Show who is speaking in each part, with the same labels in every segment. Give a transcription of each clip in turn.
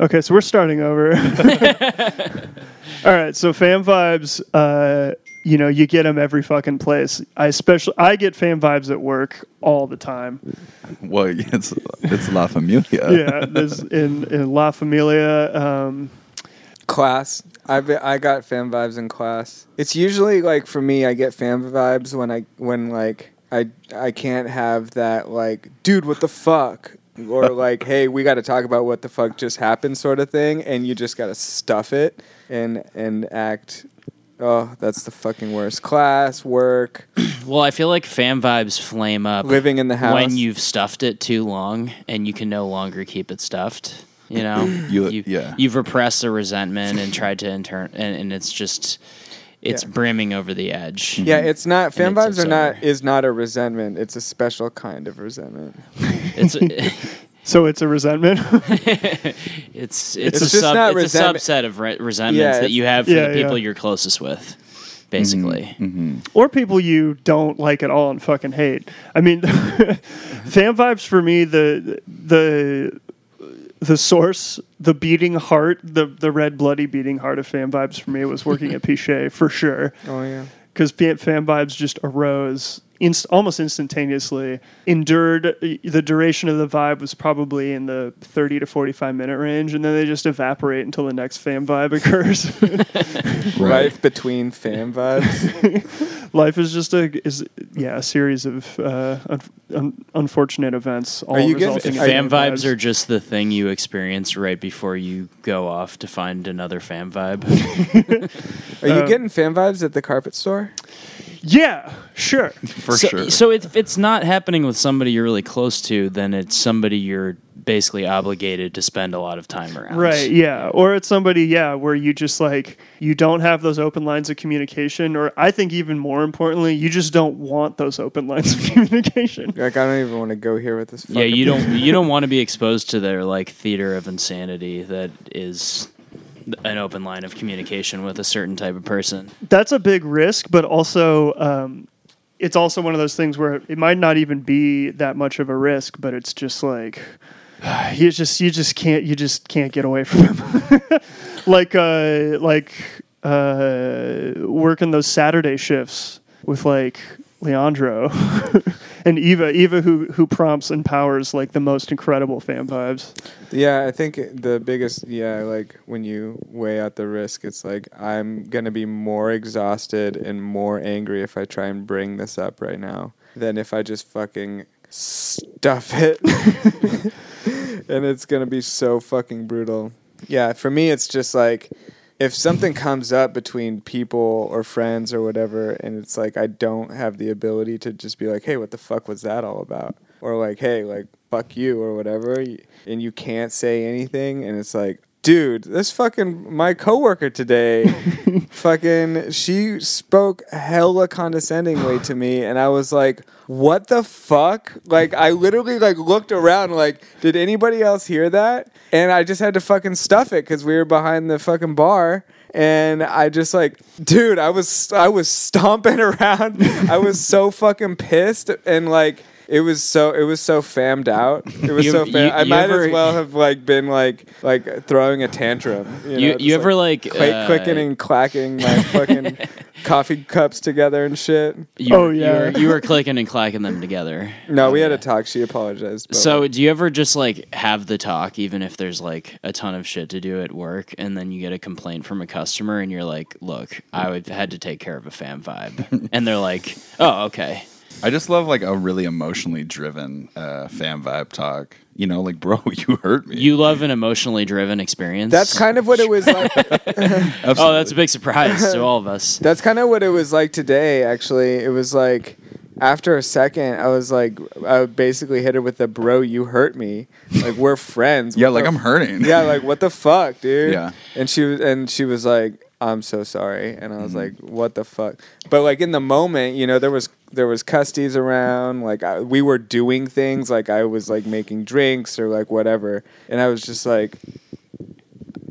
Speaker 1: Okay, so we're starting over. All right, so fam vibes, uh, you know, you get them every fucking place. I especially I get fam vibes at work all the time.
Speaker 2: Well, it's it's La Familia.
Speaker 1: Yeah, there's in in La Familia. Um,
Speaker 3: Class. I be, I got fan vibes in class. It's usually like for me, I get fan vibes when I when like I I can't have that like dude what the fuck or like hey we got to talk about what the fuck just happened sort of thing, and you just got to stuff it and and act. Oh, that's the fucking worst. Class, work,
Speaker 4: Well, I feel like fan vibes flame up
Speaker 3: living in the house.
Speaker 4: when you've stuffed it too long and you can no longer keep it stuffed. You know,
Speaker 2: You-
Speaker 4: have
Speaker 2: yeah.
Speaker 4: you've repressed the resentment and tried to intern, and, and it's just it's
Speaker 3: Yeah.
Speaker 4: brimming over the edge.
Speaker 3: yeah, it's not fan
Speaker 4: it's
Speaker 3: vibes are not
Speaker 4: absurd.
Speaker 3: is not a resentment. It's a special kind of resentment.
Speaker 4: It's
Speaker 1: so it's a resentment.
Speaker 4: it's it's, a
Speaker 3: just
Speaker 4: sub,
Speaker 3: not
Speaker 4: it's
Speaker 3: resentment-
Speaker 4: a subset of re- resentments
Speaker 3: it's-
Speaker 4: that
Speaker 3: Mm-hmm.
Speaker 4: you have for
Speaker 1: Yeah,
Speaker 4: the people
Speaker 1: yeah.
Speaker 4: you're closest with, basically.
Speaker 1: or people you don't like at all and fucking hate. I mean, fan vibes for me the the the source, the beating heart, the the red bloody beating heart of fan vibes for me was working at Pichet for sure
Speaker 3: Oh yeah.
Speaker 1: because fan vibes just arose inst- almost instantaneously. Endured uh, the duration of the vibe was probably in the thirty to forty five minute range, and then they just evaporate until the next fan vibe occurs.
Speaker 3: Life between fan vibes.
Speaker 1: life is just a is yeah a series of uh, un- un- unfortunate events. All
Speaker 3: Are you getting-
Speaker 1: resulting
Speaker 3: if
Speaker 1: in
Speaker 4: Fam
Speaker 1: bad
Speaker 4: vibes are just the thing you experience right before you go off to find another fam vibe.
Speaker 3: Are you getting fan vibes at the carpet store?
Speaker 1: yeah, sure.
Speaker 2: for
Speaker 4: so,
Speaker 2: sure.
Speaker 4: So if it's not happening with somebody you're really close to, then it's somebody you're basically obligated to spend a lot of time around.
Speaker 1: Right, yeah. Or it's somebody, yeah, where you just like you don't have those open lines of communication, or I think even more importantly, you just don't want those open lines of communication.
Speaker 3: Like I don't even want to go here with this.
Speaker 4: Yeah,
Speaker 3: fucking-
Speaker 4: you don't you don't want to be exposed to their like theater of insanity that is an open line of communication with a certain type of person.
Speaker 1: that's a big risk, but also um, it's also one of those things where it might not even be that much of a risk, but it's just like you just you just can't you just can't get away from them. like uh, like uh, working those Saturday shifts with like Leandro and Eva Eva who who prompts and powers like the most incredible fan vibes.
Speaker 3: Yeah, I think the biggest yeah, like when you weigh out the risk, it's like I'm gonna be more exhausted and more angry if I try and bring this up right now than if I just fucking stuff it. and it's gonna be so fucking brutal. Yeah, for me it's just like if something comes up between people or friends or whatever, and it's like I don't have the ability to just be like, hey, what the fuck was that all about? Or like, hey, like, fuck you or whatever, y- and you can't say anything, and it's like, dude, this fucking, my coworker today, fucking, she spoke hella condescendingly to me, and I was like, what the fuck? Like, I literally, like, looked around, like, did anybody else hear that? And I just had to fucking stuff it because we were behind the fucking bar. And I just like, dude, I was I was stomping around. I was so fucking pissed, and like, it was so it was so fammed out. It was
Speaker 4: You-
Speaker 3: so. Fam-
Speaker 4: you-
Speaker 3: I
Speaker 4: you
Speaker 3: might
Speaker 4: ever-
Speaker 3: as well have like been like like throwing a tantrum. You, know,
Speaker 4: You
Speaker 3: just,
Speaker 4: you ever like,
Speaker 3: click,
Speaker 4: uh,
Speaker 3: clicking and clacking my fucking coffee cups together and shit?
Speaker 4: you,
Speaker 1: Oh,
Speaker 4: oh
Speaker 1: yeah.
Speaker 4: yeah, you were, you were clicking and clacking them together.
Speaker 3: No, we had a talk. She apologized. But
Speaker 4: So, do you ever just like have the talk, even if there's like a ton of shit to do at work, and then you get a complaint from a customer, and you're like, "Look, I would, had to take care of a fan vibe," and they're like, "Oh, okay."
Speaker 2: I just love like a really emotionally driven uh, fan vibe talk. You know, like bro, you hurt me.
Speaker 4: You love an emotionally driven experience.
Speaker 3: that's kind of what it was like.
Speaker 4: Oh, that's a big surprise to all of us.
Speaker 3: That's kind of what it was like today. Actually, it was like after a second, I was like, I basically hit her with the bro, you hurt me. Like we're friends.
Speaker 2: yeah,
Speaker 3: What
Speaker 2: like
Speaker 3: the
Speaker 2: I'm hurting.
Speaker 3: yeah, like what the fuck, dude?
Speaker 2: Yeah.
Speaker 3: And she was and she was like, I'm so sorry. And I was
Speaker 2: Mm-hmm.
Speaker 3: like, what the fuck? But like in the moment, you know, there was there was custies around, like I, we were doing things, like I was like making drinks or like whatever. And I was just like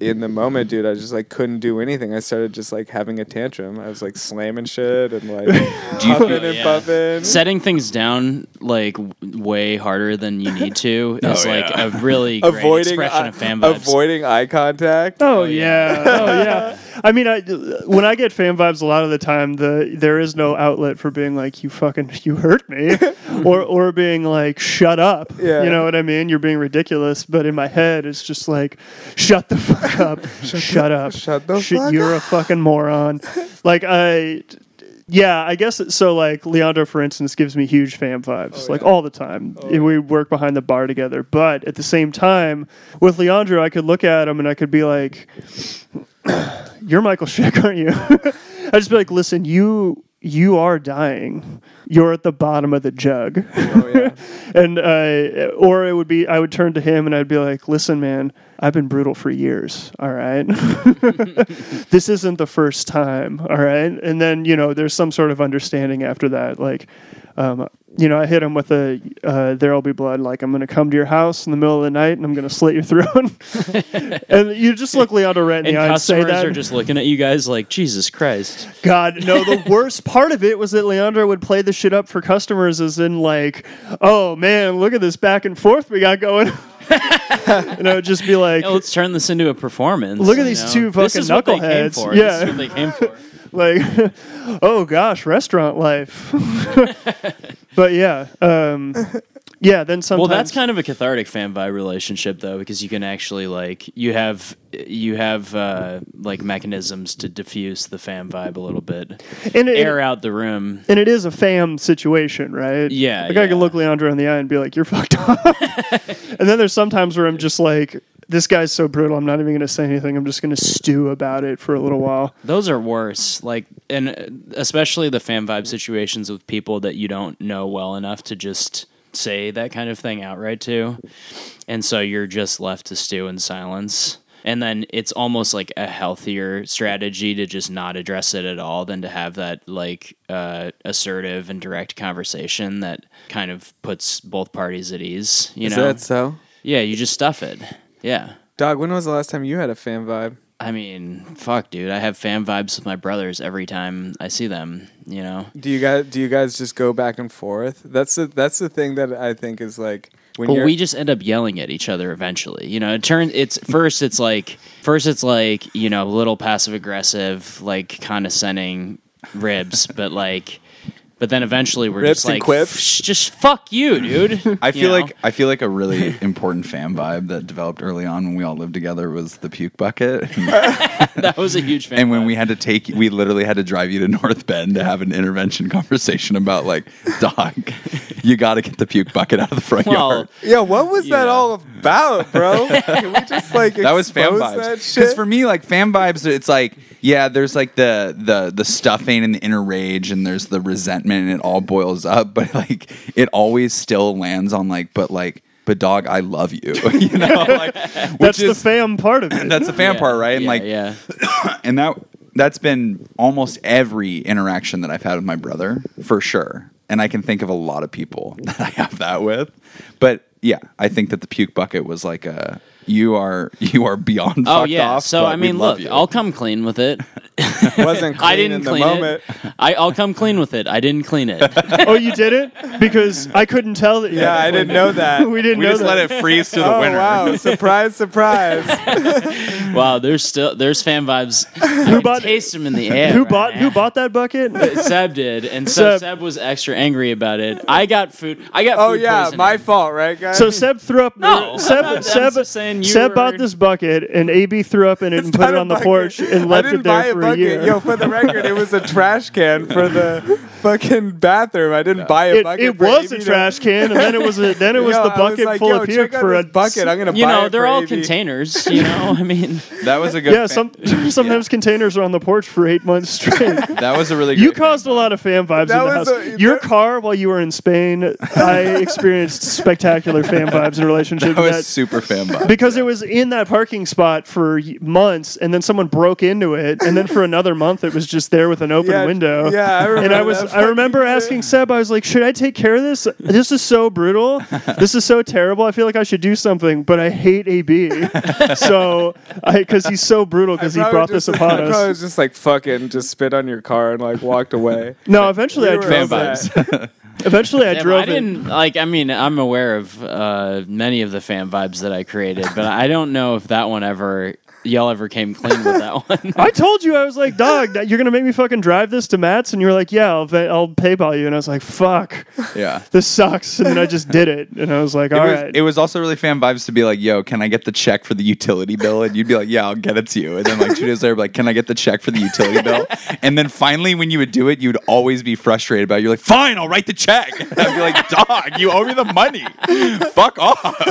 Speaker 3: in the moment, dude, I just like couldn't do anything. I started just like having a tantrum. I was like slamming shit and like
Speaker 2: you
Speaker 3: puffing
Speaker 2: feel-
Speaker 3: and
Speaker 4: yeah.
Speaker 3: puffing.
Speaker 4: Setting things down like w- way harder than you need to is
Speaker 2: Oh,
Speaker 4: like
Speaker 2: yeah.
Speaker 4: a really great
Speaker 3: avoiding
Speaker 4: expression
Speaker 3: eye,
Speaker 4: of fan vibes.
Speaker 3: avoiding eye contact.
Speaker 1: Oh,
Speaker 4: yeah.
Speaker 1: yeah. oh yeah. I mean, I when I get fan vibes, a lot of the time the there is no outlet for being like you fucking you hurt me, or or being like shut up.
Speaker 3: Yeah.
Speaker 1: You know what I mean? You're being ridiculous. But in my head, it's just like shut the fuck up, shut, up,
Speaker 3: shut the
Speaker 1: Shit,
Speaker 3: fuck
Speaker 1: You're a fucking moron. like I. Yeah, I guess it- so. Like Leandro, for instance, gives me huge fan vibes, like all the time. And we work behind the bar together, but at the same time, with Leandro, I could look at him and I could be like, "You're Michael Schick, aren't you?" I'd just be like, "Listen, you you are dying. You're at the bottom of the jug."
Speaker 3: Oh, yeah.
Speaker 1: and uh, or it would be I would turn to him and I'd be like, "Listen, man, I've been brutal for years. All right, this isn't the first time. All right." And then you know, there's some sort of understanding after that. Like, um, you know, I hit him with a uh, "There'll be blood." Like, I'm going to come to your house in the middle of the night and I'm going to slit your throat. and you just look Leandro right in
Speaker 4: and
Speaker 1: the eye and say
Speaker 4: customers
Speaker 1: that.
Speaker 4: are just looking at you guys like Jesus Christ.
Speaker 1: God, no. The worst part of it was that Leandro would play the shit up for customers, as in like, "Oh man, look at this back and forth we got going." and I would just be like,
Speaker 4: Yeah, let's turn this into a performance.
Speaker 1: Look at
Speaker 4: you
Speaker 1: these
Speaker 4: know?
Speaker 1: two
Speaker 4: This
Speaker 1: fucking
Speaker 4: is what they came
Speaker 1: knuckleheads.
Speaker 4: for.
Speaker 1: Yeah.
Speaker 4: This is what they came for.
Speaker 1: like, "Oh gosh, restaurant life." but yeah, um, yeah. Then
Speaker 4: Well,
Speaker 1: sometimes
Speaker 4: that's kind of a cathartic fan vibe relationship though, because you can actually like you have you have uh, like mechanisms to diffuse the fan vibe a little bit,
Speaker 1: and it,
Speaker 4: air out the room.
Speaker 1: and it is a fam situation, right?
Speaker 4: Yeah,
Speaker 1: Like I
Speaker 4: yeah.
Speaker 1: can look Leandro in the eye and be like, "You're fucked up." and then there's sometimes where I'm just like, "This guy's so brutal. I'm not even going to say anything. I'm just going to stew about it for a little while."
Speaker 4: Those are worse, like and uh, especially the fan vibe situations with people that you don't know well enough to just say that kind of thing outright to, and so you're just left to stew in silence. And then it's almost like a healthier strategy to just not address it at all than to have that like uh, assertive and direct conversation that kind of puts both parties at ease. You
Speaker 3: Is
Speaker 4: know,
Speaker 3: that so?
Speaker 4: yeah, you just stuff it. Yeah.
Speaker 3: Dog, when was the last time you had a fan vibe?
Speaker 4: I mean, fuck, dude. I have fan vibes with my brothers every time I see them. You know,
Speaker 3: Do you guys do you guys just go back and forth? That's the that's the thing that I think is like when
Speaker 4: well,
Speaker 3: you're
Speaker 4: we just end up yelling at each other eventually. You know, it turns. It's first. It's like first. It's like you know, a little passive aggressive, like condescending ribs, but like, but then eventually we're
Speaker 3: Ribs
Speaker 4: just
Speaker 3: and
Speaker 4: like,
Speaker 3: quips?
Speaker 4: "Psh, just fuck you, dude.
Speaker 2: I
Speaker 4: You
Speaker 2: feel
Speaker 4: know?
Speaker 2: like I feel like a really important fan vibe that developed early on when we all lived together was the puke bucket,
Speaker 4: that was a huge fan.
Speaker 2: and when
Speaker 4: vibe.
Speaker 2: we had to take, we literally had to drive you to North Bend to have an intervention conversation about like, dog, you got to get the puke bucket out of the front
Speaker 4: well,
Speaker 2: yard.
Speaker 3: Yeah, what was that
Speaker 4: Yeah.
Speaker 3: all about, bro? Can we just like
Speaker 2: That was fan
Speaker 3: expose
Speaker 2: vibes.
Speaker 3: That
Speaker 2: Because
Speaker 3: shit?
Speaker 2: for me, like fan vibes, it's like yeah, there's like the the the stuffing and the inner rage, and there's the resentment, and it all boils up. But like, it always still lands on like, but like, but dog, I love you. you know, like, which
Speaker 1: That's the
Speaker 2: is
Speaker 1: fam part of it.
Speaker 2: that's the fan part, right? And
Speaker 4: yeah,
Speaker 2: like,
Speaker 4: yeah.
Speaker 2: and that that's been almost every interaction that I've had with my brother for sure. And I can think of a lot of people that I have that with. But yeah, I think that the puke bucket was like a you are you are beyond
Speaker 4: Oh
Speaker 2: fucked
Speaker 4: yeah.
Speaker 2: off.
Speaker 4: so
Speaker 2: but
Speaker 4: I
Speaker 2: we
Speaker 4: mean,
Speaker 2: love
Speaker 4: look,
Speaker 2: you.
Speaker 4: I'll come clean with it.
Speaker 3: wasn't clean
Speaker 4: I didn't
Speaker 3: in the
Speaker 4: clean
Speaker 3: moment.
Speaker 4: it. I, I'll come clean with it. I didn't clean it.
Speaker 1: oh, you did it because I couldn't tell that.
Speaker 3: Yeah, I didn't know that.
Speaker 1: We didn't
Speaker 2: we
Speaker 1: know
Speaker 2: just
Speaker 1: that.
Speaker 2: let it freeze through the
Speaker 3: oh
Speaker 2: winter.
Speaker 3: wow! Surprise, surprise!
Speaker 4: Wow, there's still there's fan vibes.
Speaker 1: Who
Speaker 4: Who
Speaker 1: bought-
Speaker 4: bought taste them in the air?
Speaker 1: Who
Speaker 4: right
Speaker 1: bought
Speaker 4: now.
Speaker 1: who bought that bucket?
Speaker 4: Seb did, and so
Speaker 1: Seb.
Speaker 4: Seb. was extra angry about it. I got food. I got.
Speaker 3: Oh
Speaker 4: food
Speaker 3: yeah,
Speaker 4: poisoning.
Speaker 3: my fault, right, guys?
Speaker 1: So Seb threw up.
Speaker 4: No, I'm
Speaker 1: Seb
Speaker 4: not- I'm
Speaker 1: Seb,
Speaker 4: just saying you
Speaker 1: Seb
Speaker 4: were-
Speaker 1: bought this bucket, and AB threw up in it and put
Speaker 3: Not
Speaker 1: it
Speaker 3: a
Speaker 1: on the
Speaker 3: bucket.
Speaker 1: porch and left
Speaker 3: I didn't
Speaker 1: it there
Speaker 3: buy
Speaker 1: for
Speaker 3: a bucket.
Speaker 1: year.
Speaker 3: Yo, for the record, it was a trash can for the fucking bathroom. I didn't buy a
Speaker 1: it,
Speaker 3: bucket.
Speaker 1: it
Speaker 3: for
Speaker 1: was
Speaker 3: Amy
Speaker 1: a
Speaker 3: to-
Speaker 1: trash can, and then it was a, then it was
Speaker 3: Yo,
Speaker 1: the
Speaker 3: I was
Speaker 1: bucket
Speaker 3: like,
Speaker 1: full
Speaker 3: yo,
Speaker 1: of
Speaker 3: check
Speaker 1: puke
Speaker 3: out
Speaker 1: for a
Speaker 3: this bucket. I'm gonna
Speaker 4: You
Speaker 3: buy
Speaker 4: know
Speaker 3: it
Speaker 4: they're
Speaker 3: for
Speaker 4: all
Speaker 3: Amy.
Speaker 4: containers. You know, I mean,
Speaker 2: That was a good
Speaker 1: Yeah,
Speaker 2: fan-
Speaker 1: some sometimes containers are on the porch for eight months straight.
Speaker 2: that was a really good
Speaker 1: You caused a lot of fan vibes
Speaker 3: That
Speaker 1: in the
Speaker 3: was
Speaker 1: house.
Speaker 3: a-
Speaker 1: Your
Speaker 3: that-
Speaker 1: car while you were in Spain, I experienced spectacular fan vibes in a relationship.
Speaker 2: that was
Speaker 1: that-
Speaker 2: super fan vibe.
Speaker 1: because it was in that parking spot for y- months, and then someone broke into it, and then for for another month. It was just there with an open
Speaker 3: Yeah,
Speaker 1: window.
Speaker 3: yeah, I remember
Speaker 1: And I was
Speaker 3: that
Speaker 1: I remember
Speaker 3: fucking
Speaker 1: asking Seb. I was like, should I take care of this? This is so brutal. This is so terrible. I feel like I should do something, but I hate AB. so I because he's so brutal because he
Speaker 3: Probably
Speaker 1: brought
Speaker 3: just-
Speaker 1: this upon
Speaker 3: I Probably
Speaker 1: us.
Speaker 3: was just like fucking, just spit on your car and like walked away.
Speaker 1: No, eventually
Speaker 3: We
Speaker 1: I
Speaker 3: were
Speaker 1: drove.
Speaker 3: over
Speaker 1: it.
Speaker 2: vibes.
Speaker 3: that.
Speaker 1: Eventually I
Speaker 4: Yeah, but
Speaker 1: drove.
Speaker 4: I didn't like. I mean, I'm aware of uh, many of the fan vibes that I created, but I don't know if that one ever y'all ever came clean with that one.
Speaker 1: It. I told you I was like, dog, that- you're gonna make me fucking drive this to Matt's, and you were like, yeah, I'll, va- I'll PayPal you, and I was like, fuck,
Speaker 2: yeah.
Speaker 1: this sucks, and then I just did it, and I was like,
Speaker 2: It
Speaker 1: all right.
Speaker 2: was, it was also really fan vibes to be like, yo, can I get the check for the utility bill? And you'd be like, yeah, I'll get it to you. And then like two days later, be like, can I get the check for the utility bill? And then finally, when you would do it, you'd always be frustrated about it. You're like, fine, I'll write the check. And I'd be like, dog, you owe me the money. Fuck off.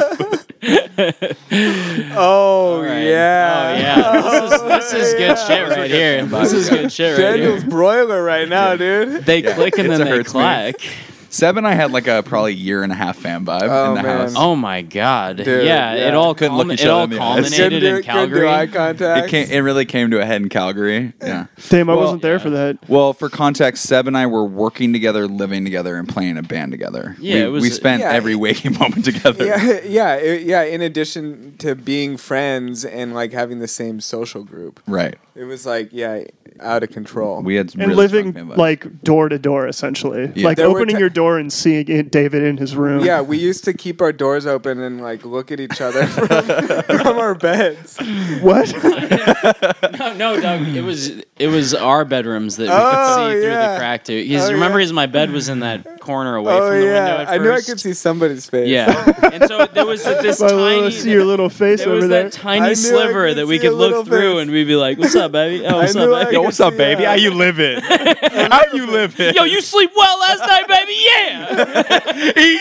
Speaker 3: Oh
Speaker 4: Right.
Speaker 3: yeah.
Speaker 4: Oh yeah. This is, this is good shit right here.
Speaker 2: fan vibes,
Speaker 4: This is
Speaker 2: yeah.
Speaker 4: good shit right
Speaker 3: Daniel's
Speaker 4: here.
Speaker 3: broiler right now, dude.
Speaker 4: They click and
Speaker 2: it's
Speaker 4: then
Speaker 2: a
Speaker 4: they
Speaker 2: Hertz
Speaker 4: clack.
Speaker 2: move. Seb and I had like a probably year and a half fan vibe
Speaker 3: Oh,
Speaker 2: in the
Speaker 3: man.
Speaker 2: house.
Speaker 4: Oh my god.
Speaker 3: Dude,
Speaker 4: yeah,
Speaker 3: yeah.
Speaker 4: it all
Speaker 2: Couldn't
Speaker 4: culmi-
Speaker 2: look each
Speaker 4: it
Speaker 2: other
Speaker 4: all
Speaker 2: in the eyes.
Speaker 4: culminated
Speaker 3: Couldn't
Speaker 4: in
Speaker 3: do- couldn't do eye
Speaker 4: Calgary.
Speaker 3: contact.
Speaker 2: It, came, it really came to a head in Calgary. Yeah.
Speaker 1: Damn, I wasn't
Speaker 4: Well,
Speaker 1: there
Speaker 4: yeah.
Speaker 1: for that.
Speaker 2: Well, for context, Seb and I were working together, living together, and playing in a band together.
Speaker 4: Yeah,
Speaker 2: we,
Speaker 4: it was-
Speaker 2: we spent
Speaker 3: Yeah.
Speaker 2: every waking moment together.
Speaker 3: yeah, yeah, it- yeah. In addition to being friends and like having the same social group,
Speaker 2: Right.
Speaker 3: it was like yeah, out of control.
Speaker 2: We had some
Speaker 1: And
Speaker 2: really strong
Speaker 1: living
Speaker 2: fan vibes.
Speaker 1: like door to door, essentially,
Speaker 2: Yeah.
Speaker 1: like
Speaker 3: There were
Speaker 1: opening
Speaker 3: ti-
Speaker 1: your door and seeing it, David in his room.
Speaker 3: yeah, we used to keep our doors open and like look at each other from, from our beds.
Speaker 1: What?
Speaker 4: No, no, Doug. It was it was our bedrooms that we
Speaker 3: Oh,
Speaker 4: could see through
Speaker 3: yeah.
Speaker 4: the crack to. Because
Speaker 3: Oh,
Speaker 4: remember,
Speaker 3: yeah.
Speaker 4: his my bed was in that corner away
Speaker 3: Oh
Speaker 4: from the window
Speaker 3: yeah,
Speaker 4: at
Speaker 3: I knew I
Speaker 4: first.
Speaker 3: could see somebody's face.
Speaker 4: Yeah, and so there was this
Speaker 1: My little,
Speaker 4: tiny.
Speaker 1: see your little face
Speaker 4: there
Speaker 1: over
Speaker 4: was
Speaker 1: there.
Speaker 4: that
Speaker 3: I
Speaker 4: tiny
Speaker 3: knew I
Speaker 4: sliver
Speaker 3: could
Speaker 4: that we
Speaker 3: see a
Speaker 4: could
Speaker 3: little
Speaker 4: look through
Speaker 3: face.
Speaker 4: and we'd be like, "What's up, baby? Oh,
Speaker 3: I
Speaker 4: what's
Speaker 3: knew
Speaker 4: up,
Speaker 3: I
Speaker 4: baby?
Speaker 2: Yo,
Speaker 3: could
Speaker 2: what's up,
Speaker 3: see
Speaker 2: baby?
Speaker 3: that.
Speaker 2: How you living? How you living?
Speaker 4: Yo, you sleep well last night, baby? Yeah."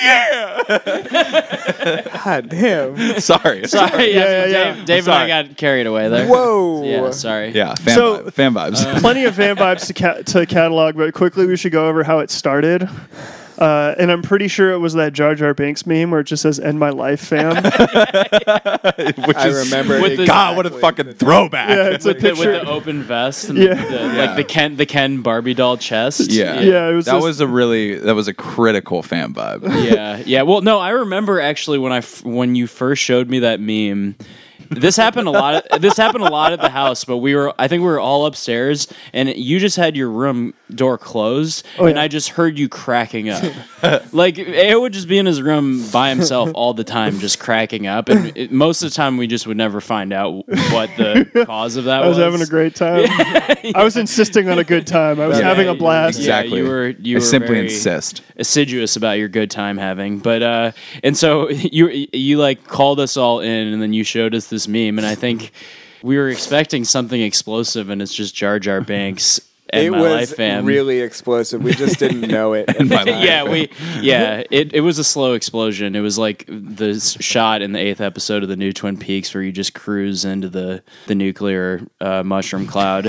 Speaker 2: yeah.
Speaker 3: God damn.
Speaker 2: Sorry.
Speaker 4: Sorry, yeah,
Speaker 1: Yeah, yeah, yeah.
Speaker 4: Dave, Dave and I
Speaker 2: Sorry.
Speaker 4: got carried away there.
Speaker 3: Whoa.
Speaker 4: Yeah, sorry.
Speaker 2: Yeah. Fan
Speaker 1: So- uh,
Speaker 2: vibe- fan vibes.
Speaker 1: Plenty of fan vibes to, ca- to catalog, but quickly we should go over how it started. Uh, and I'm pretty sure it was that Jar Jar Binks meme where it just says "End my life, fam."
Speaker 2: which
Speaker 3: I
Speaker 2: is
Speaker 3: remember.
Speaker 4: With the-
Speaker 2: God, what a fucking throwback.
Speaker 1: yeah, it's a
Speaker 4: With the, with
Speaker 1: picture.
Speaker 4: the open vest and
Speaker 1: Yeah.
Speaker 4: the,
Speaker 2: Yeah.
Speaker 4: like the Ken the Ken Barbie doll chest.
Speaker 2: Yeah.
Speaker 1: Yeah, it was
Speaker 2: that
Speaker 1: just-
Speaker 2: was a really that was a critical fan vibe.
Speaker 4: yeah, yeah. Well, no, I remember actually when I f- when you first showed me that meme. This happened a lot. Of, this happened a lot at the house, but we were. I think we were all upstairs, and you just had your room door closed,
Speaker 1: Oh,
Speaker 4: and
Speaker 1: yeah.
Speaker 4: I just heard you cracking up. like Ayo would just be in his room by himself all the time, just cracking up, and it, most of the time we just would never find out what the cause of that
Speaker 1: I
Speaker 4: was.
Speaker 1: was having a great time. I was insisting on a good time. I was
Speaker 2: Yeah.
Speaker 1: having a blast.
Speaker 4: Yeah,
Speaker 2: Exactly.
Speaker 4: you were- you
Speaker 2: I
Speaker 4: were
Speaker 2: simply
Speaker 4: very-
Speaker 2: insist.
Speaker 4: assiduous about your good time having but uh and so you you like called us all in and then you showed us this meme and i think we were expecting something explosive and it's just jar jar banks and
Speaker 3: it
Speaker 4: my
Speaker 3: was
Speaker 4: life fam
Speaker 3: really explosive. We just didn't know it. at the
Speaker 2: my
Speaker 3: time.
Speaker 2: life.
Speaker 4: yeah we yeah it, it was a slow explosion it was like the s- shot in the eighth episode of the new twin peaks where you just cruise into the the nuclear uh, mushroom cloud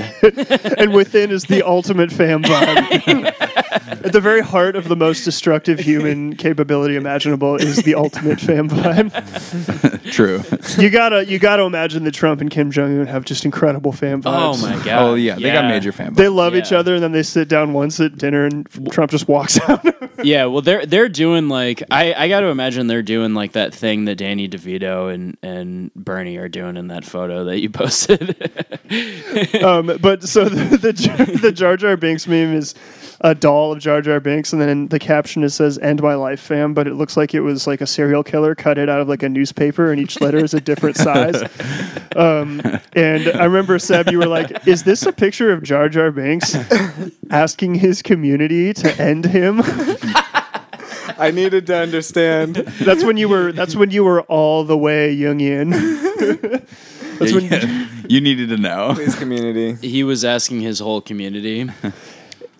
Speaker 1: and within is the ultimate fan vibe. At the very heart of the most destructive human capability imaginable is the ultimate fan vibe.
Speaker 2: True.
Speaker 1: You gotta you gotta imagine that Trump and Kim Jong Un have just incredible fan vibes.
Speaker 4: oh my god
Speaker 2: oh yeah, they got major fan
Speaker 1: They
Speaker 2: vibes.
Speaker 1: love each
Speaker 4: Yeah.
Speaker 1: other, and then they sit down once at dinner, and Trump just walks out.
Speaker 4: Yeah, well, they're they're doing like I, I got to imagine they're doing like that thing that Danny DeVito and and Bernie are doing in that photo that you posted.
Speaker 1: Um, but so the, the Jar- the Jar Jar Binks meme is a doll of Jar Jar Binks, and then the caption it says "End my life, fam." But it looks like it was like a serial killer cut it out of like a newspaper, and each letter is a different size. Um, and I remember Seb, you were like, "Is this a picture of Jar Jar Binks asking his community to end him?"
Speaker 3: I needed to understand.
Speaker 1: that's when you were. That's when you were all the way Jungian.
Speaker 2: Yeah, yeah. you needed to know.
Speaker 3: Please, community.
Speaker 4: he was asking his whole community.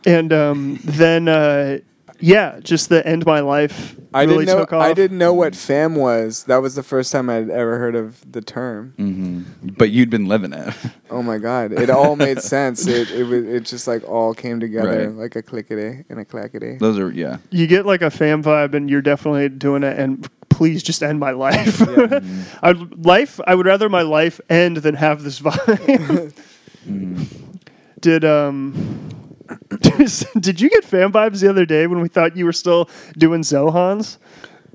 Speaker 1: and um, then uh, yeah, just the end my life
Speaker 3: I
Speaker 1: really
Speaker 3: didn't know.
Speaker 1: took off.
Speaker 3: I didn't know what fam was. That was the first time I'd ever heard of the term.
Speaker 2: Mm. Mm-hmm. But you'd been living it.
Speaker 3: Oh my god! It all made sense. It it was it just like all came together
Speaker 2: Right.
Speaker 3: like a clickety and a clackety.
Speaker 2: Those are yeah.
Speaker 1: you get like a fam vibe and you're definitely doing it and please just end my life I, life i would rather my life end than have this vibe Did um, did you get fan vibes the other day when we thought you were still doing Zohans?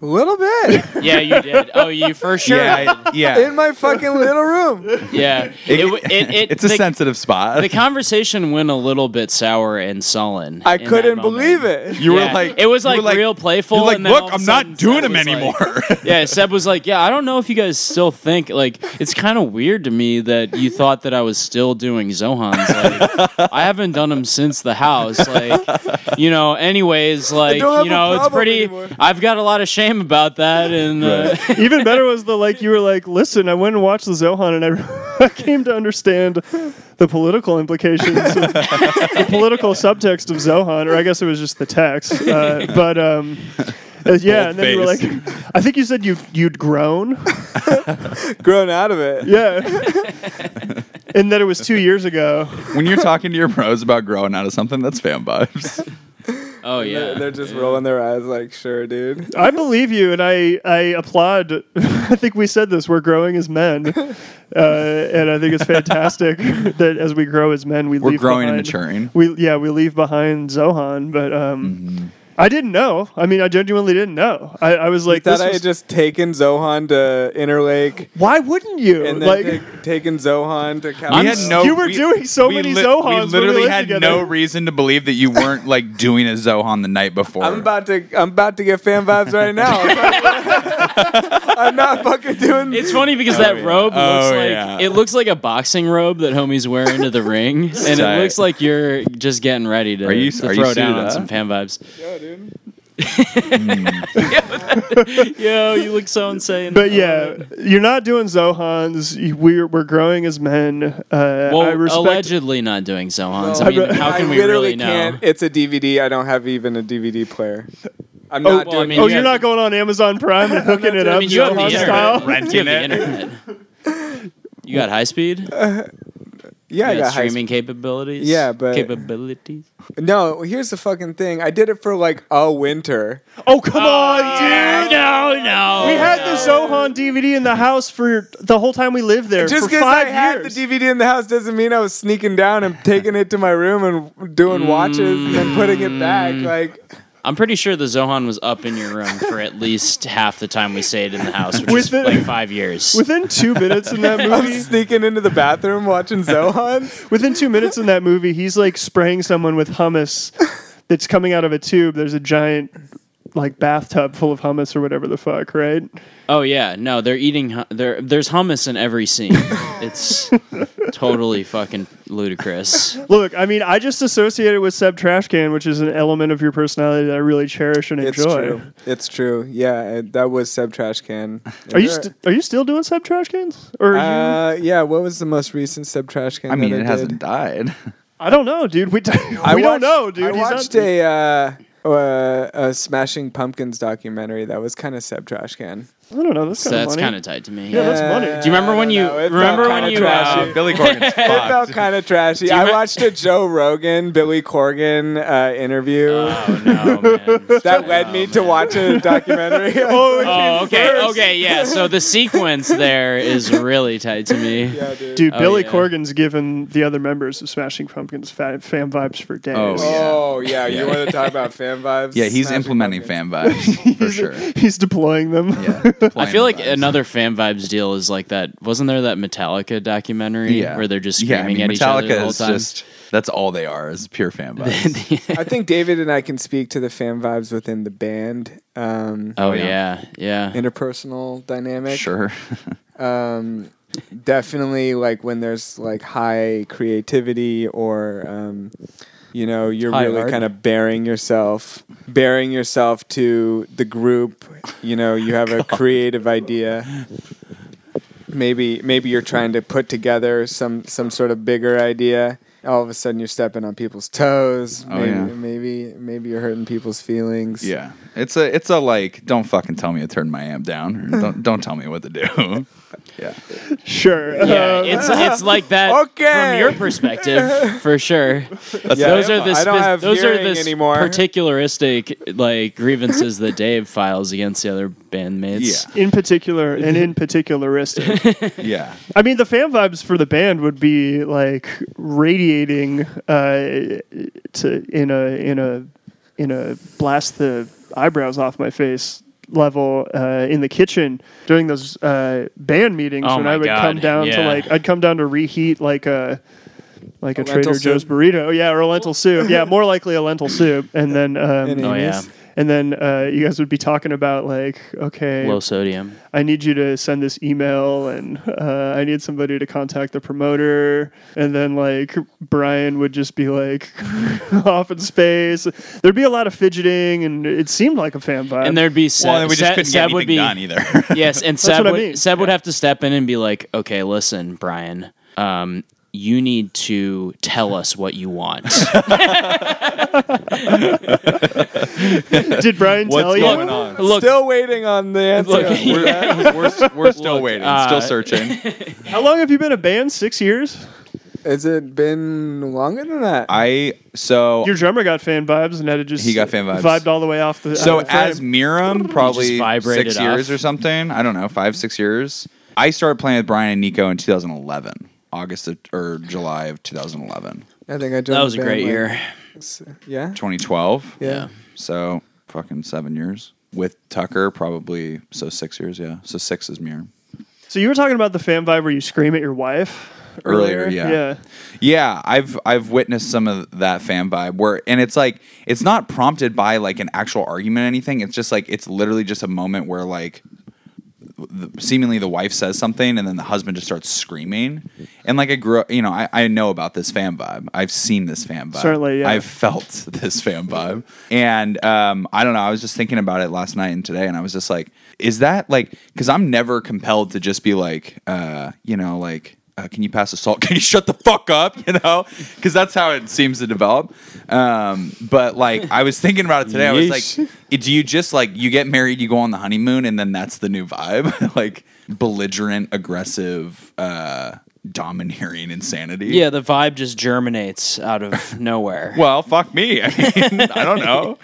Speaker 3: A little bit.
Speaker 4: Yeah, you did. Oh, you for sure.
Speaker 2: Yeah, I- yeah.
Speaker 3: In my fucking little room.
Speaker 4: yeah. It, w- it, it,
Speaker 2: it's a
Speaker 4: the,
Speaker 2: sensitive spot.
Speaker 4: The conversation went a little bit sour and sullen.
Speaker 3: I
Speaker 4: in that
Speaker 3: couldn't
Speaker 4: moment.
Speaker 3: believe it.
Speaker 2: you
Speaker 4: Yeah.
Speaker 2: were like,
Speaker 4: It was,
Speaker 2: you were
Speaker 4: like, real playful,
Speaker 2: You're like,
Speaker 4: and then all
Speaker 2: look,
Speaker 4: of a
Speaker 2: I'm not
Speaker 4: sudden
Speaker 2: doing them
Speaker 4: Seb was like-
Speaker 2: anymore.
Speaker 4: Yeah, Seb was like, "Yeah, I don't know if you guys still think like it's kind of weird to me that you thought that I was still doing Zohans. Like, I haven't done them since the house. Like, you know. Anyways, like,
Speaker 3: don't have
Speaker 4: you
Speaker 3: a
Speaker 4: know, it's
Speaker 3: problem
Speaker 4: pretty.
Speaker 3: anymore.
Speaker 4: I've got a lot of shame about that, and uh,
Speaker 1: Even better was the like you were like, listen, I went and watched the Zohan, and I, I came to understand the political implications, of, the political subtext of Zohan, or I guess it was just the text. Uh, but um, uh, yeah, and then
Speaker 2: Bold
Speaker 1: you were like, I think you said you you'd grown,
Speaker 3: Grown out of it.
Speaker 1: yeah, and that it was two years ago.
Speaker 2: when you're talking to your pros about growing out of something, that's fan vibes.
Speaker 4: oh yeah,
Speaker 3: They're, they're just rolling their eyes like, sure, dude.
Speaker 1: I believe you, and I I applaud. I think we said this: we're growing as men, uh, and I think it's fantastic that as we grow as men, we
Speaker 2: We're
Speaker 1: leave
Speaker 2: growing and
Speaker 1: behind-
Speaker 2: maturing.
Speaker 1: We yeah, we leave behind Zohan, but um,
Speaker 3: Mm-hmm.
Speaker 1: I didn't know. I mean, I genuinely didn't know. I, I was like,
Speaker 3: Thought
Speaker 1: this
Speaker 3: I
Speaker 1: was-
Speaker 3: had just taken Zohan to Interlake
Speaker 1: why wouldn't you?
Speaker 3: and then
Speaker 1: like,
Speaker 3: ta- taken Zohan to Cal.
Speaker 4: I'm
Speaker 2: We had
Speaker 4: s-
Speaker 2: no.
Speaker 1: you were
Speaker 2: we-
Speaker 1: doing so
Speaker 2: we
Speaker 1: many
Speaker 2: lit-
Speaker 1: Zohans when
Speaker 2: We
Speaker 1: we
Speaker 2: literally
Speaker 1: lived
Speaker 2: had
Speaker 1: together.
Speaker 2: no reason to believe that you weren't like doing a Zohan the night before.
Speaker 3: I'm about to I'm about to get fan vibes right now. I'm not fucking doing
Speaker 4: It's funny because that
Speaker 3: yeah.
Speaker 4: robe looks
Speaker 2: Oh,
Speaker 4: like
Speaker 2: yeah.
Speaker 4: it looks like a boxing robe that homies wear into the ring, and
Speaker 2: Tight.
Speaker 4: it looks like you're just getting ready to,
Speaker 2: Are you-
Speaker 4: to
Speaker 2: are you
Speaker 4: throw
Speaker 2: suited
Speaker 4: down on
Speaker 2: up?
Speaker 4: some fan vibes.
Speaker 3: Yeah, dude.
Speaker 4: Yo, you look so insane.
Speaker 1: But yeah, you're not doing Zohans. You- We're we're growing as men. Uh,
Speaker 4: well,
Speaker 1: I respect.
Speaker 4: allegedly not doing Zohans. I mean,
Speaker 1: I-
Speaker 4: how can
Speaker 3: I
Speaker 4: we
Speaker 3: literally
Speaker 4: really know?
Speaker 3: can't. It's a DVD. I don't have even a DVD player. I'm
Speaker 1: Oh,
Speaker 3: not
Speaker 4: well, I
Speaker 3: doing
Speaker 4: mean,
Speaker 1: oh,
Speaker 4: you
Speaker 1: you're
Speaker 4: have-
Speaker 1: not going on Amazon Prime and hooking it
Speaker 3: doing-
Speaker 1: up
Speaker 4: I mean, you have the
Speaker 1: Zohan
Speaker 4: internet.
Speaker 1: style.
Speaker 4: You
Speaker 2: renting
Speaker 4: have the
Speaker 2: it.
Speaker 4: internet. You got high speed.
Speaker 3: yeah, I
Speaker 4: you got
Speaker 3: got high
Speaker 4: streaming capabilities.
Speaker 3: Yeah, but-
Speaker 4: capabilities.
Speaker 3: sp- No, here's the fucking thing. I did it for like a winter.
Speaker 1: Oh come on, dude!
Speaker 4: no, no.
Speaker 1: We had the Zohan DVD in the house for the whole time we lived there.
Speaker 3: Just
Speaker 1: for
Speaker 3: because
Speaker 1: five
Speaker 3: I had
Speaker 1: years.
Speaker 3: the DVD in the house doesn't mean I was sneaking down and taking it to my room and doing watches and then putting it back. Like
Speaker 4: I'm pretty sure the Zohan was up in your room for at least half the time we stayed in the house, which
Speaker 1: With
Speaker 4: is
Speaker 1: the-
Speaker 4: like five years.
Speaker 1: Within two minutes in that
Speaker 3: I'm
Speaker 1: movie,
Speaker 3: sneaking into the bathroom watching Zohan.
Speaker 1: within two minutes in that movie, he's like spraying someone with hummus that's coming out of a tube. There's a giant like bathtub full of hummus or whatever the fuck, right?
Speaker 4: Oh yeah, no, they're eating. Hu- there, there's hummus in every scene. it's totally fucking ludicrous.
Speaker 1: Look, I mean, I just associate it with Seb Trashcan, which is an element of your personality that I really cherish and
Speaker 3: It's
Speaker 1: enjoy.
Speaker 3: true. It's true. Yeah, it- that was Seb Trash Can.
Speaker 1: Are you st- are you still doing Seb Trashcans? Or are you?
Speaker 3: Uh, yeah. What was the most recent Seb Trash Can?
Speaker 2: I mean,
Speaker 3: that
Speaker 2: it
Speaker 3: I
Speaker 2: hasn't
Speaker 3: did?
Speaker 2: died.
Speaker 1: I don't know, dude. We, we
Speaker 3: I
Speaker 1: don't
Speaker 3: watched-
Speaker 1: know, dude.
Speaker 3: I
Speaker 1: He's not-
Speaker 3: watched a, uh, uh, a Smashing Pumpkins documentary that was kind of Seb Trash Can.
Speaker 1: I don't know. That's
Speaker 4: So
Speaker 1: kind of
Speaker 4: that's
Speaker 1: funny.
Speaker 4: kind of tight to me.
Speaker 1: Yeah, that's funny.
Speaker 3: Uh,
Speaker 1: Do
Speaker 4: Do you remember when
Speaker 3: I
Speaker 4: you
Speaker 3: don't know. It felt
Speaker 4: remember when
Speaker 3: kinda
Speaker 4: you?
Speaker 3: trashy.
Speaker 4: uh,
Speaker 2: Billy Corgan's
Speaker 3: It felt
Speaker 2: fucked.
Speaker 3: kind of trashy.
Speaker 4: you
Speaker 3: I
Speaker 4: remem-
Speaker 3: watched a Joe Rogan, Billy Corgan uh, interview
Speaker 4: oh no, man.
Speaker 3: that led me to watch a documentary. oh,
Speaker 4: Oh okay, okay, yeah. So the sequence there is really tight to me.
Speaker 3: yeah, dude.
Speaker 1: Dude,
Speaker 4: Oh,
Speaker 1: Billy
Speaker 4: yeah.
Speaker 1: Corgan's given the other members of Smashing Pumpkins fa- fan vibes for days.
Speaker 2: Oh, yeah.
Speaker 3: Oh yeah, you want to talk about fan vibes?
Speaker 2: Yeah, he's
Speaker 3: Smashing
Speaker 2: implementing
Speaker 3: Pumpkins.
Speaker 2: fan vibes for sure.
Speaker 1: He's deploying them.
Speaker 2: Yeah,
Speaker 4: I feel like another fan vibes deal is like that. Wasn't there that Metallica documentary where they're just
Speaker 2: Yeah, I
Speaker 4: screaming
Speaker 2: mean,
Speaker 4: at each other the
Speaker 2: Metallica
Speaker 4: whole
Speaker 2: is
Speaker 4: time?
Speaker 2: Just, that's all they are is pure fan vibes.
Speaker 3: I think David and I can speak to the fan vibes within the band. Um,
Speaker 4: oh
Speaker 2: yeah.
Speaker 4: yeah, yeah.
Speaker 3: interpersonal dynamic.
Speaker 2: sure.
Speaker 3: Um, definitely, like when there's like high creativity or um, you know you're
Speaker 2: High
Speaker 3: really
Speaker 2: art.
Speaker 3: kind of bearing yourself, bearing yourself to the group. You know, you have a creative idea. Maybe maybe you're trying to put together some some sort of bigger idea. All of a sudden, you're stepping on people's toes.
Speaker 2: Oh,
Speaker 3: maybe,
Speaker 2: yeah.
Speaker 3: maybe maybe you're hurting people's feelings.
Speaker 2: Yeah, it's a it's a like don't fucking tell me to turn my amp down or don't don't tell me what to do. Yeah.
Speaker 1: Sure. Uh,
Speaker 4: Yeah, it's it's like that
Speaker 3: Uh, Okay.
Speaker 4: from your perspective for sure.
Speaker 3: Yeah,
Speaker 4: those are the
Speaker 3: I don't
Speaker 4: spe-
Speaker 3: have
Speaker 4: those are
Speaker 3: hearing
Speaker 4: the s-
Speaker 3: anymore.
Speaker 4: particularistic like grievances that Dave files against the other bandmates.
Speaker 2: Yeah.
Speaker 1: in particular and in particularistic.
Speaker 2: Yeah.
Speaker 1: I mean, the fan vibes for the band would be like radiating uh, to in a in a in a blast the eyebrows off my face level uh, in the kitchen during those uh, band meetings
Speaker 4: Oh
Speaker 1: when
Speaker 4: my
Speaker 1: I would
Speaker 4: God,
Speaker 1: come down to
Speaker 4: yeah.
Speaker 1: like I'd come down to reheat like a like a,
Speaker 3: A lentil
Speaker 1: Trader Joe's
Speaker 3: soup?
Speaker 1: burrito, yeah, or a lentil soup, yeah, more likely a lentil soup, and then um,
Speaker 3: Any-
Speaker 4: Oh yeah,
Speaker 3: Yes.
Speaker 1: and then uh, you guys would be talking about like okay,
Speaker 4: low sodium.
Speaker 1: I need you to send this email and uh, I need somebody to contact the promoter. And then, like, Brian would just be like off in space. There'd be a lot of fidgeting and it seemed like a fan
Speaker 3: Uh,
Speaker 1: vibe.
Speaker 4: And there'd be Seb,
Speaker 2: well, and we just
Speaker 4: Seb,
Speaker 2: couldn't
Speaker 4: Seb
Speaker 2: get
Speaker 4: would
Speaker 2: anything
Speaker 4: be
Speaker 2: done either.
Speaker 4: yes, and Seb
Speaker 1: what I
Speaker 4: would
Speaker 1: mean.
Speaker 4: Seb would have to step in and be like, okay, listen, Brian, um, you need to tell us what you want.
Speaker 1: Did Brian
Speaker 2: What's
Speaker 1: tell you?
Speaker 2: going on?
Speaker 4: Look,
Speaker 3: Still waiting on the answer.
Speaker 4: Look,
Speaker 2: We're, we're, we're still
Speaker 4: Look,
Speaker 2: waiting,
Speaker 4: uh,
Speaker 2: still searching.
Speaker 1: How long have you been a band? Six years?
Speaker 3: Has it been longer than that?
Speaker 2: I so
Speaker 1: Your drummer got fan vibes and had to just
Speaker 2: He got fan vibes.
Speaker 1: Vibed all the way off the.
Speaker 2: So
Speaker 1: out of the frame.
Speaker 2: as Miram, probably
Speaker 4: vibrated
Speaker 2: six years
Speaker 4: off.
Speaker 2: or something. I don't know, five six years. I started playing with Brian and Nico in 2011, August of, or July of 2011,
Speaker 3: I think I joined.
Speaker 4: that was a
Speaker 3: the band,
Speaker 4: great
Speaker 3: like,
Speaker 4: year.
Speaker 3: s- Yeah.
Speaker 2: 2012.
Speaker 3: Yeah.
Speaker 2: So fucking seven years with Tucker, probably so six years. Yeah, so six is Miram.
Speaker 1: so you were talking about the fan vibe where you scream at your wife
Speaker 2: Earlier, yeah.
Speaker 1: Yeah.
Speaker 2: Yeah, I've I've witnessed some of that fan vibe where and it's like it's not prompted by like an actual argument or anything. It's just like it's literally just a moment where like the, seemingly the wife says something and then the husband just starts screaming. And like I grew up, you know, I, I know about this fan vibe. I've seen this fan vibe.
Speaker 1: Certainly, yeah.
Speaker 2: I've felt this fan vibe. And um, I don't know. I was just thinking about it last night and today, and I was just like, is that like, because I'm never compelled to just be like, uh, you know, like, uh, can you pass the salt? Can you shut the fuck up? You know, because that's how it seems to develop. Um, but like, I was thinking about it today. I was like, do you just like you get married, you go on the honeymoon, and then that's the new vibe, like belligerent, aggressive, uh, domineering insanity?
Speaker 4: Yeah, the vibe just germinates out of nowhere.
Speaker 2: Well, fuck me. I mean, I don't know.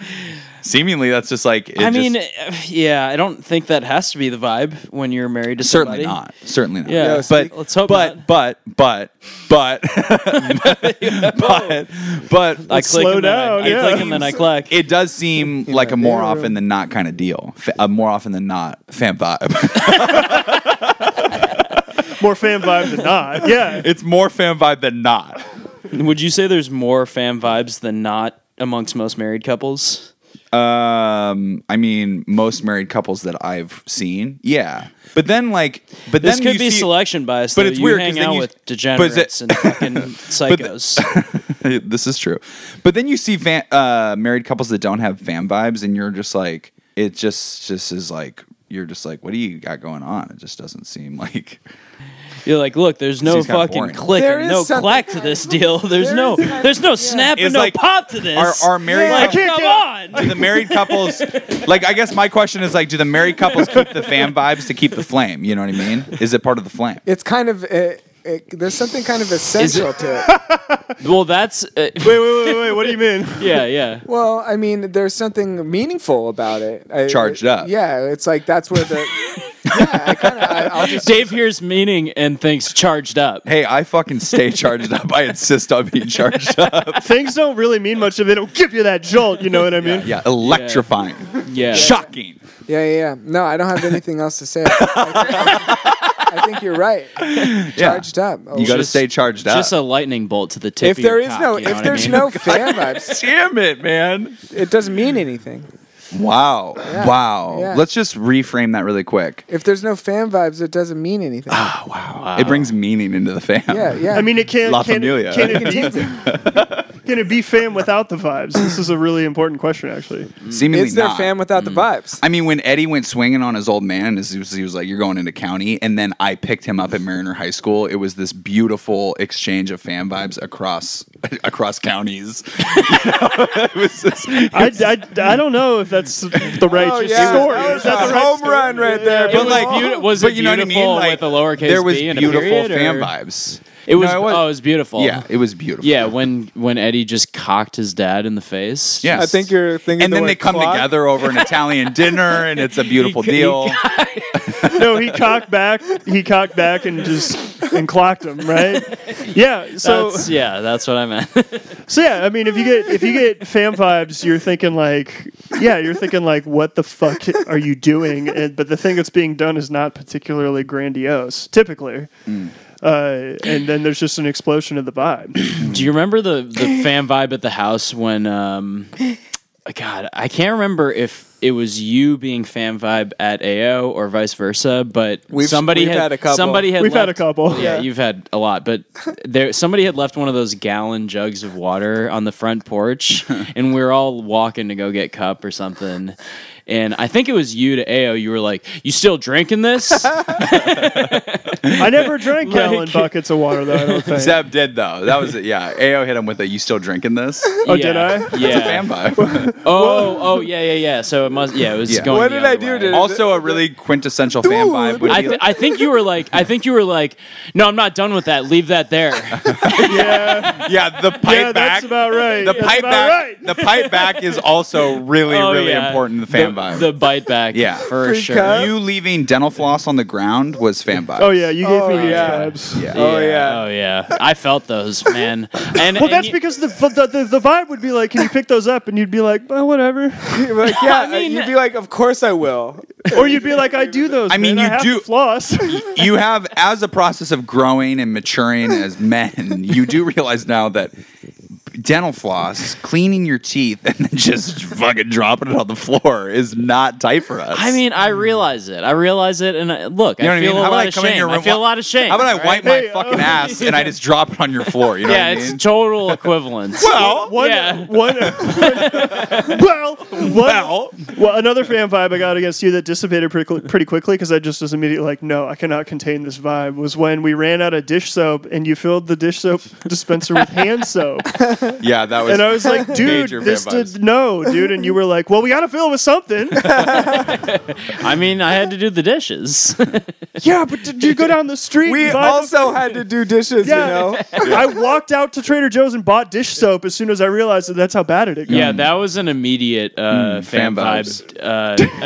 Speaker 2: Seemingly, that's just like. It
Speaker 4: I
Speaker 2: just-
Speaker 4: mean, uh, yeah, I don't think that has to be the vibe when you're married to
Speaker 2: certainly
Speaker 4: somebody.
Speaker 2: not. Certainly not.
Speaker 4: Yeah,
Speaker 3: No,
Speaker 2: but
Speaker 3: speak-
Speaker 4: let's hope
Speaker 2: But
Speaker 4: not.
Speaker 2: but but but but but
Speaker 4: I click
Speaker 1: slow
Speaker 4: and then I-
Speaker 1: down,
Speaker 4: I,
Speaker 1: yeah.
Speaker 4: click and then I click.
Speaker 2: it does seem like a more often than not kind of deal. Fa- A more often than not fan vibe.
Speaker 1: More fan vibe than not. Yeah.
Speaker 2: it's more fan vibe than not.
Speaker 4: Would you say there's more fan vibes than not amongst most married couples?
Speaker 2: Um, I mean, most married couples that I've seen, yeah. But then, like, but
Speaker 4: This
Speaker 2: then
Speaker 4: could
Speaker 2: you
Speaker 4: be
Speaker 2: see-
Speaker 4: selection bias.
Speaker 2: but
Speaker 4: though.
Speaker 2: it's
Speaker 4: you
Speaker 2: weird 'cause
Speaker 4: Hang
Speaker 2: then
Speaker 4: out
Speaker 2: you-
Speaker 4: with
Speaker 2: but is it-
Speaker 4: degenerates and fucking psychos.
Speaker 2: this is true. But then you see fan, uh, married couples that don't have fan vibes, and you're just like, it just just is like, you're just like, what do you got going on? It just doesn't seem like.
Speaker 4: You're like, look, there's no
Speaker 2: Seems kinda
Speaker 4: fucking
Speaker 2: boring.
Speaker 4: click
Speaker 3: There
Speaker 4: or
Speaker 3: is
Speaker 4: no
Speaker 3: something-
Speaker 4: clack to this deal. There's
Speaker 3: There
Speaker 4: no,
Speaker 3: is something-
Speaker 4: there's no snap
Speaker 2: It's
Speaker 4: and no
Speaker 2: like
Speaker 4: pop to this.
Speaker 2: Are, are married
Speaker 1: I
Speaker 4: like,
Speaker 2: couples,
Speaker 1: can't
Speaker 4: come
Speaker 1: get-
Speaker 4: on.
Speaker 2: do the married couples like I guess my question is like do the married couples keep the fan vibes to keep the flame you know what I mean is it part of the flame
Speaker 3: It's kind of. It, it, there's something kind of essential to it.
Speaker 4: Well, that's uh,
Speaker 1: Wait, wait, wait, wait. What do you mean?
Speaker 4: yeah, yeah.
Speaker 3: Well, I mean, there's something meaningful about it. I,
Speaker 2: Charged up.
Speaker 3: Yeah, it's like that's where the. yeah, I kind of. I'll just.
Speaker 4: Dave hears meaning and thinks charged up.
Speaker 2: hey I fucking stay charged up I insist on being charged up
Speaker 1: Things don't really mean much if they don't give you that jolt. You know what I mean?
Speaker 2: yeah electrifying
Speaker 4: Yeah.
Speaker 2: shocking
Speaker 3: Yeah, yeah, yeah. No, I don't have anything else to say. I, I think you're right. Charged up.
Speaker 2: You got to
Speaker 4: Just-
Speaker 2: stay charged up.
Speaker 4: Just a lightning bolt to the tip.
Speaker 3: if
Speaker 4: of your
Speaker 3: there is
Speaker 4: cock,
Speaker 3: no,
Speaker 4: you know
Speaker 3: if
Speaker 4: what I
Speaker 3: there's
Speaker 4: mean?
Speaker 3: no fan vibes,
Speaker 2: Damn it, man.
Speaker 3: it doesn't mean anything.
Speaker 2: Wow. Wow.
Speaker 3: Yeah.
Speaker 2: Let's just reframe that really quick.
Speaker 3: If there's no fan vibes, it doesn't mean anything.
Speaker 2: Oh, wow. It brings meaning into the fam.
Speaker 3: yeah, yeah.
Speaker 1: I mean, it can't.
Speaker 2: La
Speaker 1: can,
Speaker 2: Familia.
Speaker 1: it- can it be? can it be fam without the vibes? This is a really important question, actually.
Speaker 2: Seemingly
Speaker 3: it's their
Speaker 2: not.
Speaker 3: fan without the vibes.
Speaker 2: I mean, when Eddie went swinging on his old man, as he was, he was like, "You're going into county," and then I picked him up at Mariner High School. It was this beautiful exchange of fan vibes across across counties. You know? It was just-
Speaker 1: I, I, I don't know if that's the right
Speaker 3: Oh,
Speaker 1: just
Speaker 3: yeah.
Speaker 1: story.
Speaker 3: That was
Speaker 1: Is that
Speaker 3: a
Speaker 1: the right
Speaker 3: home
Speaker 1: story?
Speaker 3: run right
Speaker 1: Yeah.
Speaker 3: there,
Speaker 4: It
Speaker 2: but
Speaker 4: was
Speaker 2: like,
Speaker 4: beautiful- was it
Speaker 2: but you know what I mean?
Speaker 4: beautiful
Speaker 2: Like,
Speaker 4: with a lowercase
Speaker 2: there was
Speaker 4: b and a
Speaker 2: beautiful
Speaker 4: period,
Speaker 2: fan
Speaker 4: or-
Speaker 2: vibes.
Speaker 4: It was,
Speaker 2: No,
Speaker 4: oh, it was beautiful.
Speaker 2: yeah, it was beautiful.
Speaker 4: Yeah, when when Eddie just cocked his dad in the face.
Speaker 2: Yeah.
Speaker 3: I think you're thinking.
Speaker 2: and
Speaker 3: the
Speaker 2: then
Speaker 3: word
Speaker 2: they come
Speaker 3: clock.
Speaker 2: together over an Italian dinner, and it's a beautiful
Speaker 4: He- he-
Speaker 2: deal.
Speaker 1: no, he cocked back. He cocked back and just and clocked him right. Yeah. So
Speaker 4: That's- yeah, that's what I meant.
Speaker 1: so yeah. I mean, if you get if you get fan vibes, you're thinking like, yeah, you're thinking like, what the fuck are you doing? And, but the thing that's being done is not particularly grandiose, typically. Uh, and then there's just an explosion of the vibe.
Speaker 4: Do you remember the the fan vibe at the house when um God, I can't remember if it was you being fan vibe at AO or vice versa, but
Speaker 3: We've-
Speaker 4: somebody
Speaker 3: we've
Speaker 4: had,
Speaker 3: had a couple.
Speaker 4: somebody had
Speaker 1: We've had
Speaker 4: left-
Speaker 1: a couple.
Speaker 4: Yeah,
Speaker 1: Yeah.
Speaker 4: you've had a lot, but there somebody had left one of those gallon jugs of water on the front porch, and we were all walking to go get cup or something. And I think it was you to AO. You were like, "You still drinking this?"
Speaker 1: I never drank gallon
Speaker 4: Like-
Speaker 1: buckets of water though. I don't think.
Speaker 2: Zeb did though. That was it. Yeah, Ao hit him with a "You still drinking this?"
Speaker 1: Oh, did I?
Speaker 4: Yeah.
Speaker 1: That's a
Speaker 2: It's a
Speaker 4: Yeah.
Speaker 2: fan vibe.
Speaker 4: Oh, oh, yeah, yeah, yeah. So it must. Yeah, it was
Speaker 2: Yeah.
Speaker 4: going.
Speaker 3: What
Speaker 4: the
Speaker 3: did I
Speaker 4: other
Speaker 3: do
Speaker 4: way.
Speaker 3: to-
Speaker 2: also, a really quintessential fan vibe would
Speaker 4: I,
Speaker 2: be
Speaker 4: th- I think you were like, I think you were like, no, I'm not done with that. Leave that there.
Speaker 1: yeah,
Speaker 2: yeah, the pipe
Speaker 1: yeah,
Speaker 2: back.
Speaker 1: that's about right.
Speaker 2: the
Speaker 1: That's
Speaker 2: pipe
Speaker 1: about
Speaker 2: back.
Speaker 1: right.
Speaker 2: The pipe back is also really,
Speaker 4: Oh,
Speaker 2: really
Speaker 4: yeah.
Speaker 2: important. in The fan vibe.
Speaker 4: The bite back.
Speaker 2: Yeah.
Speaker 4: for
Speaker 3: Free
Speaker 4: sure.
Speaker 3: cut.
Speaker 2: you leaving dental floss on the ground was fan vibe.
Speaker 1: Oh yeah, you gave
Speaker 3: Oh,
Speaker 1: me these
Speaker 3: yeah.
Speaker 1: vibes.
Speaker 2: Yeah.
Speaker 3: Oh, yeah.
Speaker 4: Oh yeah. I felt those, man. And
Speaker 1: Well,
Speaker 4: and
Speaker 1: that's
Speaker 4: you-
Speaker 1: because the, the the the vibe would be like, can you pick those up? And you'd be like, well, whatever.
Speaker 3: You're like, yeah,
Speaker 4: I mean-
Speaker 3: you'd be like, of course I will.
Speaker 1: Or you'd be like, I do those.
Speaker 2: I mean,
Speaker 1: man.
Speaker 2: you
Speaker 1: have
Speaker 2: do-
Speaker 1: to floss.
Speaker 2: you have as a process of growing and maturing as men, you do realize now that dental floss, cleaning your teeth, and then just fucking dropping it on the floor is not tight for us.
Speaker 4: I mean, I realize it. I realize it, and I, look,
Speaker 2: You know what
Speaker 4: I
Speaker 2: I mean?
Speaker 4: feel a
Speaker 2: How about
Speaker 4: lot
Speaker 2: I
Speaker 4: of
Speaker 2: come in
Speaker 4: shame.
Speaker 2: your
Speaker 4: I
Speaker 2: room-
Speaker 4: feel a lot of shame.
Speaker 2: how about I
Speaker 4: all
Speaker 2: wipe
Speaker 4: right?
Speaker 1: Hey,
Speaker 2: my fucking
Speaker 1: uh,
Speaker 2: ass and I just drop it on your floor? You know
Speaker 4: Yeah,
Speaker 2: what I mean?
Speaker 4: it's total equivalence.
Speaker 2: well,
Speaker 1: One,
Speaker 4: Yeah.
Speaker 1: one, well, one,
Speaker 2: well,
Speaker 1: well, another fan vibe I got against you that dissipated pretty, cl- pretty quickly because I just was immediately like, no, I cannot contain this vibe. Was when we ran out of dish soap and you filled the dish soap dispenser with hand soap,
Speaker 2: yeah, that was.
Speaker 1: and I was like, dude,
Speaker 2: Major fan
Speaker 1: this
Speaker 2: vibes.
Speaker 1: did no, dude, and you were like, well, we got to fill it with something.
Speaker 4: I mean, I had to do the dishes.
Speaker 1: yeah, but did you go down the street?
Speaker 3: We
Speaker 1: and buy those
Speaker 3: also had to do dishes,
Speaker 1: Yeah.
Speaker 3: you know.
Speaker 1: I walked out to Trader Joe's and bought dish soap as soon as I realized that that's how bad it had gotten.
Speaker 4: yeah, that was an immediate uh, fan,
Speaker 2: Mm, fan
Speaker 4: vibes uh,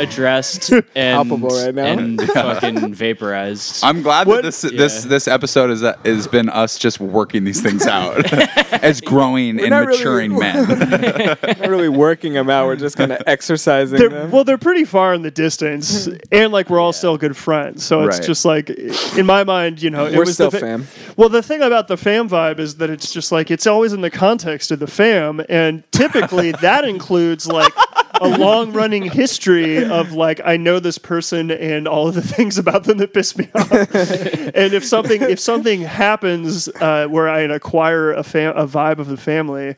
Speaker 4: addressed and
Speaker 3: Palpable right now.
Speaker 4: and fucking vaporized.
Speaker 2: I'm glad
Speaker 1: What-
Speaker 2: that this this this episode is has been us just working these things out as growing
Speaker 3: not
Speaker 2: and
Speaker 3: really-
Speaker 2: maturing men.
Speaker 3: Not really working them out. We're just kind of exercising
Speaker 1: They're,
Speaker 3: them.
Speaker 1: well, they're pretty far in the distance, and like we're all still good friends, so it's
Speaker 2: Right.
Speaker 1: just like, in my mind, you know, it
Speaker 3: We're
Speaker 1: was
Speaker 3: still
Speaker 1: the fa-
Speaker 3: fam.
Speaker 1: Well, the thing about the fam vibe is that it's just like it's always in the context of the fam, and typically that includes like a long running history of like I know this person and all of the things about them that piss me off. and if something if something happens uh, where I acquire a fam- a vibe of the family,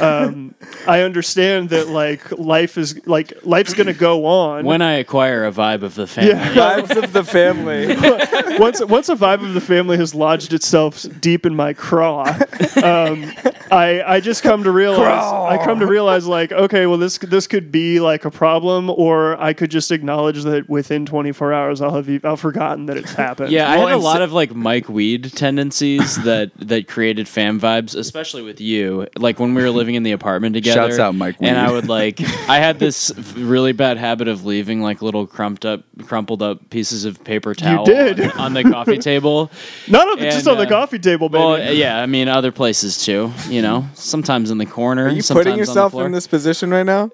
Speaker 1: um, I understand that like life is like life's gonna go on.
Speaker 4: when I acquire a vibe of the family.
Speaker 1: yeah.
Speaker 3: Vibes of the family.
Speaker 1: once once a vibe of the family has lodged itself deep in my craw, um, I I just come to realize I come to realize like okay, well this this could be like a problem, or I could just acknowledge that within 24 hours I'll have e- I've forgotten that it's happened.
Speaker 4: Yeah, I
Speaker 2: Well,
Speaker 4: had a
Speaker 2: and
Speaker 4: lot
Speaker 2: si-
Speaker 4: of like Mike Weed tendencies that that created fan vibes, especially with you. Like when we were living in the apartment together.
Speaker 2: Shouts out Mike Weed.
Speaker 4: And I would like I had this f- really bad habit of leaving like little crumped up, crumpled up pieces of paper towel
Speaker 1: did.
Speaker 4: On, on the coffee table.
Speaker 1: none of it just on
Speaker 4: And,
Speaker 1: the
Speaker 4: uh,
Speaker 1: coffee table, baby.
Speaker 4: Well, yeah, I mean other places too. You know, sometimes in the corner.
Speaker 3: Are you
Speaker 4: sometimes
Speaker 3: putting yourself
Speaker 4: on the floor.
Speaker 3: in this position right now?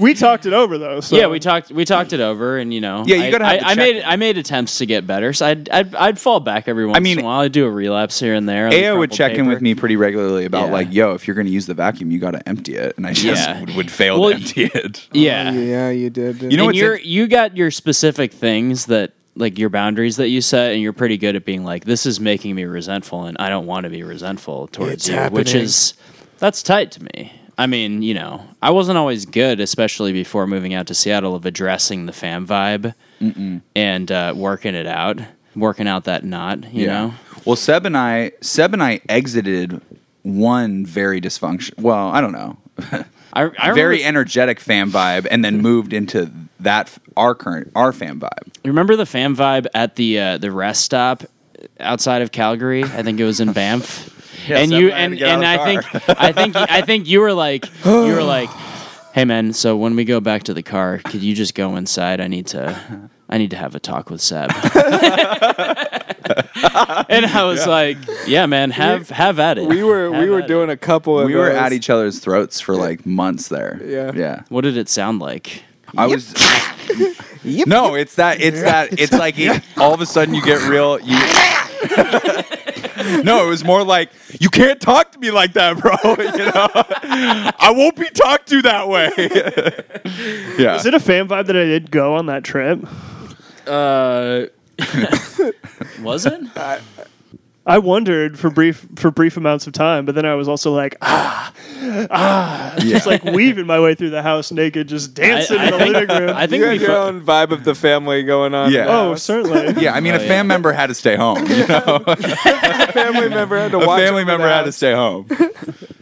Speaker 1: we talked it over though. So.
Speaker 4: yeah, we talked. We talked it over, and you know,
Speaker 2: Yeah, you
Speaker 4: I-
Speaker 2: gotta have
Speaker 4: I,
Speaker 2: the
Speaker 4: I
Speaker 2: check-
Speaker 4: made I made attempts to get better, so I'd I'd, I'd fall back every once
Speaker 2: mean,
Speaker 4: in a while. I'd do a relapse here and there. on the
Speaker 2: Ao would
Speaker 4: crumpled
Speaker 2: check in
Speaker 4: paper.
Speaker 2: with me pretty regularly about
Speaker 4: Yeah.
Speaker 2: like, yo, if you're going to use the vacuum, you got to empty it, and I just
Speaker 4: Yeah.
Speaker 2: would, would fail
Speaker 4: Well,
Speaker 2: to empty it.
Speaker 4: Yeah,
Speaker 3: Oh, yeah, you did.
Speaker 2: You know
Speaker 4: and
Speaker 2: what's
Speaker 4: you're
Speaker 2: in-
Speaker 4: you got your specific things that like your boundaries that you set, and you're pretty good at being like, this is making me resentful, and I don't want to be resentful towards
Speaker 3: It's
Speaker 4: you, which
Speaker 3: happening.
Speaker 4: is that's tight to me. I mean, you know, I wasn't always good, especially before moving out to Seattle, of addressing the fam vibe and uh, working it out, working out that knot. You know,
Speaker 2: Well, Seb and I, Seb and I exited one very dysfunction. Well, I don't know.
Speaker 4: I, I remember,
Speaker 2: very energetic fan vibe, and then moved into that f- our current our fan vibe.
Speaker 4: remember the fam vibe at the uh, the rest stop outside of Calgary. I think it was in Banff.
Speaker 2: Yes,
Speaker 4: and
Speaker 2: that
Speaker 4: you
Speaker 2: man
Speaker 4: and,
Speaker 2: got out
Speaker 4: and I
Speaker 2: of the
Speaker 4: think I think I think you were like you were like, hey man. So when we go back to the car, could you just go inside? I need to I need to have a talk with Seb. and I was like, yeah man, have have at it.
Speaker 3: We were we
Speaker 4: Have
Speaker 3: were
Speaker 4: at it."
Speaker 3: doing a couple of
Speaker 2: We were
Speaker 3: those.
Speaker 2: at each other's throats for like months there.
Speaker 3: Yeah.
Speaker 2: yeah.
Speaker 4: What did it sound like?
Speaker 2: I was. No, it's that. It's that. It's like it- all of a sudden you get real. You. no, it was more like you can't talk to me like that, bro. You know, I won't be talked to that way. yeah.
Speaker 1: Is it a fan vibe that I did go on that trip?
Speaker 4: Uh, was it?
Speaker 1: I wondered for brief for brief amounts of time, but then I was also like, ah,
Speaker 2: yeah.
Speaker 1: it's like weaving my way through the house naked, just dancing
Speaker 4: I
Speaker 1: in the
Speaker 4: think-
Speaker 1: living room.
Speaker 4: I think
Speaker 3: You
Speaker 4: we
Speaker 3: had your
Speaker 4: fu-
Speaker 3: own vibe of the family going on.
Speaker 2: Yeah.
Speaker 1: oh, certainly.
Speaker 2: yeah, I mean, a
Speaker 4: Oh,
Speaker 2: fan
Speaker 4: yeah.
Speaker 2: member had to stay home. You know,
Speaker 3: a family member had to
Speaker 2: a
Speaker 3: watch.
Speaker 2: family
Speaker 3: over the
Speaker 2: member had to
Speaker 3: house.
Speaker 2: stay home.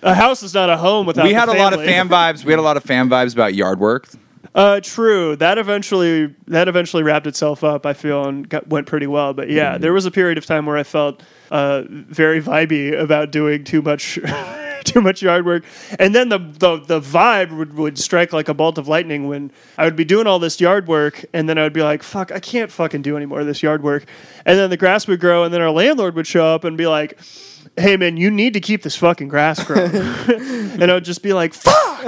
Speaker 1: A house is not a home without.
Speaker 2: we had
Speaker 1: the
Speaker 2: a lot of
Speaker 1: family.
Speaker 2: fan vibes. We had a lot of fan vibes about yard work.
Speaker 1: Uh, true. That eventually that eventually wrapped itself up. I feel and got, went pretty well. But yeah, there was a period of time where I felt uh, very vibey about doing too much. Too much yard work, and then the, the the vibe would would strike like a bolt of lightning when I would be doing all this yard work, and then I would be like, "Fuck, I can't fucking do any more of this yard work," and then the grass would grow, and then our landlord would show up and be like, "Hey man, you need to keep this fucking grass growing," and I would just be like, "Fuck."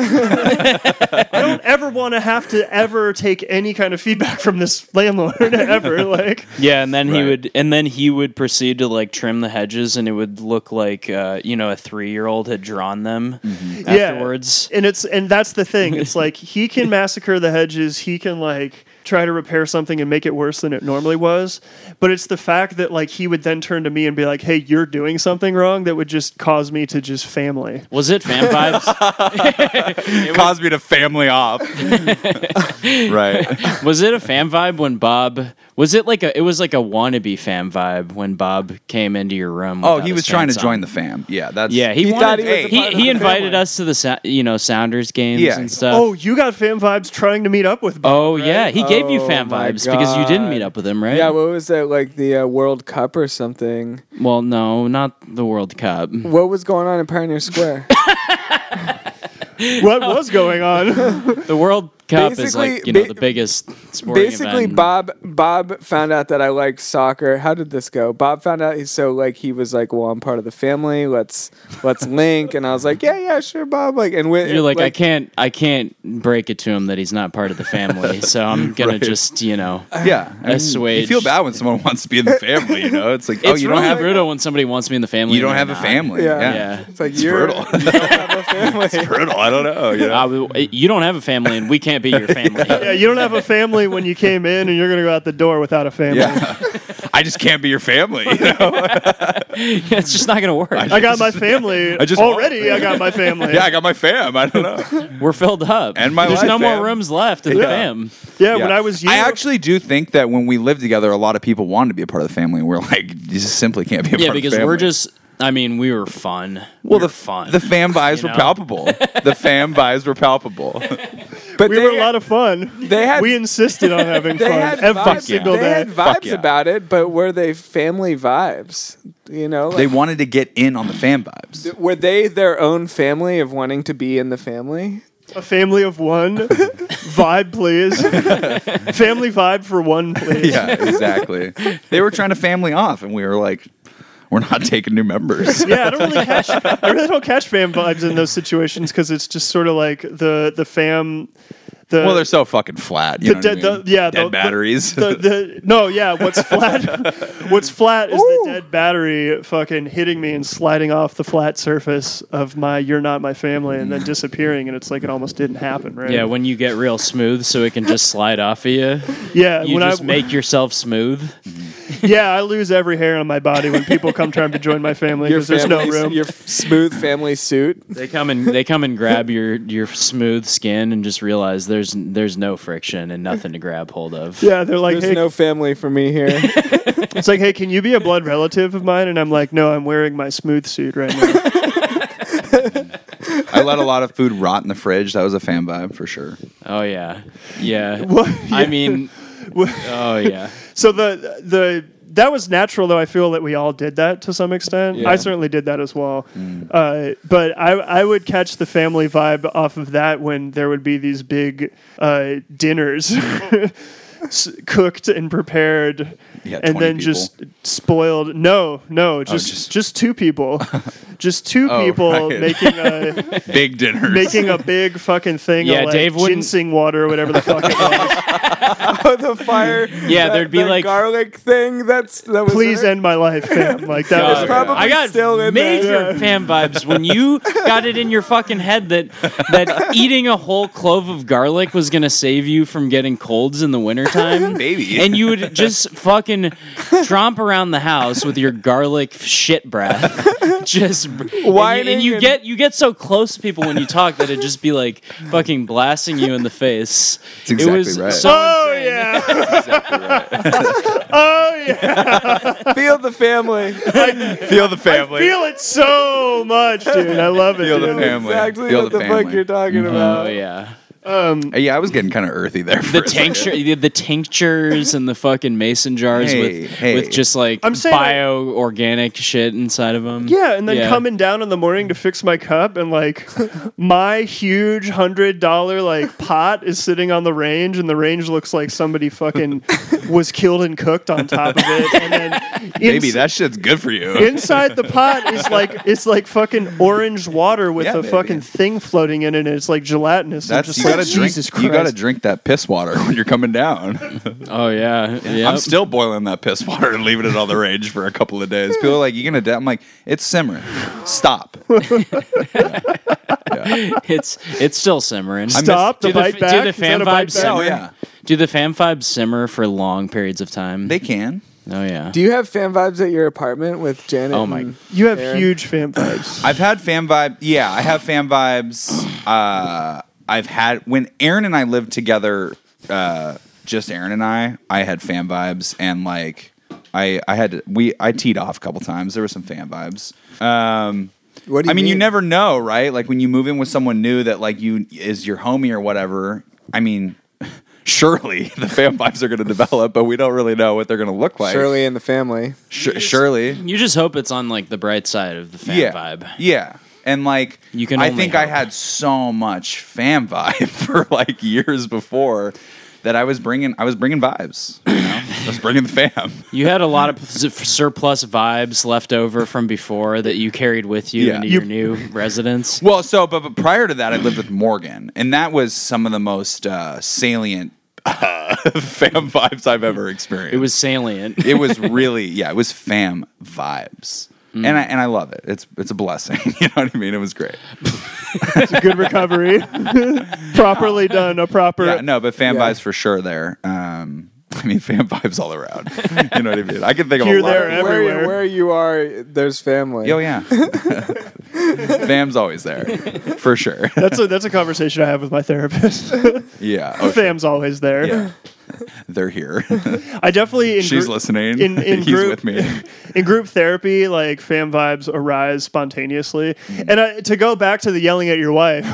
Speaker 1: I don't ever want to have to ever take any kind of feedback from this landlord ever. Like,
Speaker 4: Yeah, and then he
Speaker 2: Right.
Speaker 4: would, and then he would proceed to like trim the hedges, and it would look like uh, you know a three-year-old had drawn them
Speaker 2: Mm-hmm.
Speaker 4: afterwards.
Speaker 1: and it's and that's the thing. It's like he can massacre the hedges. He can like try to repair something and make it worse than it normally was. But it's the fact that like he would then turn to me and be like, "Hey, you're doing something wrong." That would just cause me to just family.
Speaker 4: Was it fan vibes?
Speaker 2: caused me to family off. right.
Speaker 4: was it a fan vibe when Bob? Was it like a? It was like a wannabe fan vibe when Bob came into your room.
Speaker 2: Oh,
Speaker 4: without
Speaker 2: he
Speaker 4: his
Speaker 2: was trying to
Speaker 4: pants on.
Speaker 2: join the fam. Yeah, that's
Speaker 4: Yeah, he,
Speaker 3: He
Speaker 4: wanted,
Speaker 3: thought
Speaker 4: he
Speaker 3: he was
Speaker 2: a
Speaker 4: he,
Speaker 3: part of the
Speaker 4: invited
Speaker 3: family.
Speaker 4: us to the Sa- you know Sounders games
Speaker 2: Yeah.
Speaker 4: and stuff.
Speaker 1: oh, you got fan vibes trying to meet up with.
Speaker 4: Oh, yeah, he gave you
Speaker 3: Oh,
Speaker 4: fan
Speaker 3: my
Speaker 4: vibes because you didn't
Speaker 3: God.
Speaker 4: meet up with him, right?
Speaker 3: Yeah, what was that like the uh, World Cup or something?
Speaker 4: well, no, not the World Cup.
Speaker 3: What was going on in Pioneer Square?
Speaker 1: what was going on?
Speaker 4: The World Cup is
Speaker 3: Basically-
Speaker 4: like you know
Speaker 3: ba-
Speaker 4: the biggest sporting
Speaker 3: Basically,
Speaker 4: event.
Speaker 3: Bob Bob found out that I liked soccer. How did this go? Bob found out he's so like he was like, well, I'm part of the family. Let's let's link. And I was like, yeah, yeah, sure, Bob. Like, and with,
Speaker 4: You're like, I can't, I can't break it to him that he's not part of the family. so I'm gonna just, you know,
Speaker 2: yeah. I
Speaker 4: assuage.
Speaker 2: You feel bad when someone wants to be in the family. You know, it's like oh,
Speaker 4: it's
Speaker 2: you
Speaker 4: really
Speaker 2: don't have
Speaker 4: brutal when somebody wants me in the family.
Speaker 2: you don't have
Speaker 4: and they're
Speaker 2: a
Speaker 4: not.
Speaker 2: family.
Speaker 3: Yeah.
Speaker 2: Yeah,
Speaker 4: Yeah.
Speaker 3: It's like
Speaker 2: It's
Speaker 3: you're
Speaker 2: brutal.
Speaker 3: you don't have a family.
Speaker 2: brutal. I don't know. You know?
Speaker 4: I will- you don't have a family, and we can't be your family.
Speaker 1: yeah, you don't have a family when you came in, and you're gonna go out the door without a family.
Speaker 2: yeah. I just can't be your family. You know?
Speaker 4: it's just not gonna work.
Speaker 1: I got my family.
Speaker 2: I just want-
Speaker 1: already. I got my family.
Speaker 2: yeah, I got my fam. I don't know.
Speaker 4: We're filled up,
Speaker 2: And my
Speaker 4: there's
Speaker 2: life,
Speaker 4: no
Speaker 2: fam.
Speaker 4: more rooms left in the
Speaker 2: Yeah.
Speaker 4: fam.
Speaker 1: Yeah,
Speaker 2: Yeah.
Speaker 1: when I was young,
Speaker 2: I actually do think that when we lived together, a lot of people wanted to be a part of the family. and We're like, you just simply can't be a
Speaker 4: Yeah,
Speaker 2: part of the
Speaker 4: because
Speaker 2: family.
Speaker 4: we're just. I mean, we were fun.
Speaker 2: well,
Speaker 4: we were
Speaker 2: the
Speaker 4: fun.
Speaker 2: The fam vibes
Speaker 4: you
Speaker 2: were
Speaker 4: know?
Speaker 2: palpable. The fam vibes were palpable.
Speaker 3: But
Speaker 1: we
Speaker 3: they
Speaker 1: were a lot of fun.
Speaker 3: they had-
Speaker 1: we insisted on having
Speaker 3: they
Speaker 1: fun
Speaker 3: had
Speaker 1: every
Speaker 3: vibes,
Speaker 1: single
Speaker 3: they
Speaker 1: day.
Speaker 3: had
Speaker 2: Fuck
Speaker 3: vibes
Speaker 2: yeah.
Speaker 3: about it, but were they family vibes? You know,
Speaker 2: They
Speaker 3: like,
Speaker 2: wanted to get in on the fam vibes.
Speaker 3: were they their own family of wanting to be in the family?
Speaker 1: a family of one, vibe please. family vibe for one, please.
Speaker 2: yeah, exactly. they were trying to family off, and we were like, we're not taking new members.
Speaker 1: Yeah, I don't really catch. I really don't catch fam vibes in those situations because it's just sort of like the the fam. The,
Speaker 2: well, they're so fucking flat. You know
Speaker 1: The
Speaker 2: what
Speaker 1: dead-
Speaker 2: I mean?
Speaker 1: the- yeah, the-
Speaker 2: dead
Speaker 1: the-
Speaker 2: batteries.
Speaker 1: the, the no, yeah. What's flat? what's flat is
Speaker 3: Ooh.
Speaker 1: the dead battery fucking hitting me and sliding off the flat surface of my "You're Not My Family" and then disappearing, and it's like it almost didn't happen, right?
Speaker 4: yeah, when you get real smooth, so it can just slide off of you.
Speaker 1: yeah.
Speaker 4: You
Speaker 1: when
Speaker 4: just
Speaker 1: I
Speaker 4: make yourself smooth.
Speaker 1: yeah, I lose every hair on my body when people come trying to join my family because there's no
Speaker 3: family's-
Speaker 1: room.
Speaker 3: Your smooth family suit.
Speaker 4: They come and they come and grab your your smooth skin and just realize there's there's no friction and nothing to grab hold of.
Speaker 1: yeah, they're like,
Speaker 3: There's
Speaker 1: hey,
Speaker 3: no family for me here.
Speaker 1: it's like, hey, can you be a blood relative of mine? And I'm like, no, I'm wearing my smooth suit right now.
Speaker 2: I let a lot of food rot in the fridge. That was a fan vibe for sure.
Speaker 4: Oh yeah, yeah.
Speaker 1: Well,
Speaker 4: I
Speaker 1: yeah.
Speaker 4: mean, oh yeah.
Speaker 1: So the the that was natural, though. I feel that we all did that to some extent.
Speaker 3: Yeah.
Speaker 1: I certainly did that as well.
Speaker 2: Mm.
Speaker 1: Uh, but I I would catch the family vibe off of that when there would be these big uh, dinners. s- cooked and prepared
Speaker 2: Yeah,
Speaker 1: and
Speaker 2: 20
Speaker 1: then
Speaker 2: people. Oh,
Speaker 1: just spoiled no no just
Speaker 2: just-
Speaker 1: just, two people just two
Speaker 2: Oh,
Speaker 1: people
Speaker 2: right.
Speaker 1: making a
Speaker 2: Big dinners.
Speaker 1: making a big fucking thing
Speaker 4: Yeah,
Speaker 1: of like
Speaker 4: Dave wouldn't-
Speaker 1: ginseng water or whatever the fuck it was
Speaker 3: Oh, the fire.
Speaker 4: Yeah,
Speaker 3: that-
Speaker 4: there's be
Speaker 3: the
Speaker 4: like-
Speaker 3: garlic thing. That's that was.
Speaker 1: please
Speaker 3: there.
Speaker 1: end my life, fam. Like that
Speaker 4: God.
Speaker 1: was
Speaker 3: probably
Speaker 4: Oh, I got
Speaker 3: still in there.
Speaker 4: major fan vibes when you got it in your fucking head that that eating a whole clove of garlic was gonna save you from getting colds in the wintertime.
Speaker 2: Maybe.
Speaker 4: And you would just fucking tromp around the house with your garlic shit breath, just and you- And you,
Speaker 3: Whining and-
Speaker 4: get you get so close to people when you talk that it'd just be like fucking blasting you in the face.
Speaker 2: That's exactly
Speaker 4: it was
Speaker 2: right.
Speaker 4: so
Speaker 1: Oh
Speaker 4: insane.
Speaker 1: yeah.
Speaker 3: Feel the family.
Speaker 2: Feel the family.
Speaker 1: Feel it so much, dude. I love it.
Speaker 2: Feel the
Speaker 1: dude.
Speaker 2: family.
Speaker 3: exactly
Speaker 2: Feel
Speaker 3: what the,
Speaker 2: family.
Speaker 3: fuck you're talking
Speaker 4: Oh
Speaker 3: about.
Speaker 4: yeah.
Speaker 2: Uh, Yeah, I was getting kind of earthy there. For
Speaker 4: the
Speaker 2: a second.
Speaker 4: tincture, the, the tinctures, and the fucking mason jars
Speaker 2: Hey,
Speaker 4: with
Speaker 2: hey.
Speaker 4: with just like
Speaker 1: I'm saying, like-
Speaker 4: bio organic shit inside of them.
Speaker 1: Yeah, and then coming down in the morning to fix my cup, and like my huge hundred dollar like pot is sitting on the range, and the range looks like somebody fucking was killed and cooked on top of it. And then
Speaker 2: Baby,
Speaker 1: ins-
Speaker 2: that shit's good for you.
Speaker 1: inside the pot is like it's like fucking orange water with
Speaker 2: Yeah,
Speaker 1: a
Speaker 2: baby.
Speaker 1: fucking thing floating in it, and it's like gelatinous. I'm
Speaker 2: That's
Speaker 1: just
Speaker 2: you
Speaker 1: like,
Speaker 2: gotta drink.
Speaker 1: Jesus Christ.
Speaker 2: you gotta drink that piss water when you're coming down.
Speaker 4: Oh yeah. Yeah.
Speaker 2: I'm still boiling that piss water and leaving it on the range for a couple of days. People are like, "You gonna die?" I'm like, "It's simmering. Stop."
Speaker 4: it's it's still simmering.
Speaker 2: I'm-
Speaker 1: Stop
Speaker 4: do
Speaker 1: the
Speaker 4: the f-
Speaker 1: bite
Speaker 4: do
Speaker 1: back.
Speaker 4: the
Speaker 1: Is
Speaker 4: fan
Speaker 1: that a bite
Speaker 4: vibes
Speaker 1: back?
Speaker 2: Oh yeah,
Speaker 4: Do the fan vibes simmer for long periods of time?
Speaker 2: they can.
Speaker 4: oh yeah.
Speaker 3: Do you have fan vibes at your apartment with Janet?
Speaker 4: Oh, my-
Speaker 3: and-
Speaker 1: You have
Speaker 3: Aaron?
Speaker 1: huge fan vibes.
Speaker 2: I've had fan vibe. Yeah, I have fan vibes. Uh, I've had when Aaron and I lived together. Uh, just Aaron and I. I had fan vibes, and like I, I had to, we I teed off a couple times. There were some fan vibes. Um,
Speaker 3: What do you
Speaker 2: I mean, you
Speaker 3: mean?
Speaker 2: never know, right? Like when you move in with someone new that like you is your homie or whatever. I mean. Surely the fan vibes are going to develop, but we don't really know what they're going to look like.
Speaker 3: Shirley and the family.
Speaker 2: Sh- surely,
Speaker 4: You just hope it's on like the bright side of the fan
Speaker 2: yeah,
Speaker 4: vibe.
Speaker 2: Yeah. And like
Speaker 4: You can
Speaker 2: I
Speaker 4: only
Speaker 2: think I
Speaker 4: hope.
Speaker 2: had so much fan vibe for like years before that I was bringing I was bringing vibes, you know? I was bringing the fam.
Speaker 4: You had a lot of s- surplus vibes left over from before that you carried with you
Speaker 2: Yeah.
Speaker 4: into
Speaker 2: You-
Speaker 4: your new residence.
Speaker 2: Well, so but, but prior to that I lived with Morgan and that was some of the most uh, salient uh, fam vibes I've ever experienced.
Speaker 4: It was salient.
Speaker 2: it was really yeah, it was fam vibes.
Speaker 1: Hmm.
Speaker 2: And I and I love it. It's it's a blessing. You know what I mean? It was great.
Speaker 1: It's a good recovery. Properly done. A proper.
Speaker 2: Yeah, no, but fan
Speaker 3: Yeah.
Speaker 2: vibes for sure there. Um, I mean, fan vibes all around. you know what I mean? I can think of
Speaker 1: Here,
Speaker 2: a lot.
Speaker 1: there,
Speaker 2: of,
Speaker 1: ev- Everywhere.
Speaker 3: Where, where you are, there's family.
Speaker 2: oh yeah, fam's always there for sure.
Speaker 1: That's a that's a conversation I have with my therapist.
Speaker 2: yeah, oh,
Speaker 1: Fam's always there.
Speaker 2: yeah, they're here.
Speaker 1: I definitely in
Speaker 2: She's
Speaker 1: grou-
Speaker 2: listening.
Speaker 1: in- in
Speaker 2: He's
Speaker 1: group-
Speaker 2: with me.
Speaker 1: in group therapy. Like fam vibes arise spontaneously.
Speaker 2: Mm-hmm.
Speaker 1: And I, to go back to the yelling at your wife.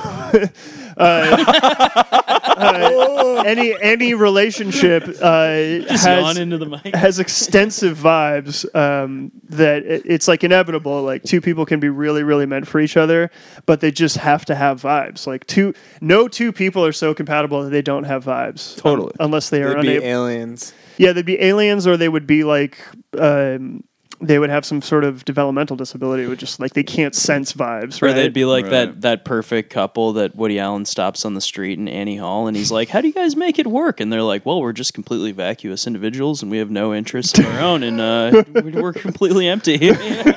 Speaker 1: uh, uh, any any relationship uh, has
Speaker 4: Just yawn into the mic.
Speaker 1: has extensive vibes um, that it, it's like inevitable. Like two people can be really, really meant for each other, but they just have to have vibes. Like two, no two people are so compatible that they don't have vibes.
Speaker 2: Totally.
Speaker 1: unless they are
Speaker 3: They'd be
Speaker 1: unable.
Speaker 3: aliens.
Speaker 1: yeah, they'd be aliens, or they would be like. Um, they would have some sort of developmental disability, which just like they can't sense vibes, right?
Speaker 4: Or they'd be like
Speaker 2: Right.
Speaker 4: that that perfect couple that Woody Allen stops on the street in Annie Hall and he's like, "How do you guys make it work?" And they're like, "Well, we're just completely vacuous individuals and we have no interests of our own and uh, we- we're completely empty." and
Speaker 2: Yeah.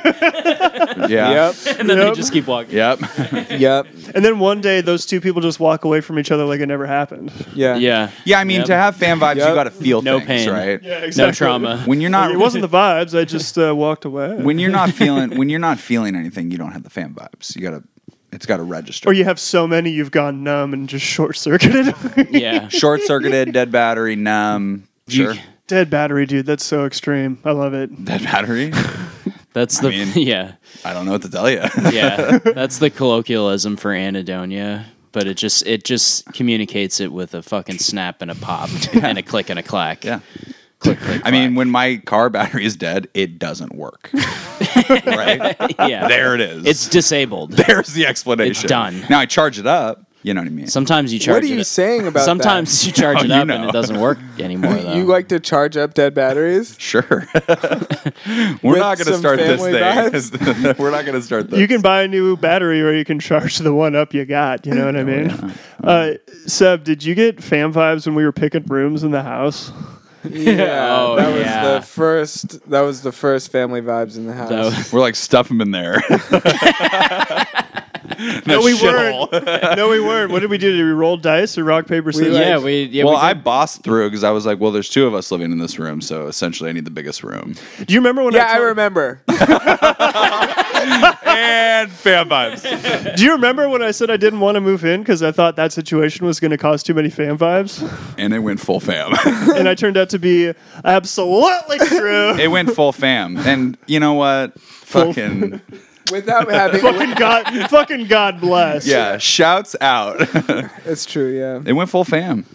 Speaker 3: Yep.
Speaker 4: then they
Speaker 1: Yep.
Speaker 4: just keep walking.
Speaker 2: Yep.
Speaker 3: yep.
Speaker 1: and then one day, those two people just walk away from each other like it never happened.
Speaker 3: Yeah.
Speaker 4: Yeah.
Speaker 2: Yeah. I mean,
Speaker 4: Yep.
Speaker 2: to have fan vibes, you
Speaker 3: Yep.
Speaker 2: got to feel
Speaker 4: no
Speaker 2: things,
Speaker 4: pain,
Speaker 2: right?
Speaker 1: exactly.
Speaker 4: No trauma.
Speaker 2: When you're not,
Speaker 1: It wasn't the vibes. I just uh, walked away.
Speaker 2: when you're not feeling when you're not feeling anything, you don't have the fan vibes. You gotta, it's gotta register.
Speaker 1: Or you have so many you've gone numb and just short circuited.
Speaker 4: yeah.
Speaker 2: short circuited, dead battery, numb.
Speaker 4: You-
Speaker 2: Sure.
Speaker 1: Dead battery, dude. That's so extreme. I love it.
Speaker 2: Dead battery.
Speaker 4: That's the
Speaker 2: mean-
Speaker 4: yeah
Speaker 2: I don't know what to tell you.
Speaker 4: yeah. That's the colloquialism for anhedonia, but it just it just communicates it with a fucking snap and a pop and a click and a clack.
Speaker 2: yeah.
Speaker 4: click, click.
Speaker 2: I mean, when my car battery is dead, it doesn't work. right?
Speaker 4: clack. yeah,
Speaker 2: There it is.
Speaker 4: It's disabled.
Speaker 2: There's the explanation.
Speaker 4: It's done.
Speaker 2: Now I charge it up. You know what I mean?
Speaker 4: Sometimes you charge.
Speaker 3: What are
Speaker 4: it
Speaker 3: you
Speaker 4: up-
Speaker 3: saying about
Speaker 4: Sometimes you charge
Speaker 2: Oh,
Speaker 4: it
Speaker 2: you
Speaker 4: up and
Speaker 2: know.
Speaker 4: it doesn't work anymore.
Speaker 3: that?
Speaker 4: Though.
Speaker 3: You like to charge up dead batteries?
Speaker 2: sure. We're not going to
Speaker 3: some
Speaker 2: start this
Speaker 3: family
Speaker 2: thing. We're not going to start this.
Speaker 1: You can buy a new battery or you can charge the one up you got. You know what I mean? Uh, Seb, did you get fam vibes when we were picking rooms in the house?
Speaker 3: Yeah,
Speaker 4: Oh,
Speaker 3: that was
Speaker 4: yeah.
Speaker 3: the first. That was the first family vibes in the house.
Speaker 4: So-
Speaker 2: We're like stuff them in there.
Speaker 1: No, we
Speaker 2: shithole.
Speaker 1: weren't. no, we weren't. What did we do? Did we roll dice or rock, paper, scissors?
Speaker 4: yeah, we yeah.
Speaker 2: well,
Speaker 4: we
Speaker 2: I bossed through because I was like, well, there's two of us living in this room, so essentially I need the biggest room.
Speaker 1: Do you remember when
Speaker 3: yeah, I
Speaker 1: told-
Speaker 3: remember.
Speaker 2: and fan vibes.
Speaker 1: Do you remember when I said I didn't want to move in because I thought that situation was going to cause too many fan vibes?
Speaker 2: And it went full fam.
Speaker 1: and I turned out to be absolutely true.
Speaker 2: it went full fam. And you know what? Fucking
Speaker 3: Without having,
Speaker 1: fucking God, fucking God bless.
Speaker 2: yeah! Shouts out.
Speaker 3: it's true. Yeah.
Speaker 2: it went full fam.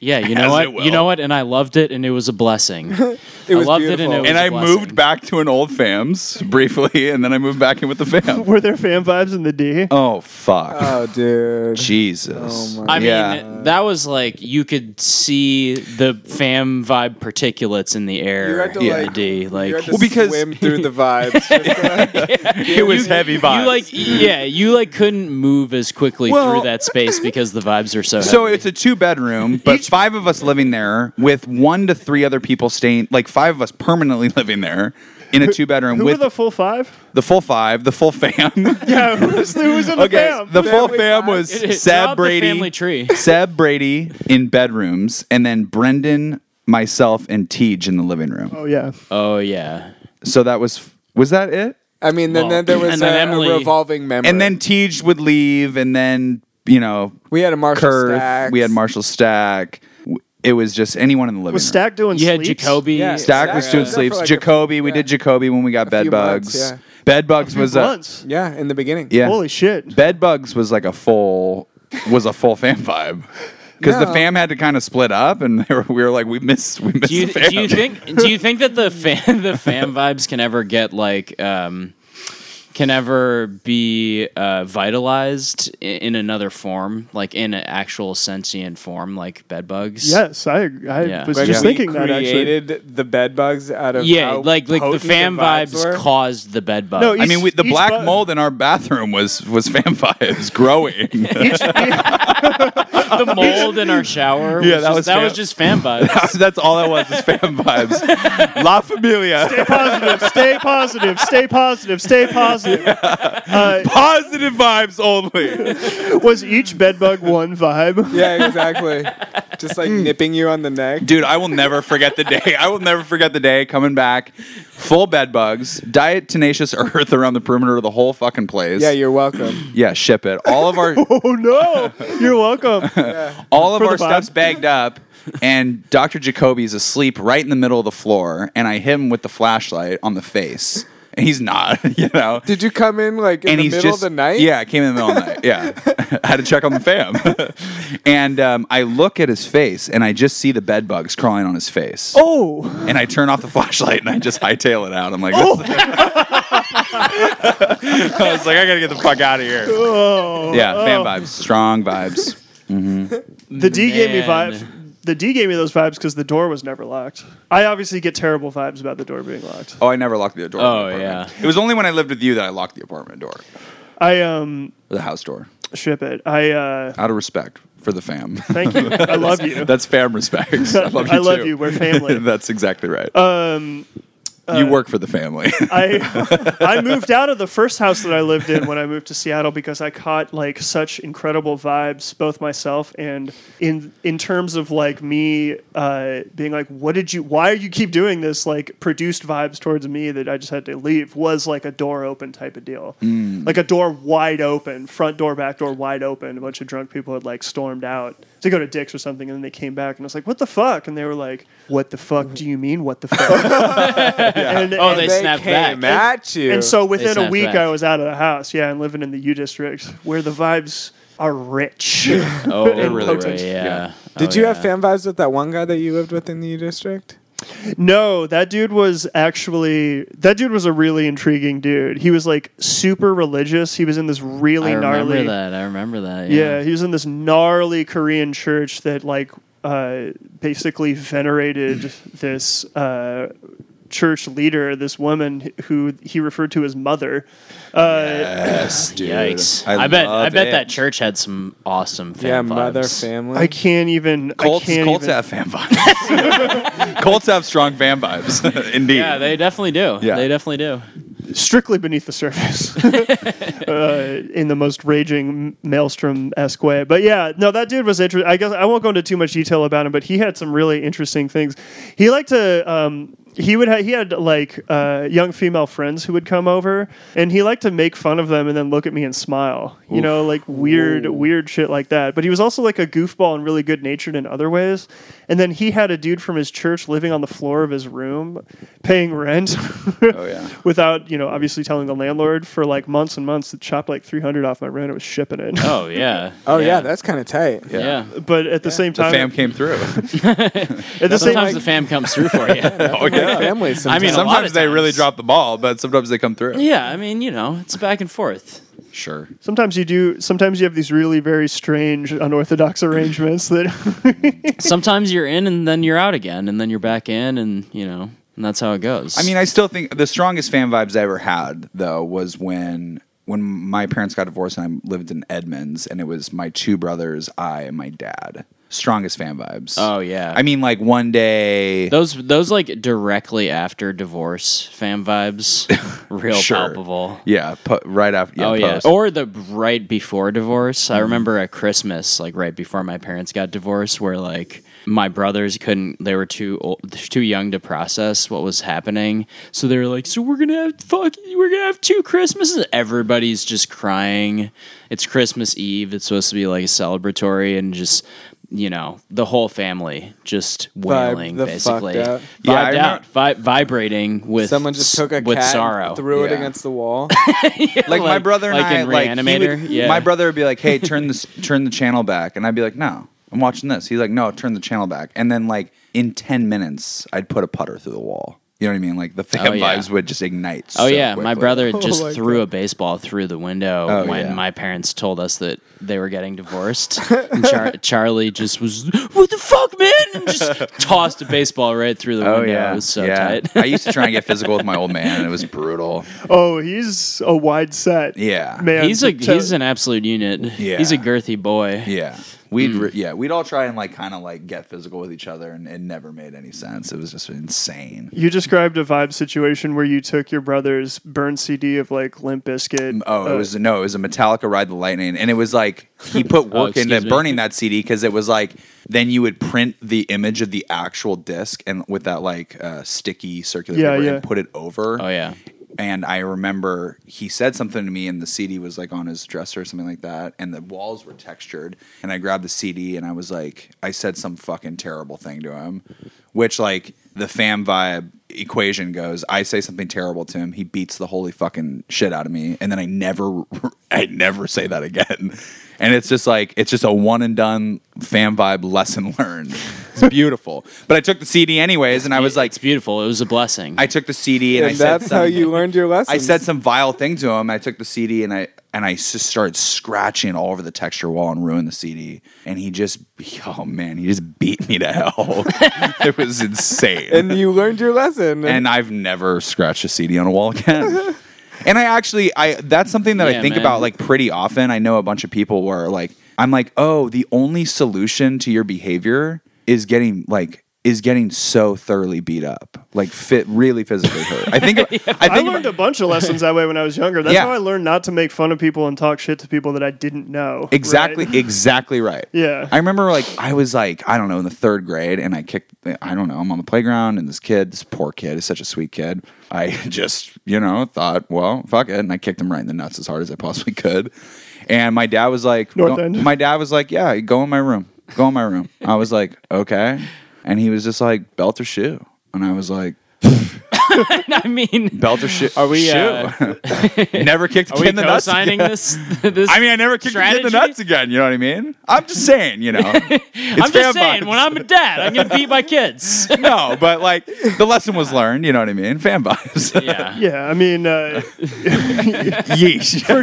Speaker 4: yeah,
Speaker 2: As
Speaker 4: you know
Speaker 2: it
Speaker 4: what?
Speaker 2: will.
Speaker 4: You know what? And I loved it, and it was a blessing.
Speaker 3: It was
Speaker 4: loved it and
Speaker 3: beautiful.
Speaker 4: it was-
Speaker 2: And I
Speaker 4: blessing.
Speaker 2: moved back to an old fam's briefly, and then I moved back in with the fam.
Speaker 1: Were there fan vibes in the D?
Speaker 2: Oh fuck!
Speaker 4: Uh,
Speaker 3: oh, dude.
Speaker 2: Jesus.
Speaker 3: Oh, my
Speaker 4: I mean,
Speaker 2: Yeah.
Speaker 4: that was like you could see the fam vibe particulates in the air.
Speaker 3: You had to
Speaker 4: in
Speaker 2: Yeah.
Speaker 4: the
Speaker 3: like,
Speaker 4: D,
Speaker 3: you
Speaker 4: like
Speaker 3: had to
Speaker 2: Well, because-
Speaker 3: swim through the vibes. Just like-
Speaker 2: it was heavy vibes.
Speaker 4: You like, yeah, you like couldn't move as quickly
Speaker 2: Well-
Speaker 4: through that space because the vibes are so.
Speaker 2: So
Speaker 4: heavy.
Speaker 2: it's a two bedroom, but five of us living there with one to three other people staying, like five of us permanently living there in a two bedroom
Speaker 1: Who
Speaker 2: with
Speaker 1: were
Speaker 2: the,
Speaker 1: the full five?
Speaker 2: full five, the full fam.
Speaker 1: Yeah, who was, who was in the
Speaker 2: okay,
Speaker 1: fam?
Speaker 2: the full
Speaker 3: Family
Speaker 2: fam
Speaker 3: five.
Speaker 2: was
Speaker 4: It- it
Speaker 2: Sab
Speaker 4: robbed the
Speaker 2: Brady,
Speaker 4: family tree.
Speaker 2: Sab Brady in bedrooms, and then Brendan, myself, and Tej in the living room.
Speaker 1: oh yeah.
Speaker 4: Oh yeah,
Speaker 2: So that was was that it?
Speaker 3: I mean, then,
Speaker 4: Well,
Speaker 3: then there was
Speaker 4: and then
Speaker 3: a, a
Speaker 4: Emily-
Speaker 3: revolving memory.
Speaker 2: And then Tej would leave, and then you know
Speaker 3: we had a Marshall
Speaker 2: Kurth,
Speaker 3: Stacks.
Speaker 2: we had Marshall Stack. W- It was just anyone in the living
Speaker 1: Was
Speaker 2: room.
Speaker 1: Stack doing?
Speaker 4: you had
Speaker 1: sleeps?
Speaker 4: Jacoby.
Speaker 3: Yeah.
Speaker 2: Stack was
Speaker 3: Stack
Speaker 2: doing
Speaker 3: was there
Speaker 2: sleeps.
Speaker 3: for like a-
Speaker 2: Jacoby, we
Speaker 3: yeah.
Speaker 2: did Jacoby when we got bed
Speaker 3: few
Speaker 2: bugs.
Speaker 3: months, yeah.
Speaker 2: Bed bugs was a
Speaker 1: Once.
Speaker 3: Yeah, in the beginning.
Speaker 2: yeah.
Speaker 1: Holy shit.
Speaker 2: Bed bugs was like a full was a full fam vibe because the
Speaker 3: No.
Speaker 2: fam had to kind of split up, and they were, we were like we missed we missed
Speaker 4: Do you,
Speaker 2: the fam.
Speaker 4: do you think do you think that the fan the fam vibes can ever get like um, can ever be uh, vitalized i- in another form, like in an actual sentient form, like bed bugs?
Speaker 1: Yes, I. I
Speaker 4: Yeah.
Speaker 1: was
Speaker 3: Like,
Speaker 1: just
Speaker 2: we
Speaker 1: thinking that actually.
Speaker 3: created the bed bugs out of
Speaker 4: Yeah,
Speaker 3: how
Speaker 4: like like the
Speaker 3: potent
Speaker 4: fam vibes,
Speaker 3: were.
Speaker 4: caused the bed bugs.
Speaker 1: No,
Speaker 2: I mean, we, the
Speaker 1: Each- each
Speaker 2: black
Speaker 1: bug-
Speaker 2: mold in our bathroom was was fam vibes growing.
Speaker 4: the mold in our shower.
Speaker 2: Yeah, that
Speaker 4: was just,
Speaker 2: was
Speaker 4: that
Speaker 2: fam-
Speaker 4: was just fan vibes.
Speaker 2: That's all that was is fam vibes. La familia,
Speaker 1: positive. Stay positive. Stay positive. Stay positive. Uh,
Speaker 2: positive vibes only.
Speaker 1: was each bedbug one vibe?
Speaker 3: Yeah, exactly. Just like nipping you on the neck.
Speaker 2: Hmm. Dude, I will never forget the day. I will never forget the day coming back, full bed bugs, diet tenacious earth around the perimeter of the whole fucking place.
Speaker 3: Yeah, you're welcome.
Speaker 2: yeah, ship it. All of our
Speaker 1: Oh no! You're welcome.
Speaker 2: all of
Speaker 1: For the
Speaker 2: our
Speaker 1: vibe.
Speaker 2: stuff's bagged up, and Doctor Jacoby's asleep right in the middle of the floor, and I hit him with the flashlight on the face, and he's not, you know.
Speaker 3: Did you come in like in
Speaker 2: and
Speaker 3: the
Speaker 2: he's
Speaker 3: middle
Speaker 2: just
Speaker 3: of the night?
Speaker 2: Yeah, I came in the middle of the night. Yeah, I had to check on the fam, and um, I look at his face, and I just see the bed bugs crawling on his face.
Speaker 1: Oh,
Speaker 2: and I turn off the flashlight and I just hightail it out. I'm like, I was like, I gotta get the fuck out of here.
Speaker 1: Oh.
Speaker 2: yeah, fan vibes, strong vibes.
Speaker 1: the D gave me
Speaker 4: Man.
Speaker 1: vibes. The D gave me those vibes because the door was never locked. I obviously get terrible vibes about the door being locked.
Speaker 2: Oh, I never locked the door. of
Speaker 4: Oh,
Speaker 2: my apartment.
Speaker 4: yeah.
Speaker 2: It was only when I lived with you that I locked the apartment door,
Speaker 1: I um
Speaker 2: or the house door,
Speaker 1: ship it. I uh
Speaker 2: out of respect for the fam.
Speaker 1: thank you. I love you.
Speaker 2: That's fam respect. I love you.
Speaker 1: I love
Speaker 2: too.
Speaker 1: you. We're family.
Speaker 2: That's exactly right.
Speaker 1: Um,
Speaker 2: you work for the family.
Speaker 1: I I moved out of the first house that I lived in when I moved to Seattle because I caught like such incredible vibes, both myself and in in terms of like me uh, being like, what did you? Why you keep doing this? Like produced vibes towards me that I just had to leave was like a door open type of deal, like a door wide open, front door, back door wide open. A bunch of drunk people had like stormed out. To go to Dick's or something, and then they came back, and I was like, "What the fuck?" And they were like, "What the fuck do you mean? What the fuck?" And,
Speaker 4: Oh,
Speaker 1: and-
Speaker 4: they snap
Speaker 3: came
Speaker 4: back.
Speaker 3: at you.
Speaker 1: and so within a
Speaker 4: snapped
Speaker 1: week,
Speaker 4: back.
Speaker 1: I was out of the house. Yeah, and living in the U district where the vibes are rich.
Speaker 4: Oh,
Speaker 2: They're really
Speaker 4: yeah.
Speaker 2: rich. Yeah.
Speaker 3: did
Speaker 4: Oh,
Speaker 3: you
Speaker 4: yeah.
Speaker 3: have fan vibes with that one guy that you lived with in the U district?
Speaker 1: No, that dude was actually that dude was a really intriguing dude. He was like super religious. He was in this really
Speaker 4: I remember
Speaker 1: gnarly
Speaker 4: that. I remember that.
Speaker 1: Yeah.
Speaker 4: Yeah.
Speaker 1: he was in this gnarly Korean church that like uh basically venerated this uh church leader, this woman who he referred to as mother. Uh
Speaker 2: Yes, dude.
Speaker 4: Yikes! I, bet.
Speaker 2: love
Speaker 4: I bet
Speaker 2: it.
Speaker 4: that church had some awesome fan
Speaker 3: yeah,
Speaker 4: vibes.
Speaker 3: mother family.
Speaker 1: I can't even
Speaker 2: Colts,
Speaker 1: I can't
Speaker 2: Colts
Speaker 1: even,
Speaker 2: have fan vibes. Colts have strong fan vibes, indeed.
Speaker 4: Yeah, they definitely do.
Speaker 2: Yeah.
Speaker 4: They definitely do.
Speaker 1: strictly beneath the surface uh, in the most raging maelstrom esque way. But yeah, no, that dude was interesting. I guess I won't go into too much detail about him, but he had some really interesting things. He liked to. Um, he would ha- he had like uh, young female friends who would come over, and he liked to make fun of them and then look at me and smile. You know, like weird weird shit like that. But he was also like a goofball and really good natured in other ways. And then he had a dude from his church living on the floor of his room, paying rent.
Speaker 2: oh yeah.
Speaker 1: without you know obviously telling the landlord for like months and months to chop like 300 off my rent it was shipping it
Speaker 4: Oh yeah.
Speaker 3: oh yeah, that's kind of tight.
Speaker 4: yeah.
Speaker 1: but at the same
Speaker 2: The
Speaker 1: time
Speaker 2: fam came through.
Speaker 1: at the same
Speaker 4: Sometimes the fam comes through for you.
Speaker 2: oh yeah.
Speaker 3: Family. Sometimes.
Speaker 4: mean, a lot
Speaker 2: Sometimes
Speaker 4: of
Speaker 2: they really
Speaker 4: times.
Speaker 2: drop the ball, but sometimes they come through.
Speaker 4: yeah, I mean, you know, it's back and forth.
Speaker 2: Sure.
Speaker 1: sometimes you do sometimes you have these really very strange unorthodox arrangements that
Speaker 4: Sometimes you're in and then you're out again and then you're back in and, you know, and that's how it goes.
Speaker 2: I mean, I still think the strongest fan vibes I ever had though was when when my parents got divorced and I lived in Edmonds, and it was my two brothers, I, and my dad. Strongest fan vibes.
Speaker 4: Oh, yeah.
Speaker 2: I mean, like one day.
Speaker 4: those those like directly after divorce fam vibes real
Speaker 2: Sure.
Speaker 4: palpable.
Speaker 2: yeah, pu- right after. Yeah,
Speaker 4: oh
Speaker 2: post.
Speaker 4: yeah, or the right before divorce.
Speaker 3: Mm-hmm.
Speaker 4: I remember at Christmas, like right before my parents got divorced, where like my brothers couldn't; they were too old, too young to process what was happening. So they were like, "So we're gonna have fuck, we're gonna have two Christmases." Everybody's just crying. It's Christmas Eve. It's supposed to be like celebratory and just. You know, the whole family just wailing,
Speaker 3: the fuck
Speaker 4: basically.
Speaker 3: out.
Speaker 2: Yeah, I
Speaker 4: Vibed
Speaker 2: remember-
Speaker 4: out, vi- vibrating with
Speaker 3: Someone just
Speaker 4: s-
Speaker 3: took a
Speaker 4: with
Speaker 3: cat
Speaker 4: sorrow.
Speaker 3: and threw it
Speaker 2: Yeah.
Speaker 3: against the wall.
Speaker 2: like, my
Speaker 4: like-
Speaker 2: brother and
Speaker 4: like
Speaker 2: I,
Speaker 4: in
Speaker 2: like he
Speaker 4: Reanimator?
Speaker 2: would-
Speaker 4: Yeah.
Speaker 2: my brother would be like, "Hey, turn this, turn the channel back," and I'd be like, "No, I'm watching this." He's like, "No, turn the channel back," and then like in ten minutes, I'd put a putter through the wall. You know what I mean? Like the fan
Speaker 4: Oh, yeah.
Speaker 2: vibes would just ignite.
Speaker 4: Oh
Speaker 2: so
Speaker 4: yeah, my
Speaker 2: quickly.
Speaker 4: brother just
Speaker 1: my
Speaker 4: threw a baseball through the window
Speaker 2: Oh,
Speaker 4: when
Speaker 2: yeah.
Speaker 4: my parents told us that they were getting divorced. and Char- Charlie just was, "What the fuck, man!" and just tossed a baseball right through the
Speaker 2: Oh,
Speaker 4: window. It was so tight.
Speaker 2: I used to try and get physical with my old man, and it was brutal.
Speaker 1: oh he's a wide set
Speaker 2: Yeah.
Speaker 1: man
Speaker 4: he's a
Speaker 1: to-
Speaker 4: he's an absolute unit.
Speaker 2: Yeah.
Speaker 4: He's a girthy boy.
Speaker 2: Yeah, we'd
Speaker 4: Mm.
Speaker 2: re- yeah we'd all try and like kind of like get physical with each other, and it never made any sense. It was just insane.
Speaker 1: you described a vibe situation where you took your brother's burn CD of like Limp Bizkit. Uh,
Speaker 2: Oh, it was no, it was a Metallica Ride the Lightning, and it was like he put work into
Speaker 4: Oh, excuse me.
Speaker 2: burning that CD because it was like then you would print the image of the actual disc and with that like uh, sticky circular
Speaker 1: Yeah,
Speaker 2: paper
Speaker 1: yeah.
Speaker 2: and put it over.
Speaker 4: Oh yeah.
Speaker 2: And I remember he said something to me, and the CD was like on his dresser or something like that, and the walls were textured. And I grabbed the CD, and I was like, I said some fucking terrible thing to him, which like the fam vibe equation goes. I say something terrible to him, he beats the holy fucking shit out of me, and then I never, I never say that again. And it's just like it's just a one and done fam vibe lesson learned. It's beautiful. but I took the CD anyways, and I was like,
Speaker 4: it's beautiful. It was a blessing.
Speaker 2: I took the CD and,
Speaker 3: and
Speaker 2: I said
Speaker 3: that's how
Speaker 2: something.
Speaker 3: you learned your lesson.
Speaker 2: I said some vile thing to him. I took the CD and I and I just started scratching all over the texture wall and ruined the CD. And he just, oh man, he just beat me to hell. it was insane.
Speaker 3: and you learned your lesson.
Speaker 2: And I've never scratched a CD on a wall again. and I actually, I that's something that I
Speaker 4: Yeah,
Speaker 2: think
Speaker 4: man.
Speaker 2: about like pretty often. I know a bunch of people where like I'm like, oh, the only solution to your behavior is getting like is getting so thoroughly beat up, like fit really physically hurt. I think I
Speaker 1: I
Speaker 2: think
Speaker 1: learned a bunch of lessons that way when I was younger. That's
Speaker 2: Yeah.
Speaker 1: how I learned not to make fun of people and talk shit to people that I didn't know. right?
Speaker 2: Exactly, exactly right.
Speaker 1: Yeah.
Speaker 2: I remember like I was like, I don't know, in the third grade and I kicked I don't know, I'm on the playground and this kid, this poor kid, is such a sweet kid. I just, you know, thought, well, fuck it. And I kicked him right in the nuts as hard as I possibly could. And my dad was like
Speaker 1: North
Speaker 2: go-
Speaker 1: End.
Speaker 2: my dad was like, Yeah, go in my room. Go in my room. I was like, Okay. And he was just like, belt or shoe. And I was like
Speaker 4: I mean,
Speaker 2: Belter shit.
Speaker 4: Are we, uh,
Speaker 2: never kicked a
Speaker 4: are
Speaker 2: kid
Speaker 4: we
Speaker 2: in the nuts.
Speaker 4: co-signing
Speaker 2: again.
Speaker 4: this? This?
Speaker 2: I mean, I never kicked a kid in
Speaker 4: strategy?
Speaker 2: the nuts again. You know what I mean? I'm just saying. You know, it's
Speaker 4: I'm just
Speaker 2: fan
Speaker 4: saying,
Speaker 2: vibes.
Speaker 4: when I'm a dad, I'm gonna beat my kids.
Speaker 2: no, but like the lesson was learned. You know what I mean? Fan vibes.
Speaker 4: yeah.
Speaker 1: Yeah, I mean, uh,
Speaker 2: Yeesh.
Speaker 1: for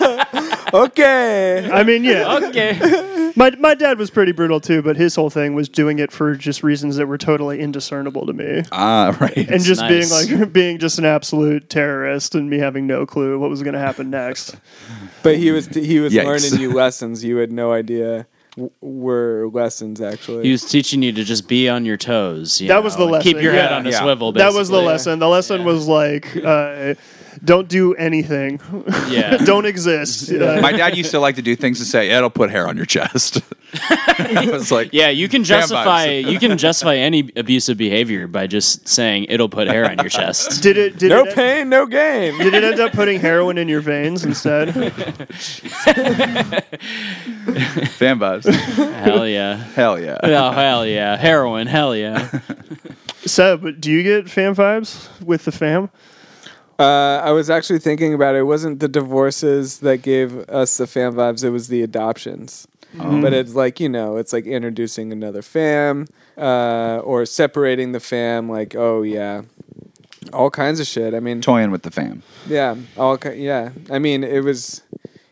Speaker 1: sure.
Speaker 3: okay.
Speaker 1: I mean, yeah.
Speaker 4: Okay.
Speaker 1: My my dad was pretty brutal too, but his whole thing was doing it for just reasons that were totally indiscernible to me.
Speaker 2: Ah, right.
Speaker 1: and just
Speaker 4: Oh, nice.
Speaker 1: being like being just an absolute terrorist and me having no clue what was going to happen next.
Speaker 3: But he was he was
Speaker 2: Yikes.
Speaker 3: learning you lessons. You had no idea w- were lessons actually.
Speaker 4: He was teaching you to just be on your toes. you
Speaker 1: That was
Speaker 4: know,
Speaker 1: the
Speaker 4: like, Keep
Speaker 1: lesson,
Speaker 4: your head
Speaker 1: yeah.
Speaker 4: on a
Speaker 2: Yeah.
Speaker 4: swivel.
Speaker 1: That was the
Speaker 4: basically.
Speaker 1: lesson. The lesson was like, uh, don't do anything.
Speaker 4: Yeah.
Speaker 1: don't exist. Uh,
Speaker 2: My dad used to like to do things to say, "It'll put hair on your chest." I was like,
Speaker 4: Yeah, you can
Speaker 2: Fan vibes.
Speaker 4: justify you can justify any abusive behavior by just saying it'll put hair on your chest.
Speaker 1: did it? Did
Speaker 3: no
Speaker 1: it,
Speaker 3: pain, no gain.
Speaker 1: Did it end up putting heroin in your veins instead?
Speaker 2: fan vibes.
Speaker 4: hell yeah.
Speaker 2: Hell yeah.
Speaker 4: Oh hell yeah. Heroin, hell yeah.
Speaker 1: Seb, do you get fan vibes with the fam?
Speaker 3: uh, I was actually thinking about it. it. Wasn't the divorces that gave us the fan vibes? It was the adoptions.
Speaker 2: Mm-hmm.
Speaker 3: But it's like you know, it's like introducing another fam uh, or separating the fam. Like oh yeah, all kinds of shit. I mean,
Speaker 2: Toying with the fam.
Speaker 3: Yeah, all ki- yeah. I mean, it was,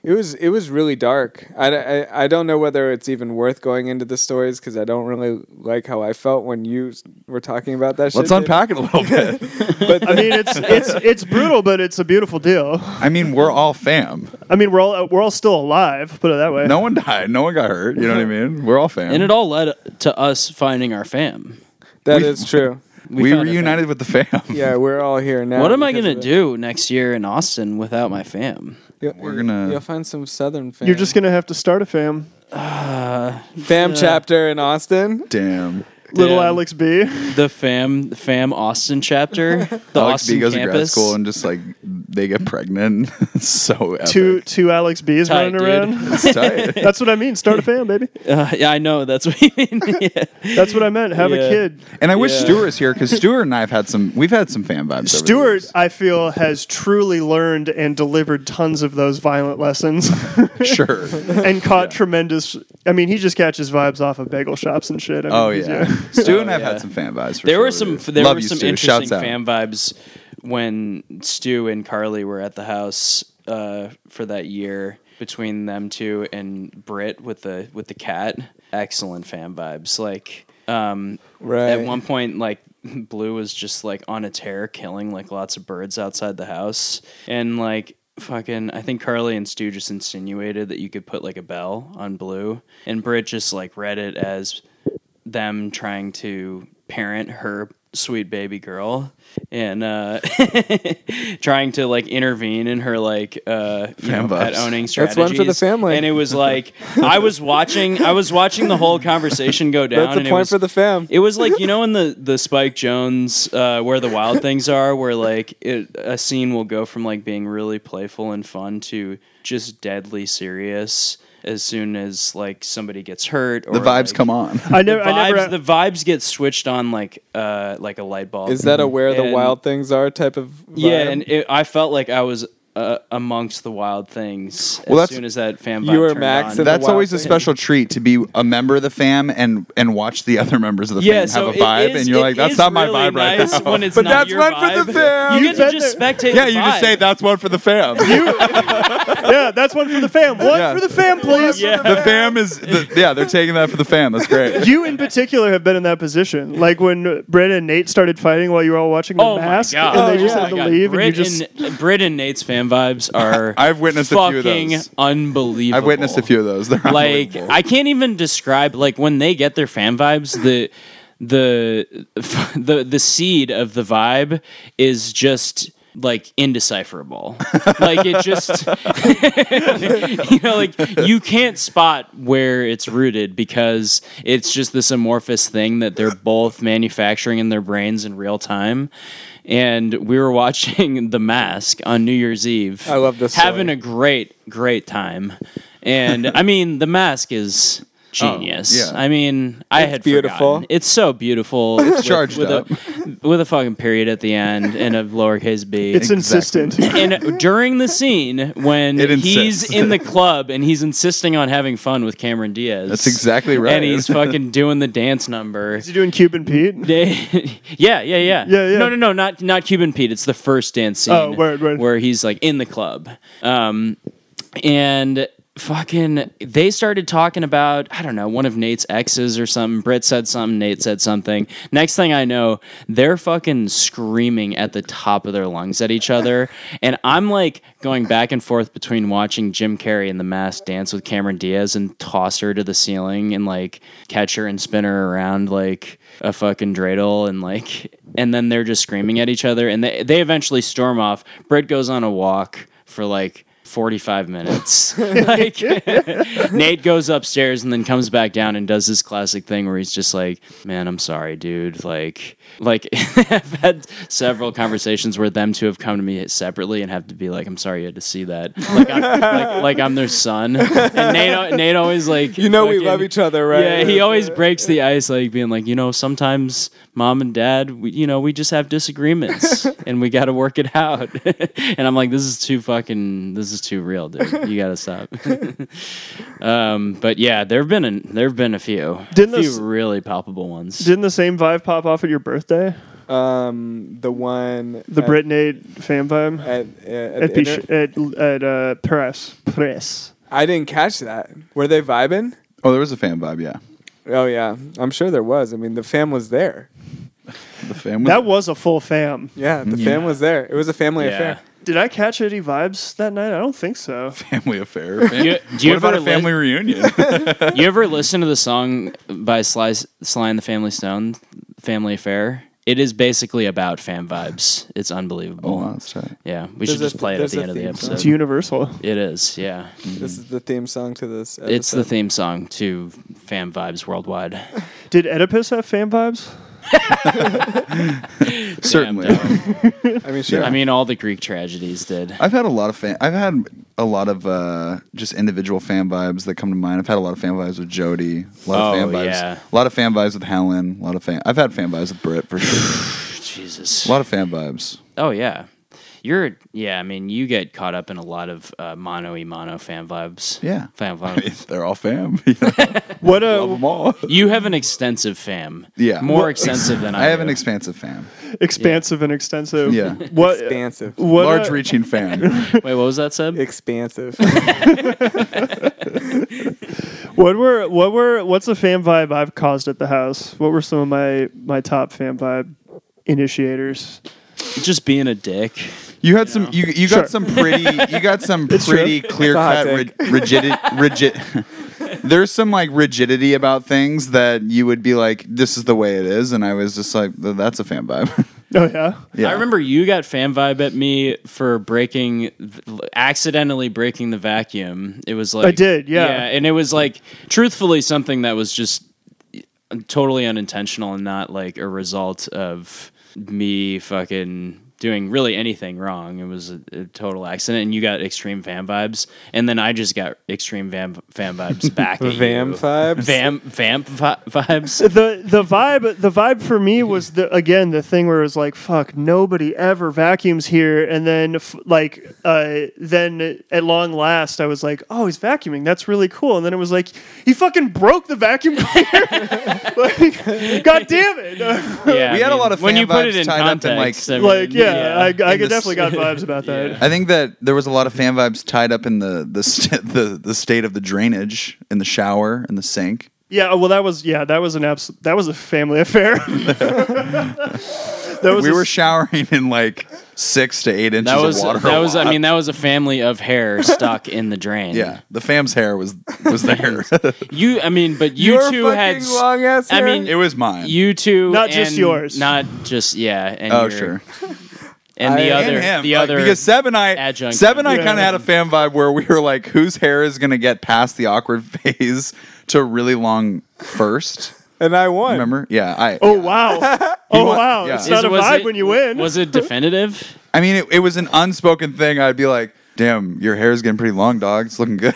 Speaker 3: it was, it was really dark. I, d- I, I don't know whether it's even worth going into the stories because I don't really like how I felt when you s- were talking about that.
Speaker 2: Let's
Speaker 3: shit,
Speaker 2: unpack it a little bit.
Speaker 3: But
Speaker 1: I mean, it's it's it's brutal, but it's a beautiful deal.
Speaker 2: I mean, we're all fam.
Speaker 1: I mean, we're all we're all still alive. Put it that way.
Speaker 2: No one died. No one got hurt. You know what I mean? We're all fam.
Speaker 4: And it all led to us finding our fam.
Speaker 3: that
Speaker 2: we-
Speaker 3: is true.
Speaker 2: we
Speaker 4: found a
Speaker 2: reunited with the fam.
Speaker 3: Yeah, we're all here now.
Speaker 4: What am I
Speaker 3: because
Speaker 4: gonna
Speaker 3: of
Speaker 4: do next year in Austin without my fam?
Speaker 3: it.
Speaker 2: We're gonna-
Speaker 3: You'll find some Southern fam.
Speaker 1: You're just gonna have to start a fam.
Speaker 3: fam chapter in Austin.
Speaker 2: Damn.
Speaker 1: Little
Speaker 4: Damn.
Speaker 1: Alex B.
Speaker 4: The fam, the fam Austin chapter, the
Speaker 2: Alex
Speaker 4: Austin
Speaker 2: B goes
Speaker 4: campus.
Speaker 2: to grad school and just like they get pregnant. so epic.
Speaker 1: two two Alex B's
Speaker 4: Tight,
Speaker 1: running
Speaker 4: dude.
Speaker 1: around.
Speaker 2: It's tight.
Speaker 1: That's what I mean. Start a fam, baby.
Speaker 4: Uh, yeah, I know that's what you mean. Yeah.
Speaker 1: That's what I meant. Have
Speaker 4: Yeah.
Speaker 1: a kid.
Speaker 2: And I wish
Speaker 4: Yeah.
Speaker 2: Stuart was here because Stuart and I have had some. We've had some fan vibes. over the
Speaker 1: Stuart,
Speaker 2: years.
Speaker 1: I feel, has truly learned and delivered tons of those violent lessons
Speaker 2: sure.
Speaker 1: and caught tremendous. I mean, he just catches vibes off of bagel shops and shit. I mean,
Speaker 2: Oh
Speaker 1: he's-
Speaker 2: yeah, Stu and
Speaker 4: Oh,
Speaker 2: I've
Speaker 4: yeah.
Speaker 2: had some fan vibes. For
Speaker 4: There
Speaker 2: sure
Speaker 4: were
Speaker 2: over
Speaker 4: some
Speaker 2: years.
Speaker 4: there
Speaker 2: Love
Speaker 4: were
Speaker 2: you,
Speaker 4: some
Speaker 2: Stu.
Speaker 4: interesting
Speaker 2: Shouts out.
Speaker 4: fan vibes when Stu and Carly were at the house uh, for that year between them two and Britt with the with the cat. Excellent fan vibes. Like um,
Speaker 3: Right.
Speaker 4: at one point, like Blue was just like on a tear, killing like lots of birds outside the house, and like fucking. I think Carly and Stu just insinuated that you could put like a bell on Blue, and Britt just like read it as them trying to parent her sweet baby girl and uh trying to like intervene in her like uh you
Speaker 2: Fan
Speaker 4: know, pet
Speaker 2: vibes.
Speaker 4: owning strategies
Speaker 3: That's one for the family.
Speaker 4: and it was like i was watching i was watching the whole conversation go down
Speaker 3: That's
Speaker 4: and
Speaker 3: a
Speaker 4: it
Speaker 3: point
Speaker 4: was,
Speaker 3: for the fam.
Speaker 4: it was like you know in the the Spike Jones uh, where the wild things are, where like it, a scene will go from like being really playful and fun to just deadly serious as soon as like somebody gets hurt. Or,
Speaker 2: The vibes
Speaker 4: like,
Speaker 2: come on.
Speaker 1: I never,
Speaker 4: the
Speaker 1: I
Speaker 4: vibes,
Speaker 1: never,
Speaker 4: the vibes get switched on like uh like a light bulb.
Speaker 3: Is that a where the
Speaker 4: And-
Speaker 3: wild things are type of? Vibe?
Speaker 4: yeah? And it, I felt like I was uh, amongst the wild things
Speaker 2: Well,
Speaker 4: as
Speaker 2: that's-
Speaker 4: soon as that fan.
Speaker 3: You
Speaker 4: vibe
Speaker 3: were
Speaker 4: turned
Speaker 3: Max
Speaker 4: on.
Speaker 3: and the
Speaker 2: That's
Speaker 3: wild
Speaker 2: always a
Speaker 3: thing.
Speaker 2: special treat to be a member of the fam and and watch the other members of the
Speaker 4: yeah,
Speaker 2: fam
Speaker 4: so
Speaker 2: have a
Speaker 4: it
Speaker 2: vibe,
Speaker 4: is-
Speaker 2: and you're
Speaker 4: it
Speaker 2: like, that's
Speaker 4: is
Speaker 2: not my
Speaker 4: really
Speaker 2: vibe right
Speaker 4: nice
Speaker 2: now.
Speaker 4: When it's
Speaker 3: But
Speaker 4: not
Speaker 3: that's
Speaker 4: your
Speaker 3: one
Speaker 4: vibe.
Speaker 3: for the fam.
Speaker 4: You
Speaker 1: You've
Speaker 4: get to
Speaker 1: been
Speaker 4: just
Speaker 1: there.
Speaker 4: spectate.
Speaker 2: yeah,
Speaker 4: the
Speaker 2: you just
Speaker 4: vibe.
Speaker 2: say that's one for the fam.
Speaker 1: yeah, that's one for the fam. One
Speaker 2: Yeah.
Speaker 1: for the fam, please.
Speaker 4: Yeah.
Speaker 2: the fam is the, yeah, they're taking that for the fam. That's great.
Speaker 1: You in particular have been in that position, like when Brett and Nate started fighting while you were all watching the
Speaker 4: Oh
Speaker 1: mask,
Speaker 4: my god!
Speaker 1: and they
Speaker 4: Oh
Speaker 1: just
Speaker 4: my
Speaker 1: had to
Speaker 4: God.
Speaker 1: leave,
Speaker 4: Brit
Speaker 1: and you just
Speaker 4: and, Brit and Nate's fan vibes are.
Speaker 2: I've witnessed a few
Speaker 4: fucking
Speaker 2: of those.
Speaker 4: unbelievable.
Speaker 2: I've witnessed a few of those. They're
Speaker 4: Like
Speaker 2: unbelievable.
Speaker 4: I can't even describe. Like when they get their fan vibes, the the the the seed of the vibe is just like indecipherable like it just you know like you can't spot where it's rooted because it's just this amorphous thing that they're both manufacturing in their brains in real time and we were watching the mask on new year's eve
Speaker 3: I love this
Speaker 4: having
Speaker 3: story.
Speaker 4: a great great time and i mean the mask is genius
Speaker 2: yeah.
Speaker 4: i mean i had
Speaker 3: beautiful.
Speaker 4: forgotten. it's so beautiful it's with-
Speaker 2: Charged
Speaker 4: with a- with a fucking period at the end and a lowercase b.
Speaker 1: It's
Speaker 2: Exactly.
Speaker 1: insistent.
Speaker 4: and during the scene when
Speaker 2: It
Speaker 4: he's
Speaker 2: insists.
Speaker 4: in the club and he's insisting on having fun with Cameron Diaz,
Speaker 2: That's exactly right.
Speaker 4: And he's fucking doing the dance number.
Speaker 1: Is he doing Cuban Pete?
Speaker 4: They- yeah, yeah, yeah,
Speaker 1: Yeah, yeah.
Speaker 4: No, no, no, not not Cuban Pete. It's the first dance scene.
Speaker 1: Oh, word, word.
Speaker 4: Where he's like in the club, um, and fucking they started talking about I don't know one of Nate's exes or something. Britt said something. Nate said something. Next thing I know, they're fucking screaming at the top of their lungs at each other, and I'm like going back and forth between watching Jim Carrey in The Mask dance with Cameron Diaz and toss her to the ceiling and like catch her and spin her around like a fucking dreidel and like and then they're just screaming at each other and they they eventually storm off. Britt goes on a walk for like 45 minutes. like Nate goes upstairs and then comes back down and does this classic thing where he's just like, "Man, I'm sorry, dude." Like like I've had several conversations where them two have come to me separately and have to be like, "I'm sorry you had to see that." Like I'm like, like I'm their son. And Nate al- Nate always like
Speaker 3: You know we
Speaker 4: fucking-
Speaker 3: love each other, right?
Speaker 4: yeah, he always breaks the ice, like being like, you know, sometimes mom and dad, we, you know, we just have disagreements and we got to work it out. and I'm like, this is too fucking, this is too real, dude. You got to stop. um, but yeah, there've been a, there've been a few,
Speaker 1: Didn't
Speaker 4: a few
Speaker 1: this-
Speaker 4: really palpable ones.
Speaker 1: Didn't the same vibe pop off at your birthday?
Speaker 3: Um, the one
Speaker 1: The
Speaker 3: at-
Speaker 1: Brit Nate fan vibe
Speaker 3: at, at, at
Speaker 1: at
Speaker 3: the
Speaker 1: Bish-
Speaker 3: inter-
Speaker 1: at at uh, press press.
Speaker 3: I didn't catch that. Were they vibing?
Speaker 2: oh, there was a fan vibe. Yeah,
Speaker 3: Oh yeah, I'm sure there was. I mean, the fam was there.
Speaker 2: the fan. Was,
Speaker 1: That was a full fam.
Speaker 3: Yeah, the fam was there. It was a family affair.
Speaker 1: Did I catch any vibes that night? I don't think so.
Speaker 2: family affair. Fam-
Speaker 4: You- do you
Speaker 2: what about
Speaker 4: ever
Speaker 2: a family reunion?
Speaker 4: You ever listen to the song by Sly, Sly and the Family Stone, Family Affair? It is basically about fan vibes. It's unbelievable.
Speaker 2: oh, wow, that's right.
Speaker 4: Yeah, we
Speaker 3: There's
Speaker 4: should
Speaker 3: a-
Speaker 4: just play it at
Speaker 3: there's
Speaker 4: the
Speaker 3: a
Speaker 4: end of the
Speaker 3: theme song.
Speaker 4: episode.
Speaker 1: It's universal.
Speaker 4: It is, yeah.
Speaker 3: This is the theme song to this. Episode.
Speaker 4: It's the theme song to fan vibes worldwide.
Speaker 1: Did Oedipus have fan vibes?
Speaker 2: Certainly.
Speaker 4: Damn,
Speaker 3: I mean, sure.
Speaker 4: uh, I mean, all the Greek tragedies did.
Speaker 2: I've had a lot of fan. I've had a lot of uh, just individual fan vibes that come to mind. I've had a lot of fan vibes with Jody. A lot of
Speaker 4: Oh,
Speaker 2: fan vibes.
Speaker 4: yeah.
Speaker 2: A lot of fan vibes with Helen. A lot of fan. I've had fan vibes with Britt for sure.
Speaker 4: Jesus.
Speaker 2: a lot of fan vibes.
Speaker 4: Oh yeah, you're yeah. I mean, you get caught up in a lot of uh, mono e mono fan vibes.
Speaker 2: Yeah.
Speaker 4: fan
Speaker 2: I mean,
Speaker 4: vibes.
Speaker 2: they're all fam. You know,
Speaker 1: What
Speaker 2: love
Speaker 1: a
Speaker 2: 'em all.
Speaker 4: You have an extensive fam.
Speaker 2: Yeah.
Speaker 4: more
Speaker 2: Well,
Speaker 4: extensive than
Speaker 2: I
Speaker 4: I.
Speaker 2: have an
Speaker 4: do.
Speaker 2: expansive fam.
Speaker 1: expansive and extensive.
Speaker 2: Yeah.
Speaker 4: uh,
Speaker 1: What?
Speaker 3: expansive.
Speaker 1: What?
Speaker 2: Large
Speaker 1: a-
Speaker 2: reaching fan.
Speaker 4: Wait, what was that said?
Speaker 3: Expansive.
Speaker 1: What were? What were? What's a fan vibe I've caused at the house? What were some of my my top fan vibe initiators?
Speaker 4: Just being a dick.
Speaker 2: You had some. You, you
Speaker 1: Sure.
Speaker 2: got some pretty. You got some
Speaker 1: true.
Speaker 2: pretty clear cut
Speaker 3: It's a
Speaker 2: ri- rigidity. Rigid. There's some like rigidity about things that you would be like, "This is the way it is," and I was just like, "Th- "That's a fan vibe."
Speaker 1: Oh yeah.
Speaker 2: yeah.
Speaker 4: I remember you got fan vibe at me for breaking, accidentally breaking the vacuum. It was like
Speaker 1: I did, yeah.
Speaker 4: and it was like truthfully something that was just totally unintentional and not like a result of me fucking doing really anything wrong. It was a, a total accident, and you got extreme fan vibes, and then I just got extreme van, fan vibes back. at
Speaker 3: Vam
Speaker 4: you.
Speaker 3: vibes?
Speaker 4: Vam vamp vi- vibes.
Speaker 1: the the vibe the vibe for me was the again the thing where it was like fuck nobody ever vacuums here and then f- like uh then at long last I was like oh he's vacuuming that's really cool and then it was like he fucking broke the vacuum cleaner like god damn it
Speaker 4: Yeah,
Speaker 2: We had a lot of
Speaker 4: when
Speaker 2: fan
Speaker 4: you put it
Speaker 2: vibes
Speaker 4: in
Speaker 2: tied up in, like-
Speaker 4: context, I mean,
Speaker 1: like yeah, I, I
Speaker 2: In the
Speaker 1: definitely got vibes about that
Speaker 4: Yeah.
Speaker 2: I think that there was a lot of fan vibes tied up in the the st- the, the state of the drainage in the shower and the sink.
Speaker 1: yeah. well that was yeah that was an abs- that was a family affair that was
Speaker 2: We
Speaker 1: a-
Speaker 2: were showering in like six to eight inches
Speaker 4: That was
Speaker 2: of water.
Speaker 4: that
Speaker 2: a
Speaker 4: was
Speaker 2: lot.
Speaker 4: I mean that was a family of hair stuck in the drain.
Speaker 2: yeah, the fam's hair was was there.
Speaker 4: You I mean but you
Speaker 3: Your
Speaker 4: two had
Speaker 3: fucking long ass
Speaker 4: I
Speaker 3: hair?
Speaker 4: mean
Speaker 2: it was mine.
Speaker 4: you two
Speaker 1: Not just
Speaker 4: and
Speaker 1: yours.
Speaker 4: Not just yeah and
Speaker 2: oh
Speaker 4: your-
Speaker 2: sure,
Speaker 4: and the
Speaker 3: I-
Speaker 4: other
Speaker 2: and him
Speaker 4: the
Speaker 2: Like,
Speaker 4: other
Speaker 2: because Seb and I
Speaker 4: adjunct.
Speaker 2: Seb and I
Speaker 1: Yeah.
Speaker 2: kind of had a fan vibe where we were like, whose hair is going to get past the awkward phase to really long first?
Speaker 3: and I won.
Speaker 2: Remember? Yeah, I.
Speaker 1: oh wow oh
Speaker 2: want-
Speaker 1: wow
Speaker 2: yeah.
Speaker 1: it's
Speaker 2: Is-
Speaker 1: not a
Speaker 4: was
Speaker 1: vibe
Speaker 4: it-
Speaker 1: when you win
Speaker 4: Was it definitive?
Speaker 2: I mean, it, it was an unspoken thing. I'd be like, damn, your hair is getting pretty long, dog. It's looking good.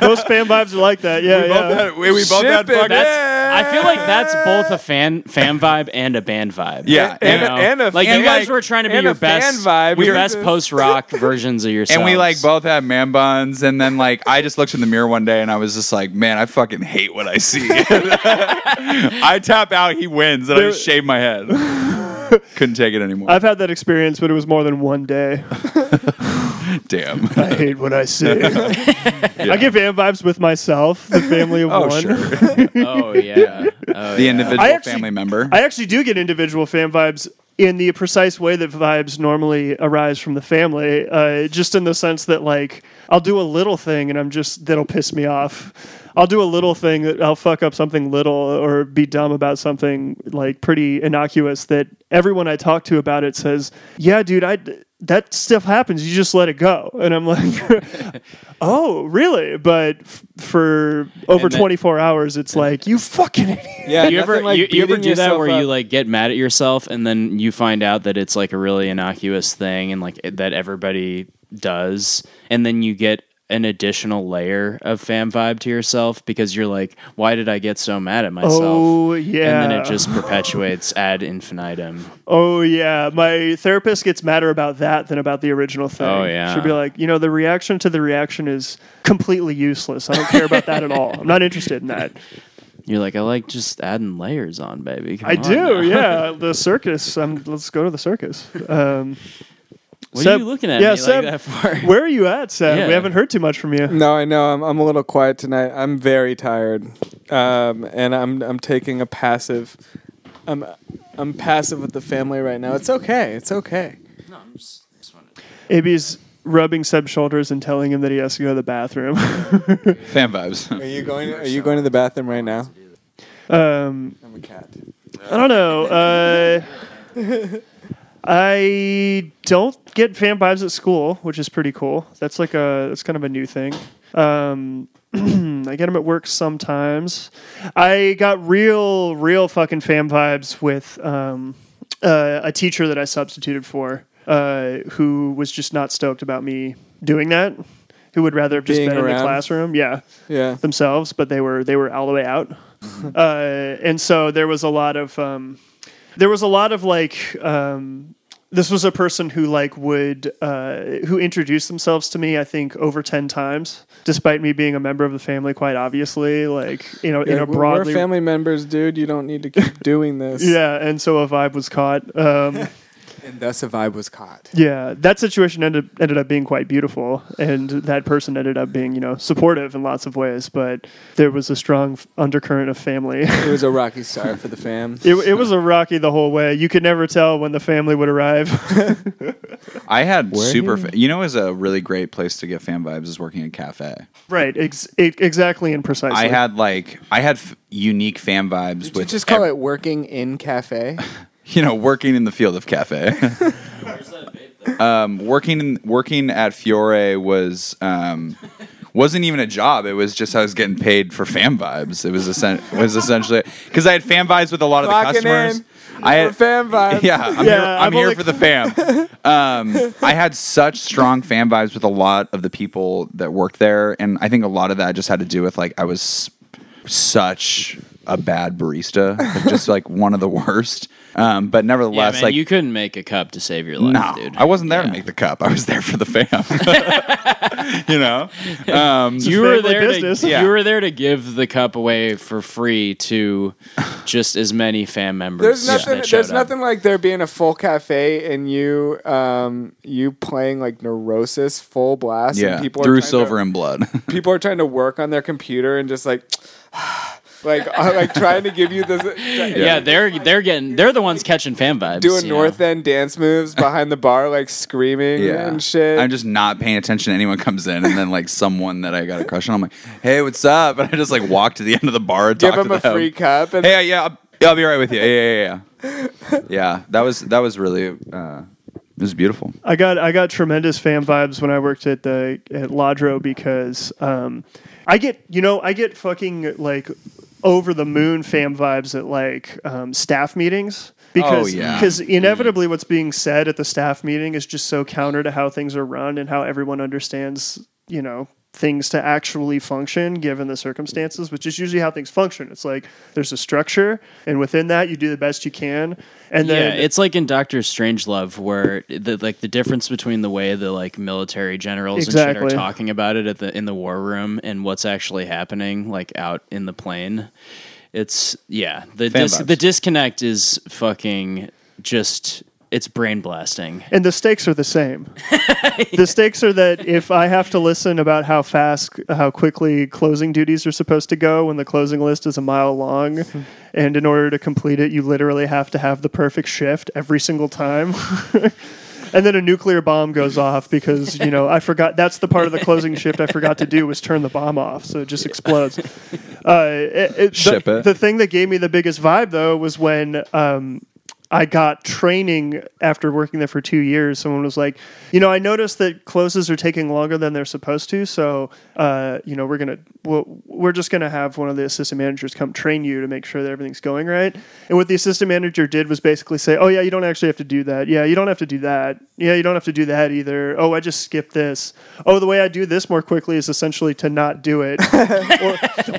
Speaker 1: Most fan vibes are like that. Yeah, yeah.
Speaker 2: we both
Speaker 3: Ship
Speaker 2: had
Speaker 3: it,
Speaker 2: fucking-
Speaker 3: man.
Speaker 4: That's, I feel like that's both a fan fan vibe and a band vibe.
Speaker 2: Yeah,
Speaker 4: You
Speaker 2: and-
Speaker 4: know?
Speaker 3: and a-
Speaker 4: like
Speaker 2: and
Speaker 4: you guys
Speaker 2: like-
Speaker 4: were trying to be
Speaker 3: and
Speaker 4: your
Speaker 3: a fan
Speaker 4: best
Speaker 3: vibe. We-
Speaker 4: your best post rock versions of yourself.
Speaker 2: And we like both had man buns, and then like I just looked in the mirror one day and I was just like, man, I fucking hate what I see. I tap out, he wins, and I just shave my head. Couldn't take it anymore.
Speaker 1: I've had that experience, but it was more than one day.
Speaker 2: Damn.
Speaker 1: I hate what I see. I get fan vibes with myself, the family of one.
Speaker 2: Oh sure.
Speaker 4: Oh yeah. Oh,
Speaker 2: The
Speaker 4: yeah.
Speaker 2: individual
Speaker 1: I actually-
Speaker 2: family member.
Speaker 1: I actually do get individual fan vibes in the precise way that vibes normally arise from the family, uh, just in the sense that like I'll do a little thing and I'm just that'll piss me off. I'll do a little thing that I'll fuck up something little or be dumb about something like pretty innocuous that everyone I talk to about it says, "Yeah, dude, I." That stuff happens. You just let it go, and I'm like, "Oh, really?" But f- for over
Speaker 4: And then-
Speaker 1: 24 hours, it's like, "You fucking idiot!"
Speaker 3: Yeah,
Speaker 4: you ever
Speaker 3: nothing like
Speaker 4: you, you ever
Speaker 3: beating
Speaker 4: do that
Speaker 3: yourself
Speaker 4: where you
Speaker 3: up.
Speaker 4: like get mad at yourself and then you find out that it's like a really innocuous thing and like it- that everybody does and then you get an additional layer of fan vibe to yourself because you're like why did I get so mad at myself
Speaker 1: Oh, yeah.
Speaker 4: and then it just perpetuates ad infinitum
Speaker 1: Oh yeah, my therapist gets madder about that than about the original thing.
Speaker 4: Oh, yeah.
Speaker 1: she'll be like, you know, the reaction to the reaction is completely useless. I don't care about that at all. I'm not interested in that.
Speaker 4: you're like I like just adding layers on baby Come
Speaker 1: I
Speaker 4: on
Speaker 1: do,
Speaker 4: now.
Speaker 1: yeah. The circus. Um, let's go to the circus. Um,
Speaker 4: what
Speaker 1: Seb-
Speaker 4: are you looking at
Speaker 1: yeah,
Speaker 4: me
Speaker 1: Seb,
Speaker 4: like that for
Speaker 1: where are you at, Sam?
Speaker 4: Yeah.
Speaker 1: We haven't heard too much from you.
Speaker 3: No, I know. I'm, I'm a little quiet tonight. I'm very tired, um, and I'm I'm taking a passive. I'm I'm passive with the family right now. It's okay. It's okay.
Speaker 1: Abby's rubbing Seb's shoulders and telling him that he has to go to the bathroom.
Speaker 2: Fan vibes.
Speaker 3: Are you going? Are you going to the bathroom right now?
Speaker 1: um,
Speaker 3: I'm a cat.
Speaker 1: I don't know. Uh, I don't get fan vibes at school, which is pretty cool. That's like a that's kind of a new thing. Um, I get them at work sometimes. I got real, real fucking fan vibes with um, uh, a teacher that I substituted for, uh, who was just not stoked about me doing that. Who would rather have just
Speaker 3: Being
Speaker 1: been in the
Speaker 3: around.
Speaker 1: classroom? Yeah
Speaker 3: Yeah.
Speaker 1: themselves, but they were they were all the way out,
Speaker 3: Mm-hmm.
Speaker 1: uh, and so there was a lot of um, there was a lot of like um, this was a person who like would uh, who introduced themselves to me I think over ten times, despite me being a member of the family quite obviously like you know in
Speaker 3: Like,
Speaker 1: a
Speaker 3: we're-
Speaker 1: broadly
Speaker 3: we're family members, dude. You don't need to keep doing this.
Speaker 1: yeah, and so a vibe was caught. Um,
Speaker 3: And thus a vibe was caught.
Speaker 1: yeah, that situation ended ended up being quite beautiful, and that person ended up being you know supportive in lots of ways, but there was a strong f- undercurrent of family.
Speaker 3: It was a rocky start for the fam.
Speaker 1: It, it was a rocky the whole way. You could never tell when the family would arrive.
Speaker 2: I had super. Fa- you know, is a really great place to get fan vibes is working at a cafe.
Speaker 1: right, ex- e- exactly and precisely.
Speaker 2: I had like I had f- unique fan vibes
Speaker 3: Did you
Speaker 2: with
Speaker 3: just call
Speaker 2: ev-
Speaker 3: it working in cafe?
Speaker 2: you know working in the field of cafe. um, working in working at Fiore was um, wasn't even a job. It was just I was getting paid for fan vibes. It was essen- was essentially because I had fan vibes with a lot of
Speaker 3: Clocking
Speaker 2: the customers.
Speaker 3: in
Speaker 2: I
Speaker 3: for fan vibes.
Speaker 2: Yeah, I'm
Speaker 1: Yeah,
Speaker 2: here, I'm
Speaker 1: I've
Speaker 2: here
Speaker 1: only-
Speaker 2: for the fam. Um, I had such strong fan vibes with a lot of the people that worked there, and I think a lot of that just had to do with like I was such a bad barista, like, just like one of the worst. Um, but
Speaker 4: yeah,
Speaker 2: nevertheless,
Speaker 4: man,
Speaker 2: like
Speaker 4: you couldn't make a cup to save your life
Speaker 2: no,
Speaker 4: dude
Speaker 2: I wasn't there to make the cup. I was there for the fam. you know, um,
Speaker 4: you were
Speaker 1: family
Speaker 4: there
Speaker 1: business.
Speaker 4: to
Speaker 2: Yeah.
Speaker 4: you were there to give the cup away for free to just as many fan members.
Speaker 3: There's
Speaker 4: that
Speaker 3: nothing.
Speaker 4: showed
Speaker 3: There's
Speaker 4: up.
Speaker 3: nothing like there being a full cafe and you, um, you playing like Neurosis full blast.
Speaker 2: yeah,
Speaker 3: and people
Speaker 2: through
Speaker 3: are trying
Speaker 2: silver
Speaker 3: To,
Speaker 2: and blood.
Speaker 3: people are trying to work on their computer and just like, like, are, like trying to give you this.
Speaker 4: Yeah. they're they're getting they're the ones catching fan vibes.
Speaker 3: Doing
Speaker 4: you know?
Speaker 3: North End dance moves behind the bar, like screaming
Speaker 2: yeah.
Speaker 3: and shit.
Speaker 2: I'm just not paying attention. Anyone comes in, and then like someone that I got a crush on, I'm like, "Hey, what's up?" And I just like walk to the end of the bar, and
Speaker 3: give
Speaker 2: talk
Speaker 3: them
Speaker 2: to
Speaker 3: a free cup and
Speaker 2: Hey, yeah, I'll, yeah, I'll be right with you. Yeah, yeah, yeah, yeah. yeah, that was that was really uh, it was beautiful.
Speaker 1: I got I got tremendous fan vibes when I worked at the at Ladro because um, I get you know I get fucking like over the moon fan vibes at like um, staff meetings because
Speaker 2: Oh, yeah.
Speaker 1: because inevitably what's being said at the staff meeting is just so counter to how things are run and how everyone understands you know things to actually function given the circumstances, which is usually how things function. It's like there's a structure, and within that, you do the best you can. And then
Speaker 4: yeah, it's like in Doctor Strangelove where the like the difference between the way the like military generals and
Speaker 1: Exactly.
Speaker 4: shit are talking about it at the in the war room and what's actually happening like out in the plane. It's yeah, the
Speaker 2: Fan
Speaker 4: dis-
Speaker 2: vibes.
Speaker 4: the disconnect is fucking just it's brain blasting.
Speaker 1: And the stakes are the same. The stakes are that if I have to listen about how fast, how quickly closing duties are supposed to go when the closing list is a mile long, and in order to complete it, you literally have to have the perfect shift every single time. and then a nuclear bomb goes off because, you know, I forgot that's the part of the closing shift I forgot to do was turn the bomb off. So it just explodes. Uh, it, it-
Speaker 2: Ship
Speaker 1: the,
Speaker 2: it.
Speaker 1: the thing that gave me the biggest vibe, though, was when. Um, I got training after working there for two years. Someone was like, you know, I noticed that closes are taking longer than they're supposed to. So, uh, you know, we're gonna we'll, we're just gonna have one of the assistant managers come train you to make sure that everything's going right. And what the assistant manager did was basically say, oh yeah, you don't actually have to do that. Yeah, you don't have to do that. Yeah, you don't have to do that either. Oh, I just skipped this. Oh, the way I do this more quickly is essentially to not do it,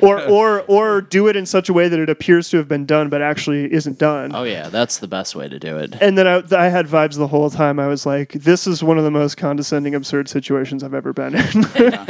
Speaker 1: or, or or or do it in such a way that it appears to have been done but actually isn't done
Speaker 4: Oh yeah, that's the best way to do it.
Speaker 1: and then I, I had vibes the whole time. I was like, this is one of the most condescending, absurd situations I've ever been in.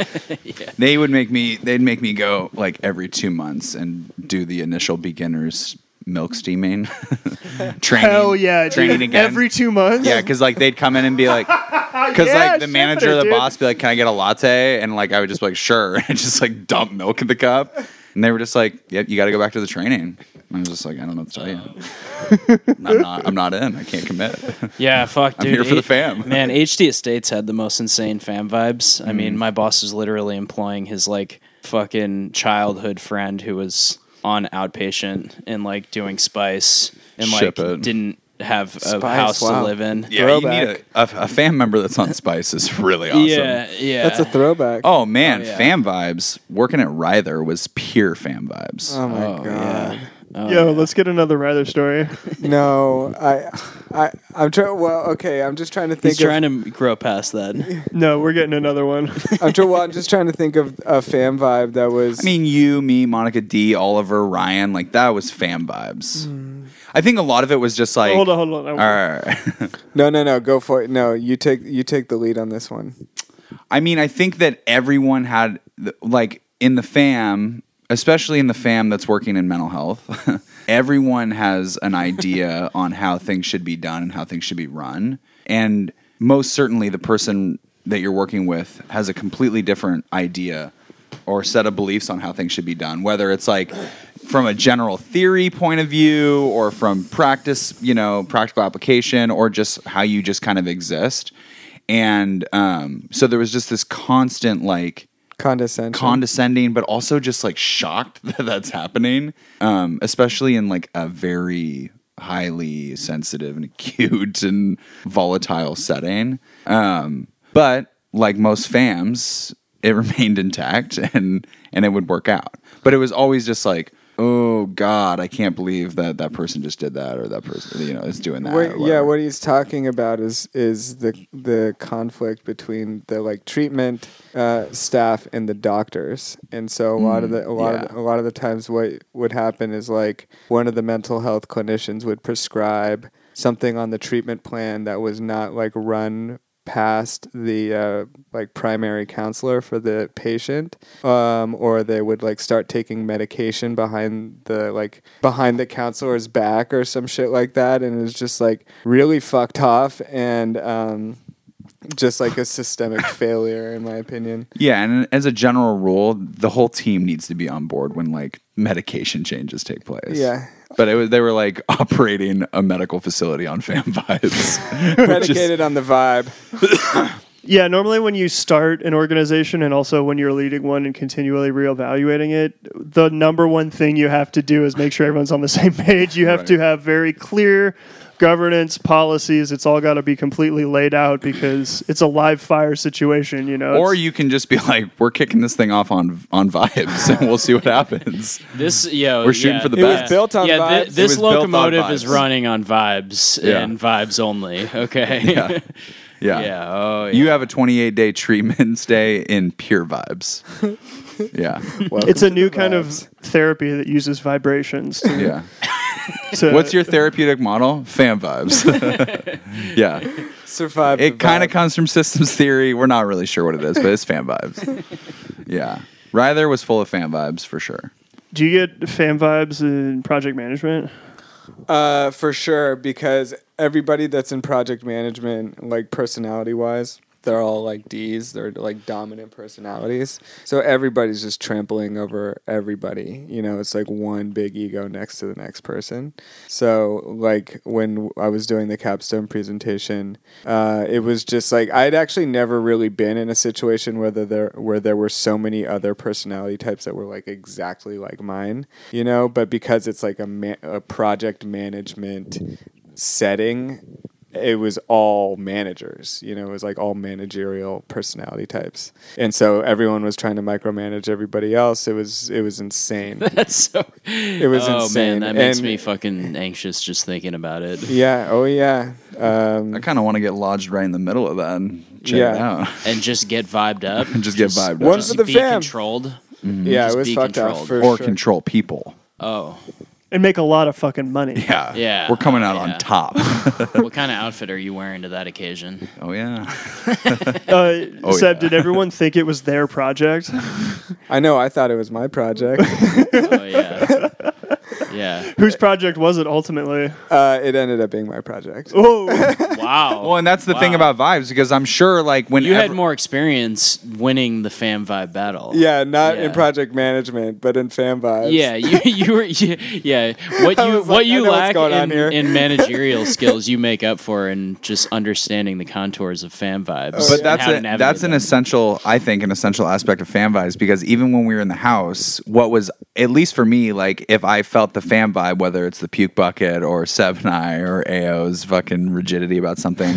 Speaker 2: They would make me. They'd make me go like every two months and do the initial beginners milk steaming training.
Speaker 1: Hell yeah. dude.
Speaker 2: training again
Speaker 1: Every two months.
Speaker 2: Yeah, because like they'd come in and be like, because
Speaker 1: Yeah,
Speaker 2: like the
Speaker 1: shipping
Speaker 2: manager,
Speaker 1: it,
Speaker 2: or the
Speaker 1: dude.
Speaker 2: boss, be like, "Can I get a latte?" And like I would just be like, "Sure," and just like dump milk in the cup. And they were just like, "Yep, you got to go back to the training." And I was just like, "I don't know what to tell you. I'm not. I'm not in. I can't commit."
Speaker 4: Yeah, fuck, dude.
Speaker 2: here for the fam. Mm.
Speaker 4: man, HD Estates had the most insane fam vibes. I mean, my boss was literally employing his like fucking childhood friend who was on outpatient and like doing spice and like
Speaker 2: Ship it.
Speaker 4: didn't have a
Speaker 3: Spice,
Speaker 4: house
Speaker 3: wow.
Speaker 4: to live in.
Speaker 2: Yeah, you need a, a, a fam member that's on Spice is really awesome.
Speaker 4: yeah, yeah.
Speaker 3: That's a throwback.
Speaker 2: Oh man,
Speaker 4: Oh, yeah.
Speaker 2: fam vibes. Working at Ryther was pure fam vibes.
Speaker 3: Oh my god.
Speaker 1: Yo, let's get another Rather story.
Speaker 3: No, I, I, I'm trying. Well, okay, I'm just trying to think.
Speaker 4: He's
Speaker 3: of,
Speaker 4: trying to grow past that.
Speaker 1: No, we're getting another one.
Speaker 3: I'm, try, well, I'm just trying to think of a fam vibe that was.
Speaker 2: I mean, you, me, Monica D, Oliver, Ryan, like that was fam vibes. I think a lot of it was just like.
Speaker 1: Mm. hold on, hold on.
Speaker 2: All right.
Speaker 3: no, no, no. Go for it. No, you take you take the lead on this one.
Speaker 2: I mean, I think that everyone had th- like in the fam, especially in the fam that's working in mental health. everyone has an idea on how things should be done and how things should be run, and most certainly the person that you're working with has a completely different idea or set of beliefs on how things should be done, whether it's like from a general theory point of view or from practice, you know, practical application or just how you just kind of exist. And um, so there was just this constant like
Speaker 3: Condescension.
Speaker 2: condescending, but also just like shocked that that's happening, um, especially in like a very highly sensitive and acute and volatile setting. Um, but like most fams, it remained intact and and it would work out. But it was always just like. Oh God! I can't believe that that person just did that, or that person, you know, is doing that. or
Speaker 3: What, yeah,
Speaker 2: whatever.
Speaker 3: what he's talking about is is the the conflict between the like treatment uh, staff and the doctors, and so a lot of the a lot of
Speaker 2: Mm, yeah.
Speaker 3: the, a lot of the times what would happen is like one of the mental health clinicians would prescribe something on the treatment plan that was not like run past the uh, like primary counselor for the patient um, or they would like start taking medication behind the like behind the counselor's back or some shit like that and it's just like really fucked off and um, just like a systemic failure in my opinion
Speaker 2: Yeah, and as a general rule, the whole team needs to be on board when like medication changes take place.
Speaker 3: Yeah.
Speaker 2: But it was, they were like operating a medical facility on fan vibes. which is-
Speaker 3: predicated on the vibe
Speaker 1: Yeah, normally when you start an organization and also when you're leading one and continually reevaluating it, the number one thing you have to do is make sure everyone's on the same page. You have
Speaker 2: Right.
Speaker 1: to have very clear governance policies. It's all got to be completely laid out because it's a live fire situation, you know.
Speaker 2: or
Speaker 1: It's-
Speaker 2: you can just be like, we're kicking this thing off on on vibes, and we'll see what happens.
Speaker 4: This yo,
Speaker 2: We're shooting
Speaker 4: yeah,
Speaker 2: for the
Speaker 4: yeah.
Speaker 2: It was best.
Speaker 3: built on
Speaker 4: yeah,
Speaker 3: vibes. It
Speaker 4: Thi-
Speaker 2: was
Speaker 4: this
Speaker 2: built on
Speaker 4: locomotive
Speaker 2: vibes.
Speaker 4: is running on vibes
Speaker 2: Yeah.
Speaker 4: and vibes only. Okay.
Speaker 2: Yeah. Yeah.
Speaker 4: Yeah. Oh, yeah.
Speaker 2: You have a 28 day treatment stay in pure vibes. yeah.
Speaker 3: Welcome
Speaker 1: It's a
Speaker 3: to
Speaker 1: new
Speaker 3: the
Speaker 1: kind of
Speaker 3: vibes.
Speaker 1: therapy that uses vibrations. To,
Speaker 2: Yeah.
Speaker 1: to-
Speaker 2: What's your therapeutic model? Fan vibes. yeah.
Speaker 3: survive.
Speaker 2: It kind of comes from systems theory. We're not really sure what it is, but it's fan vibes. Yeah. Ryther was full of fan vibes for sure.
Speaker 1: Do you get fan vibes in project management?
Speaker 3: uh, for sure because everybody that's in project management, like personality wise, they're all like D's. They're like dominant personalities. So everybody's just trampling over everybody. You know, it's like one big ego next to the next person. So like when I was doing the capstone presentation, uh, it was just like I'd actually never really been in a situation whether there where there were so many other personality types that were like exactly like mine, you know. But because it's like a ma- a project management setting, it was all managers. You know, it was like all managerial personality types, and so everyone was trying to micromanage everybody else. It was it was insane.
Speaker 4: That's so. It
Speaker 3: was
Speaker 4: oh,
Speaker 3: insane.
Speaker 4: man, that makes
Speaker 3: And-
Speaker 4: me fucking anxious just thinking about it.
Speaker 3: yeah. Oh yeah. Um,
Speaker 2: I kind of want to get lodged right in the middle of that and check it
Speaker 3: Yeah.
Speaker 2: out.
Speaker 4: And just get vibed up.
Speaker 2: And just get vibed
Speaker 3: One
Speaker 2: up. Mm-hmm.
Speaker 3: for the
Speaker 4: be
Speaker 3: fam.
Speaker 4: controlled.
Speaker 3: yeah.
Speaker 4: Just
Speaker 3: It was
Speaker 4: be
Speaker 3: fucked up
Speaker 4: controlled.
Speaker 3: for
Speaker 2: Or
Speaker 3: sure.
Speaker 2: control people.
Speaker 4: Oh,
Speaker 1: And make a lot of fucking money.
Speaker 2: Yeah.
Speaker 4: Yeah.
Speaker 2: We're coming out
Speaker 4: Yeah.
Speaker 2: on top.
Speaker 4: what kind of outfit are you wearing to that occasion?
Speaker 2: oh, yeah.
Speaker 1: Uh,
Speaker 2: Oh,
Speaker 1: Seb,
Speaker 2: yeah.
Speaker 1: did everyone think it was their project?
Speaker 3: I know. I thought it was my project.
Speaker 4: Oh yeah, yeah.
Speaker 1: Whose project was it ultimately?
Speaker 3: uh, it ended up being my project.
Speaker 1: Oh,
Speaker 4: Wow.
Speaker 2: Well, and that's the thing
Speaker 4: Wow.
Speaker 2: about vibes because I'm sure, like, when
Speaker 4: you had more experience winning the fan vibe battle.
Speaker 3: Yeah, not in
Speaker 4: Yeah.
Speaker 3: project management, but in fan vibes.
Speaker 4: Yeah, you you were yeah, yeah. what
Speaker 3: I
Speaker 4: you
Speaker 3: was
Speaker 4: what
Speaker 3: like, I
Speaker 4: you
Speaker 3: know what's
Speaker 4: lack
Speaker 3: going on
Speaker 4: in,
Speaker 3: here.
Speaker 4: in managerial skills you make up for in just understanding the contours of fan vibes.
Speaker 3: Oh,
Speaker 2: But
Speaker 4: and
Speaker 2: that's
Speaker 4: how to
Speaker 2: a,
Speaker 4: navigate
Speaker 2: that's an
Speaker 4: them.
Speaker 2: essential, I think, an essential aspect of fan vibes because even when we were in the house, what was at least for me, like if I felt the fan vibe, whether it's the puke bucket or Seb and I or Ao's fucking rigidity about something,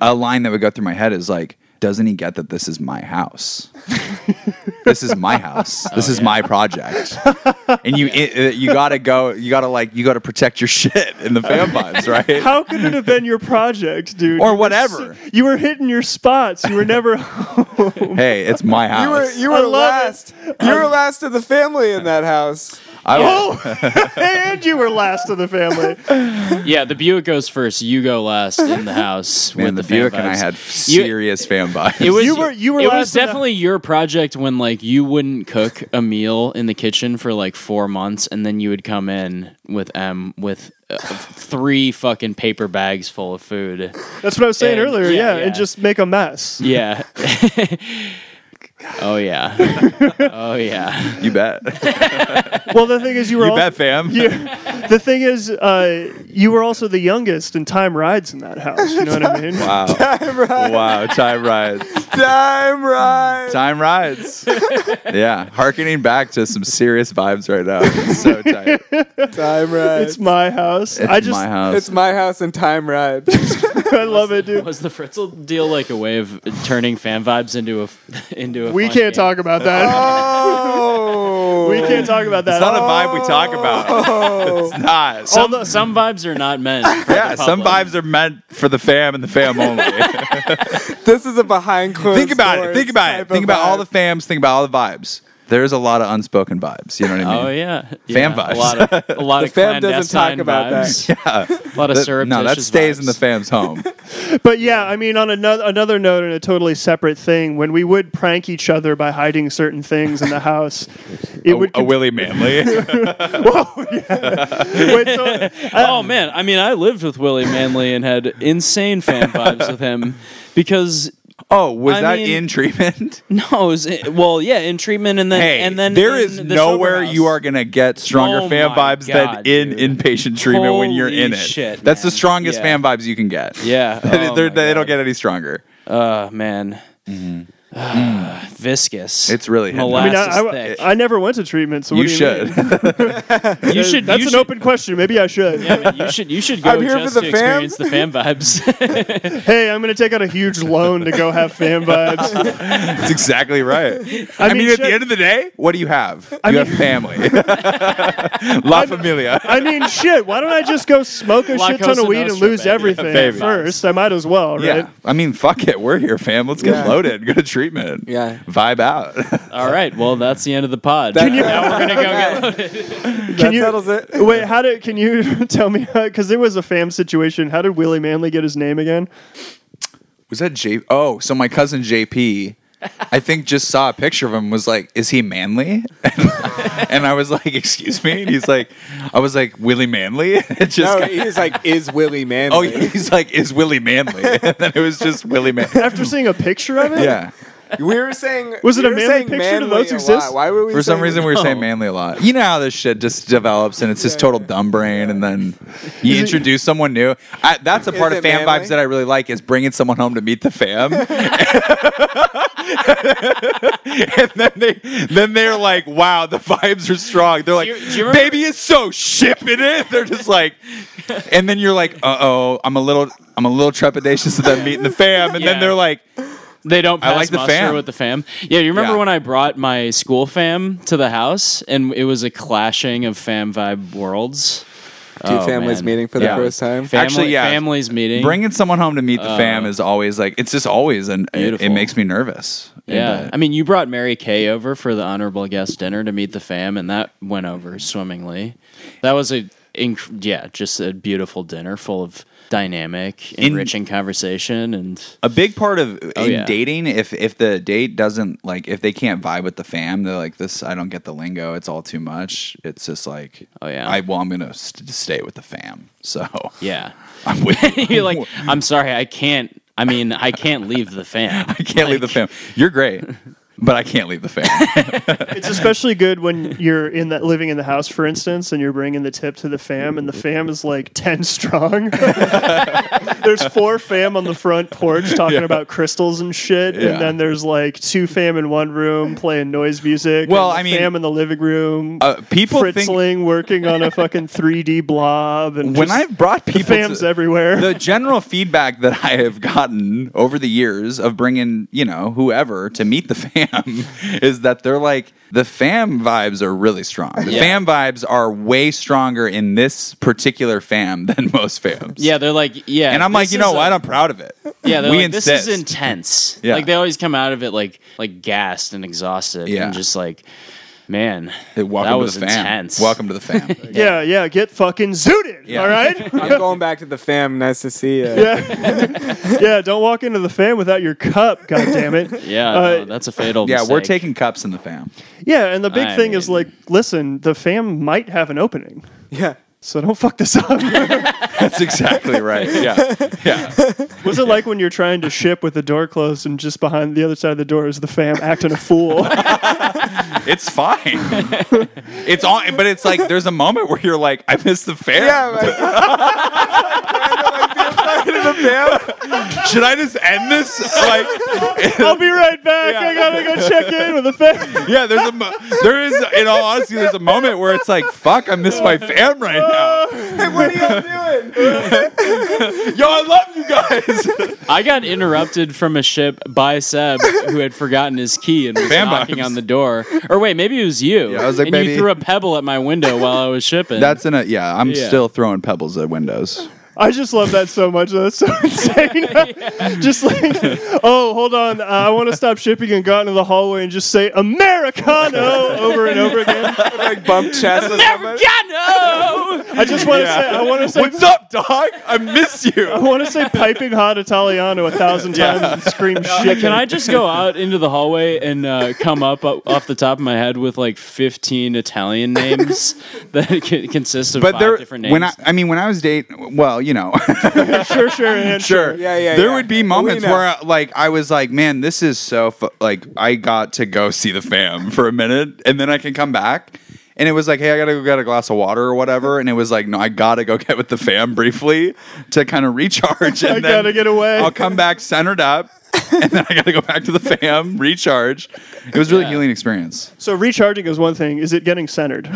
Speaker 2: a line that would go through my head is like, doesn't he get that this is my house? this is my house. This is my project. And you it, it- you gotta go. You gotta like you gotta protect your shit in the fan vibes, right?
Speaker 1: how could it have been your project, dude?
Speaker 2: Or
Speaker 1: You were
Speaker 2: whatever.
Speaker 1: s- You were hitting your spots. You were never.
Speaker 2: hey, it's my house.
Speaker 3: You were you
Speaker 1: I
Speaker 3: were
Speaker 1: love
Speaker 3: last. You were last of the family in that house.
Speaker 2: I,
Speaker 1: oh, and you were last of the family.
Speaker 4: yeah. The Buick goes first. You go last in the house with
Speaker 2: Man, the,
Speaker 4: fan
Speaker 2: Buick and I
Speaker 4: vibes.
Speaker 2: had
Speaker 4: You-
Speaker 2: serious fan vibes.
Speaker 4: It was
Speaker 1: You were- you were
Speaker 4: It was
Speaker 1: last in the-
Speaker 4: definitely your project when like you wouldn't cook a meal in the kitchen for like four months, and then you would come in with M with uh, three fucking paper bags full of food.
Speaker 1: That's what I was saying
Speaker 4: And-
Speaker 1: earlier.
Speaker 4: yeah,
Speaker 1: Yeah,
Speaker 4: yeah.
Speaker 1: and just make a mess.
Speaker 4: Yeah. oh yeah. Oh yeah.
Speaker 2: you bet. you
Speaker 1: Well, the thing is, you were all,
Speaker 2: bet, fam.
Speaker 1: you, the thing is, uh, you were also the youngest, and time rides in that house. You know what I mean?
Speaker 2: Wow.
Speaker 3: Time rides.
Speaker 2: Wow. Time rides.
Speaker 3: Time rides.
Speaker 2: Time rides. Yeah. Harkening back to some serious vibes right now. It's so tight. It's
Speaker 3: Time rides.
Speaker 1: It's my house. I just,
Speaker 2: my house.
Speaker 3: It's my house and time rides.
Speaker 1: I love it, dude.
Speaker 4: Was the Fritzel deal like a way of turning fan vibes into a into a?
Speaker 1: We
Speaker 4: fun
Speaker 1: can't
Speaker 4: game?
Speaker 1: talk about that.
Speaker 3: Oh.
Speaker 1: We can't talk about that.
Speaker 2: It's not a vibe we talk about. It's not.
Speaker 4: Some some vibes are not meant. For
Speaker 2: yeah,
Speaker 4: the
Speaker 2: some
Speaker 4: public.
Speaker 2: vibes are meant for the fam and the fam only.
Speaker 3: This is a behind closed.
Speaker 2: think about it.
Speaker 3: doors
Speaker 2: Think about
Speaker 3: type
Speaker 2: it. Think
Speaker 3: of
Speaker 2: about all the
Speaker 3: vibe.
Speaker 2: fams. Think about all the vibes. There's a lot of unspoken vibes. You know what I mean?
Speaker 4: Oh yeah,
Speaker 2: Fam vibes.
Speaker 4: Yeah, A lot of a lot
Speaker 3: The
Speaker 4: of
Speaker 3: fam doesn't talk
Speaker 4: clandestine
Speaker 3: about that.
Speaker 4: vibes. A lot of
Speaker 2: That-
Speaker 4: surreptitious.
Speaker 2: no, that stays in
Speaker 4: vibes.
Speaker 2: the fam's home.
Speaker 1: But yeah, I mean, on another another note, and a totally separate thing, when we would prank each other by hiding certain things in the house, it
Speaker 2: a,
Speaker 1: would.
Speaker 2: a Willie Manley.
Speaker 1: Whoa, yeah. Wait, so-
Speaker 4: oh man, I mean, I lived with Willie Manley and had insane fan vibes with him because
Speaker 2: oh, was
Speaker 4: I
Speaker 2: that
Speaker 4: mean-
Speaker 2: in treatment?
Speaker 4: no, it was, well, yeah, in treatment and then
Speaker 2: hey,
Speaker 4: and then
Speaker 2: there
Speaker 4: in
Speaker 2: is
Speaker 4: the
Speaker 2: nowhere
Speaker 4: sober house.
Speaker 2: you are going to get stronger
Speaker 4: Oh
Speaker 2: fan
Speaker 4: my
Speaker 2: vibes
Speaker 4: God,
Speaker 2: than in
Speaker 4: dude.
Speaker 2: inpatient treatment when you're
Speaker 4: Holy
Speaker 2: in it.
Speaker 4: shit,
Speaker 2: That's the
Speaker 4: man.
Speaker 2: strongest
Speaker 4: Yeah.
Speaker 2: fan vibes you can get.
Speaker 4: Yeah,
Speaker 2: They-
Speaker 4: oh
Speaker 2: they're-
Speaker 4: my
Speaker 2: they don't
Speaker 4: God.
Speaker 2: get any stronger.
Speaker 4: Uh man. viscous.
Speaker 2: Mm. It's really hidden.
Speaker 1: I mean,
Speaker 4: molasses
Speaker 1: I, I-
Speaker 4: thick.
Speaker 1: I never went to treatment, so what
Speaker 2: you
Speaker 1: do you
Speaker 2: should.
Speaker 1: mean?
Speaker 3: uh,
Speaker 4: you should.
Speaker 1: That's
Speaker 4: you
Speaker 1: an
Speaker 4: should,
Speaker 1: open question. Maybe I should.
Speaker 4: Yeah, man, you should. You should go
Speaker 3: I'm here
Speaker 4: just
Speaker 3: for the
Speaker 4: to
Speaker 3: fam.
Speaker 4: experience the fan vibes.
Speaker 1: Hey, I'm going to take out a huge loan to go have fan vibes.
Speaker 2: That's exactly right. I,
Speaker 1: mean,
Speaker 2: mean, at
Speaker 1: shit.
Speaker 2: the end of the day, what do you have?
Speaker 1: I
Speaker 2: you
Speaker 1: mean-
Speaker 2: have family, La Familia.
Speaker 1: I mean, shit. Why don't I just go smoke a
Speaker 4: La
Speaker 1: shit ton
Speaker 4: Cosa
Speaker 1: of weed and
Speaker 4: Nostra,
Speaker 1: lose
Speaker 4: baby.
Speaker 1: everything
Speaker 2: Baby.
Speaker 1: first? I might as well, right?
Speaker 2: Yeah, I mean, fuck it. We're here, fam. Let's get
Speaker 3: Yeah.
Speaker 2: loaded. Go to treatment.
Speaker 3: Yeah.
Speaker 2: vibe out.
Speaker 4: All right. Well, that's the end of the pod.
Speaker 3: That-
Speaker 4: now we're gonna go get loaded.
Speaker 1: Can
Speaker 3: that
Speaker 1: you-
Speaker 3: settles it.
Speaker 1: Wait, how did? Can you tell me? Because there was a fam situation. How did Willie Manley get his name again?
Speaker 2: was that J? Oh, so my cousin JP, I think just saw a picture of him. Was like, is he manly? and I was like, excuse me. And he's like, I was like, Willie Manly. It just.
Speaker 3: No,
Speaker 2: got-
Speaker 3: he's like, is Willie Manley?
Speaker 2: Oh, he's like, is Willie Manly? And then it was just Willie Manly.
Speaker 1: After seeing a picture of it,
Speaker 2: Yeah.
Speaker 3: We were saying.
Speaker 1: Was it
Speaker 3: we
Speaker 1: a
Speaker 3: were
Speaker 1: manly
Speaker 3: saying
Speaker 1: picture? Do
Speaker 3: manly
Speaker 1: those
Speaker 3: a
Speaker 1: exist?
Speaker 3: lot. Why were we?
Speaker 2: For some
Speaker 3: saying- Oh.
Speaker 2: reason, we were saying manly a lot. You know how this shit just develops, and it's just total dumb brain, and then you introduce someone new. I, that's a part
Speaker 3: Is
Speaker 2: of
Speaker 3: it
Speaker 2: fan
Speaker 3: manly?
Speaker 2: vibes that I really like is bringing someone home to meet the fam, and then they then they're like, "Wow, the vibes are strong." They're like,
Speaker 4: Do you- do you remember-
Speaker 2: "Baby is so shipping it." They're just like, and then you're like, "Uh oh, I'm a little I'm a little trepidatious of them meeting the fam," and
Speaker 4: Yeah.
Speaker 2: then they're like,
Speaker 4: They don't
Speaker 2: I
Speaker 4: pass
Speaker 2: like the
Speaker 4: muster
Speaker 2: fam.
Speaker 4: with the fam. Yeah, you remember
Speaker 2: Yeah.
Speaker 4: when I brought my school fam to the house and it was a clashing of fam vibe worlds. Oh,
Speaker 3: Two families meeting for the
Speaker 2: Yeah.
Speaker 3: first time.
Speaker 4: Family,
Speaker 2: Actually, yeah.
Speaker 4: families meeting.
Speaker 2: Bringing someone home to meet the fam is always like it's just always and it,
Speaker 4: uh, Beautiful.
Speaker 2: it makes me nervous. And,
Speaker 4: yeah,
Speaker 2: uh,
Speaker 4: I mean, you brought Mary Kay over for the honorable guest dinner to meet the fam, and that went over swimmingly. That was a inc- yeah, just a beautiful dinner full of dynamic,
Speaker 2: In-
Speaker 4: enriching conversation, and
Speaker 2: a big part of
Speaker 4: Oh,
Speaker 2: in
Speaker 4: yeah.
Speaker 2: dating if if the date doesn't like if they can't vibe with the fam, they're like this. I don't get the lingo. It's all too much. It's just like
Speaker 4: Oh, yeah.
Speaker 2: I well I'm gonna st- stay with the fam. So
Speaker 4: yeah,
Speaker 2: I'm with you.
Speaker 4: you're like, I'm sorry, I can't. I mean, I can't leave the fam.
Speaker 2: I can't leave the fam. You're great, but I can't leave the fam.
Speaker 1: it's especially good when you're in that living in the house, for instance, and you're bringing the tip to the fam, and the fam is like ten strong. there's four fam on the front porch talking about crystals and shit,
Speaker 2: Yeah.
Speaker 1: and then there's like two fam in one room playing noise music.
Speaker 2: Well,
Speaker 1: and the
Speaker 2: I mean-
Speaker 1: fam in the living room.
Speaker 2: Uh, people
Speaker 1: fritzling,
Speaker 2: think
Speaker 1: working on a fucking 3D blob, and
Speaker 2: when
Speaker 1: just
Speaker 2: I've brought
Speaker 1: the
Speaker 2: people
Speaker 1: fam's
Speaker 2: to-
Speaker 1: everywhere.
Speaker 2: the general feedback that I have gotten over the years of bringing, you know, whoever to meet the fam is that they're like, the fam vibes are really strong. The
Speaker 4: Yeah.
Speaker 2: fam vibes are way stronger in this particular fam than most fams.
Speaker 4: Yeah, they're like, yeah.
Speaker 2: And I'm like,
Speaker 4: this
Speaker 2: you
Speaker 4: is
Speaker 2: know
Speaker 4: a-
Speaker 2: what? I'm proud of it.
Speaker 4: Yeah, they're
Speaker 2: we
Speaker 4: like, this is
Speaker 2: insist.
Speaker 4: intense.
Speaker 2: Yeah.
Speaker 4: Like they always come out of it like like gassed and exhausted
Speaker 2: Yeah.
Speaker 4: and just like, man,
Speaker 2: Hey, Welcome
Speaker 4: that
Speaker 2: to
Speaker 4: was
Speaker 2: the fam.
Speaker 4: intense.
Speaker 2: Welcome to the fam.
Speaker 1: yeah, yeah, get fucking zooted.
Speaker 2: Yeah.
Speaker 1: All right.
Speaker 3: I'm going back to the fam. Nice to see you.
Speaker 1: yeah, yeah. Don't walk into the fan without your cup. God damn it.
Speaker 4: Yeah,
Speaker 1: Uh,
Speaker 4: no, that's a fatal.
Speaker 2: yeah, we're
Speaker 4: mistake.
Speaker 2: taking cups in the fam.
Speaker 1: Yeah, and the big
Speaker 4: I
Speaker 1: thing is
Speaker 4: mean-
Speaker 1: like, listen, the fam might have an opening,
Speaker 3: Yeah.
Speaker 1: so don't fuck this up.
Speaker 2: That's exactly right. Yeah. Yeah.
Speaker 1: Was it like when you're trying to ship with the door closed and just behind the other side of the door is the fam acting a fool?
Speaker 2: It's fine. It's on, but it's like there's a moment where you're like, I miss the fam.
Speaker 3: Yeah. Like,
Speaker 2: Should I just end this? Like,
Speaker 1: I'll be right back.
Speaker 2: Yeah.
Speaker 1: I gotta go check in with the fam.
Speaker 2: yeah, there's a, mo- there is, in all honesty, there's a moment where it's like, fuck, I miss my fam right now.
Speaker 3: what are you doing?
Speaker 2: Yo, I love you guys.
Speaker 4: I got interrupted from a ship by Seb who had forgotten his key and was
Speaker 2: Fam
Speaker 4: knocking
Speaker 2: vibes.
Speaker 4: on the door. Or wait, maybe it was you.
Speaker 2: Yeah, I was like,
Speaker 4: and you
Speaker 2: maybe-
Speaker 4: threw a pebble at my window while I was shipping.
Speaker 2: That's in a, yeah, I'm
Speaker 4: Yeah.
Speaker 2: still throwing pebbles at windows.
Speaker 1: I just love that so much. That's so insane. Just like, oh, hold on, uh, I want to stop shipping and go out into the hallway and just say Americano over and over again.
Speaker 3: like bump chest with somebody.
Speaker 4: Americano.
Speaker 1: I just want to say, I want to say
Speaker 2: What's up, dog? I miss
Speaker 1: I
Speaker 2: you.
Speaker 1: want to say piping hot Italiano a thousand times and scream shit.
Speaker 4: Can I just go out into the hallway and uh, come up, up off the top of my head with like 15 Italian names that c- consist of
Speaker 2: But
Speaker 4: five
Speaker 2: there,
Speaker 4: different names?
Speaker 2: when I, I mean, when I was dating, well, you know,
Speaker 1: Sure, sure, and
Speaker 2: sure.
Speaker 3: Yeah, yeah,
Speaker 2: There
Speaker 3: yeah.
Speaker 2: would be
Speaker 3: We
Speaker 2: moments
Speaker 3: know.
Speaker 2: where, I, like, I was like, man, this is so, fu- like, I got to go see the fam for a minute and then I can come back. And it was like, hey, I gotta go get a glass of water or whatever. And it was like, no, I gotta go get with the fam briefly to kind of recharge. And
Speaker 1: I
Speaker 2: then
Speaker 1: gotta get away.
Speaker 2: I'll come back centered up. and then I got to go back to the fam, recharge. It was really
Speaker 4: Yeah.
Speaker 2: healing experience.
Speaker 1: So recharging is one thing. Is it getting centered?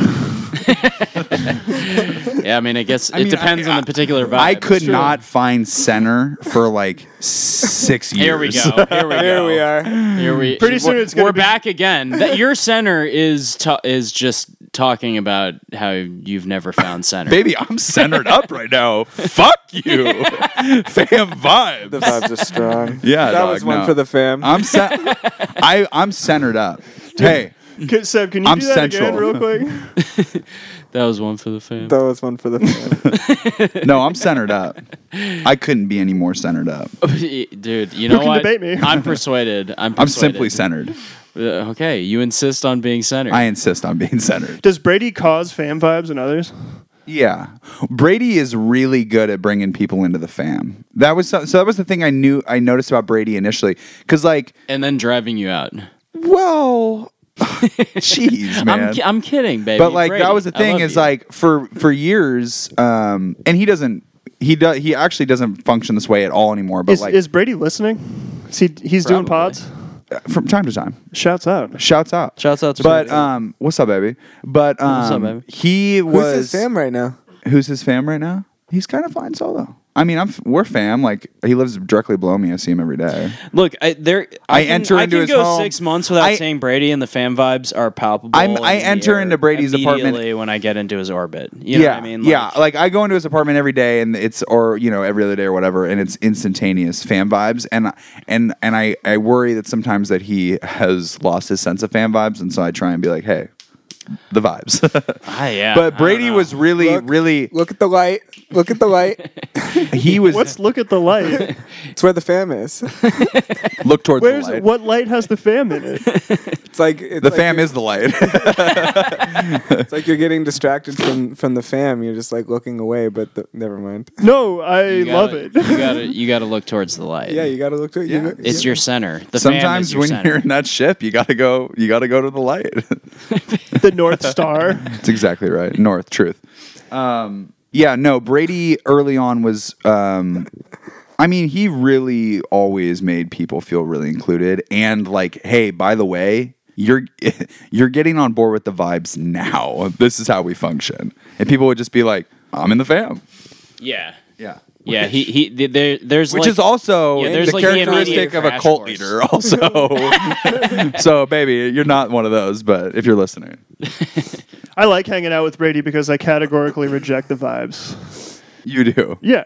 Speaker 4: Yeah, I mean, I guess it
Speaker 2: mean,
Speaker 4: depends
Speaker 2: I-
Speaker 4: on the particular vibe.
Speaker 2: I could
Speaker 4: It's Uh, true.
Speaker 2: not find center for like six years.
Speaker 4: Here we go. Here we
Speaker 3: There
Speaker 4: go.
Speaker 3: we are.
Speaker 4: Here we.
Speaker 1: Pretty soon
Speaker 4: we're-
Speaker 1: it's gonna
Speaker 4: we're
Speaker 1: be-
Speaker 4: back again. That your center is ta is just talking about how you've never found center.
Speaker 2: Baby, I'm centered up right now. Fuck you, fam vibes.
Speaker 3: The vibes are strong.
Speaker 2: Yeah,
Speaker 3: that
Speaker 2: dog,
Speaker 3: was one
Speaker 2: no.
Speaker 3: for the fam.
Speaker 2: I'm cen- I I'm centered up. Hey,
Speaker 1: Can, Seb, can you
Speaker 2: I'm
Speaker 1: do that again
Speaker 2: central.
Speaker 1: real quick?
Speaker 4: That was one for the fam.
Speaker 3: that was one for the fam.
Speaker 2: no, I'm centered up. I couldn't be any more centered up.
Speaker 4: Dude, you know
Speaker 1: can
Speaker 4: what?
Speaker 1: debate me?
Speaker 4: I'm persuaded. I'm. Persuaded.
Speaker 2: I'm simply centered.
Speaker 4: Uh, okay, you insist on being centered.
Speaker 2: I insist on being centered.
Speaker 1: Does Brady cause fan vibes and others?
Speaker 2: Yeah, Brady is really good at bringing people into the fam. That was so, so that was the thing I knew I noticed about Brady initially because like
Speaker 4: and then driving you out.
Speaker 2: well, jeez man.
Speaker 4: I'm, ki- I'm kidding, baby.
Speaker 2: but like
Speaker 4: Brady,
Speaker 2: that was the
Speaker 4: I
Speaker 2: thing
Speaker 4: love
Speaker 2: is
Speaker 4: you.
Speaker 2: like for for years um and he doesn't he does he actually doesn't function this way at all anymore but
Speaker 1: Is,
Speaker 2: like
Speaker 1: is Brady listening? Is he, he's doing
Speaker 4: Probably.
Speaker 1: pods.
Speaker 2: from time to time
Speaker 1: Shouts out.
Speaker 2: Shouts out.
Speaker 4: Shouts out to
Speaker 2: But
Speaker 4: Brandon.
Speaker 2: um what's up, baby? But um
Speaker 4: up, baby?
Speaker 2: he
Speaker 3: Who's
Speaker 2: was
Speaker 3: his fam right now?
Speaker 2: who's his fam right now? He's kind of flying solo. I mean, I'm f- we're fam. Like he lives directly below me. I see him every day.
Speaker 4: look, I there.
Speaker 2: I
Speaker 4: can,
Speaker 2: enter into
Speaker 4: I can
Speaker 2: his
Speaker 4: go
Speaker 2: home.
Speaker 4: six months without
Speaker 2: I-
Speaker 4: seeing Brady, and the fan vibes are palpable.
Speaker 2: I'm- I
Speaker 4: and they
Speaker 2: enter
Speaker 4: are
Speaker 2: into Brady's apartment-
Speaker 4: immediately when I get into his orbit. You know
Speaker 2: yeah,
Speaker 4: what I mean?
Speaker 2: yeah. Like I go into his apartment every day, and it's or you know every other day or whatever, and it's instantaneous fan vibes, and and and I I worry that sometimes that he has lost his sense of fan vibes, and so I try and be like, hey, the vibes.
Speaker 4: Ah, yeah. I
Speaker 2: but
Speaker 4: don't
Speaker 2: Brady
Speaker 4: know.
Speaker 2: was really,
Speaker 3: Look-
Speaker 2: really
Speaker 3: Look at the light. Look at the light.
Speaker 2: he was
Speaker 1: Let's look at the light.
Speaker 3: It's where the fam is.
Speaker 2: look towards
Speaker 1: Where's
Speaker 2: the light.
Speaker 1: what light has the fam in it?
Speaker 3: It's like it's
Speaker 2: the
Speaker 3: like
Speaker 2: fam
Speaker 3: you're-
Speaker 2: is the light.
Speaker 3: It's like you're getting distracted from from the fam. You're just like looking away, but the, never mind.
Speaker 1: No, I
Speaker 4: You
Speaker 1: love
Speaker 4: gotta-
Speaker 1: it.
Speaker 4: you gotta you gotta look towards the light.
Speaker 3: Yeah, you gotta look to it. You
Speaker 2: Yeah.
Speaker 3: look-
Speaker 4: It's your center. The fam
Speaker 2: Sometimes
Speaker 4: is your
Speaker 2: when
Speaker 4: center.
Speaker 2: you're in that ship, you gotta go. You gotta go to the light.
Speaker 1: the North Star.
Speaker 2: That's exactly right. North truth. Um, yeah, no. Brady early on was. Um, I mean, he really always made people feel really included and like, hey, by the way, you're you're getting on board with the vibes now. This is how we function, and people would just be like, I'm in the fam.
Speaker 4: yeah.
Speaker 2: Yeah.
Speaker 4: Yeah, he he. th- There, there's
Speaker 2: Which
Speaker 4: like,
Speaker 2: is also
Speaker 4: yeah, there's
Speaker 2: the
Speaker 4: like the
Speaker 2: characteristic
Speaker 4: immediate
Speaker 2: of a
Speaker 4: crash
Speaker 2: cult
Speaker 4: course.
Speaker 2: leader. Also, so baby, you're not one of those. But if you're listening,
Speaker 1: I like hanging out with Brady because I categorically reject the vibes.
Speaker 2: you do.
Speaker 1: Yeah.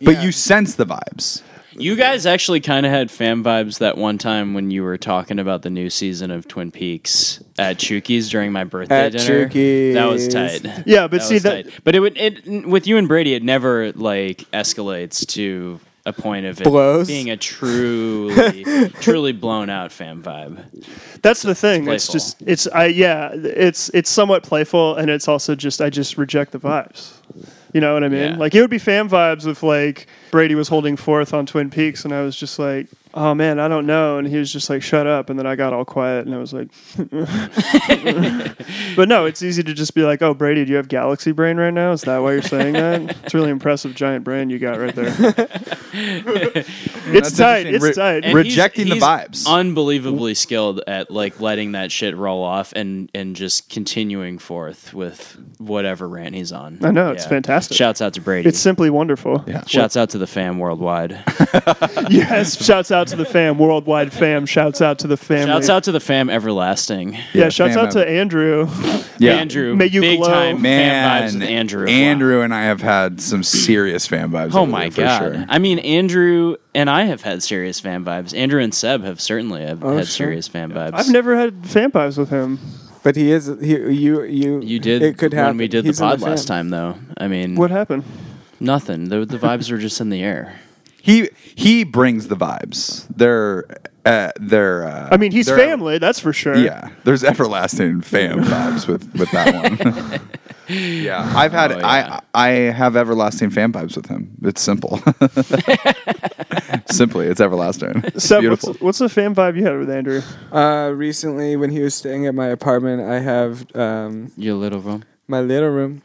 Speaker 2: But you sense the vibes.
Speaker 4: You guys actually kind of had fan vibes that one time when you were talking about the new season of Twin Peaks at Chuki's during my birthday
Speaker 3: At
Speaker 4: dinner.
Speaker 3: Chuki's.
Speaker 4: That was tight.
Speaker 1: Yeah, but see
Speaker 4: was
Speaker 1: that
Speaker 4: tight. But it would it with you and Brady, it never like escalates to a point of it
Speaker 3: Blows.
Speaker 4: being a truly truly blown out fan vibe.
Speaker 1: that's the thing. It's,
Speaker 4: playful.
Speaker 1: just it's I yeah, it's it's somewhat playful and it's also just I just reject the vibes. You know what I mean?
Speaker 4: Yeah.
Speaker 1: Like it would be fan vibes if like Brady was holding forth on Twin Peaks and I was just like, "Oh man, I don't know." And he was just like, "Shut up." And then I got all quiet and I was like But no, it's easy to just be like, "Oh, Brady, do you have galaxy brain right now? Is that why you're saying that?" It's really impressive giant brain you got right there. it's
Speaker 2: That's
Speaker 1: tight.
Speaker 2: interesting.
Speaker 1: It's
Speaker 2: Re-
Speaker 1: tight.
Speaker 4: And he's-
Speaker 2: Rejecting the
Speaker 4: he's
Speaker 2: vibes.
Speaker 4: Unbelievably skilled at like letting that shit roll off and and just continuing forth with whatever rant he's on.
Speaker 1: I know, it's fantastic.
Speaker 4: Shouts out to Brady.
Speaker 1: It's simply wonderful. Yeah.
Speaker 4: Shouts out to the fam worldwide.
Speaker 1: Yes. Shouts out to the fam, worldwide fam. Shouts out to the family.
Speaker 4: Shouts out to the fam everlasting.
Speaker 1: Yeah.
Speaker 2: Yeah,
Speaker 1: shouts
Speaker 2: fam
Speaker 1: out to
Speaker 2: out.
Speaker 1: Andrew.
Speaker 2: Yeah.
Speaker 4: Andrew,
Speaker 1: May you
Speaker 4: big
Speaker 1: glow.
Speaker 4: time
Speaker 2: Man,
Speaker 4: fan vibes with Andrew. Wow.
Speaker 2: Andrew and I have had some serious fan vibes.
Speaker 4: Oh
Speaker 2: over
Speaker 4: my
Speaker 2: there, for
Speaker 4: god!
Speaker 2: sure.
Speaker 4: I mean, Andrew and I have had serious fan vibes. Andrew and Seb have certainly have had
Speaker 3: Oh, sure.
Speaker 4: serious fan vibes.
Speaker 1: I've never had fan pies with him.
Speaker 3: but he is. He, you you
Speaker 4: You did
Speaker 3: It could happen.
Speaker 4: when we did
Speaker 3: He's
Speaker 4: the
Speaker 3: in
Speaker 4: pod last
Speaker 3: fam.
Speaker 4: time, though. I mean,
Speaker 1: What happened?
Speaker 4: nothing. The, the vibes were just in the air.
Speaker 2: He he brings the vibes. They're uh, they're. Uh,
Speaker 1: I mean, he's
Speaker 2: they're-
Speaker 1: family, that's for sure.
Speaker 2: Yeah, there's everlasting fam vibes with with that one. yeah, I've had
Speaker 4: Oh, yeah.
Speaker 2: I I have everlasting fan vibes with him. It's simple. Simply, it's everlasting. It's
Speaker 1: So what's,
Speaker 2: beautiful.
Speaker 1: what's the fan vibe you had with Andrew?
Speaker 3: Uh, recently, when he was staying at my apartment, I have um
Speaker 4: You little bum.
Speaker 3: my little room.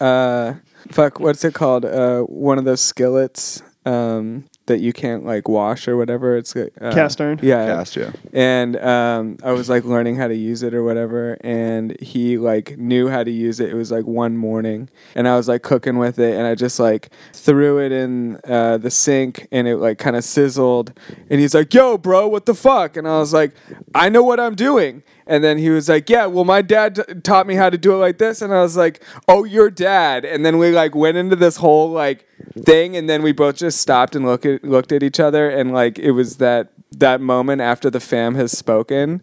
Speaker 3: Uh, fuck, what's it called? Uh, one of those skillets. Um, that you can't like wash or whatever. It's uh,
Speaker 1: Cast iron?
Speaker 3: Yeah,
Speaker 2: Cast, yeah.
Speaker 3: And um, I was like learning how to use it or whatever, and he like knew how to use it. It was like one morning, and I was like cooking with it, and I just like threw it in uh, the sink, and it like kind of sizzled. And he's like, "Yo, bro, what the fuck?" And I was like, "I know what I'm doing." And then he was like, "Yeah, well, my dad t- taught me how to do it like this." And I was like, "Oh, your dad." And then we like went into this whole like thing, and then we both just stopped and looked at, looked at each other, and like it was that that moment after the fam has spoken.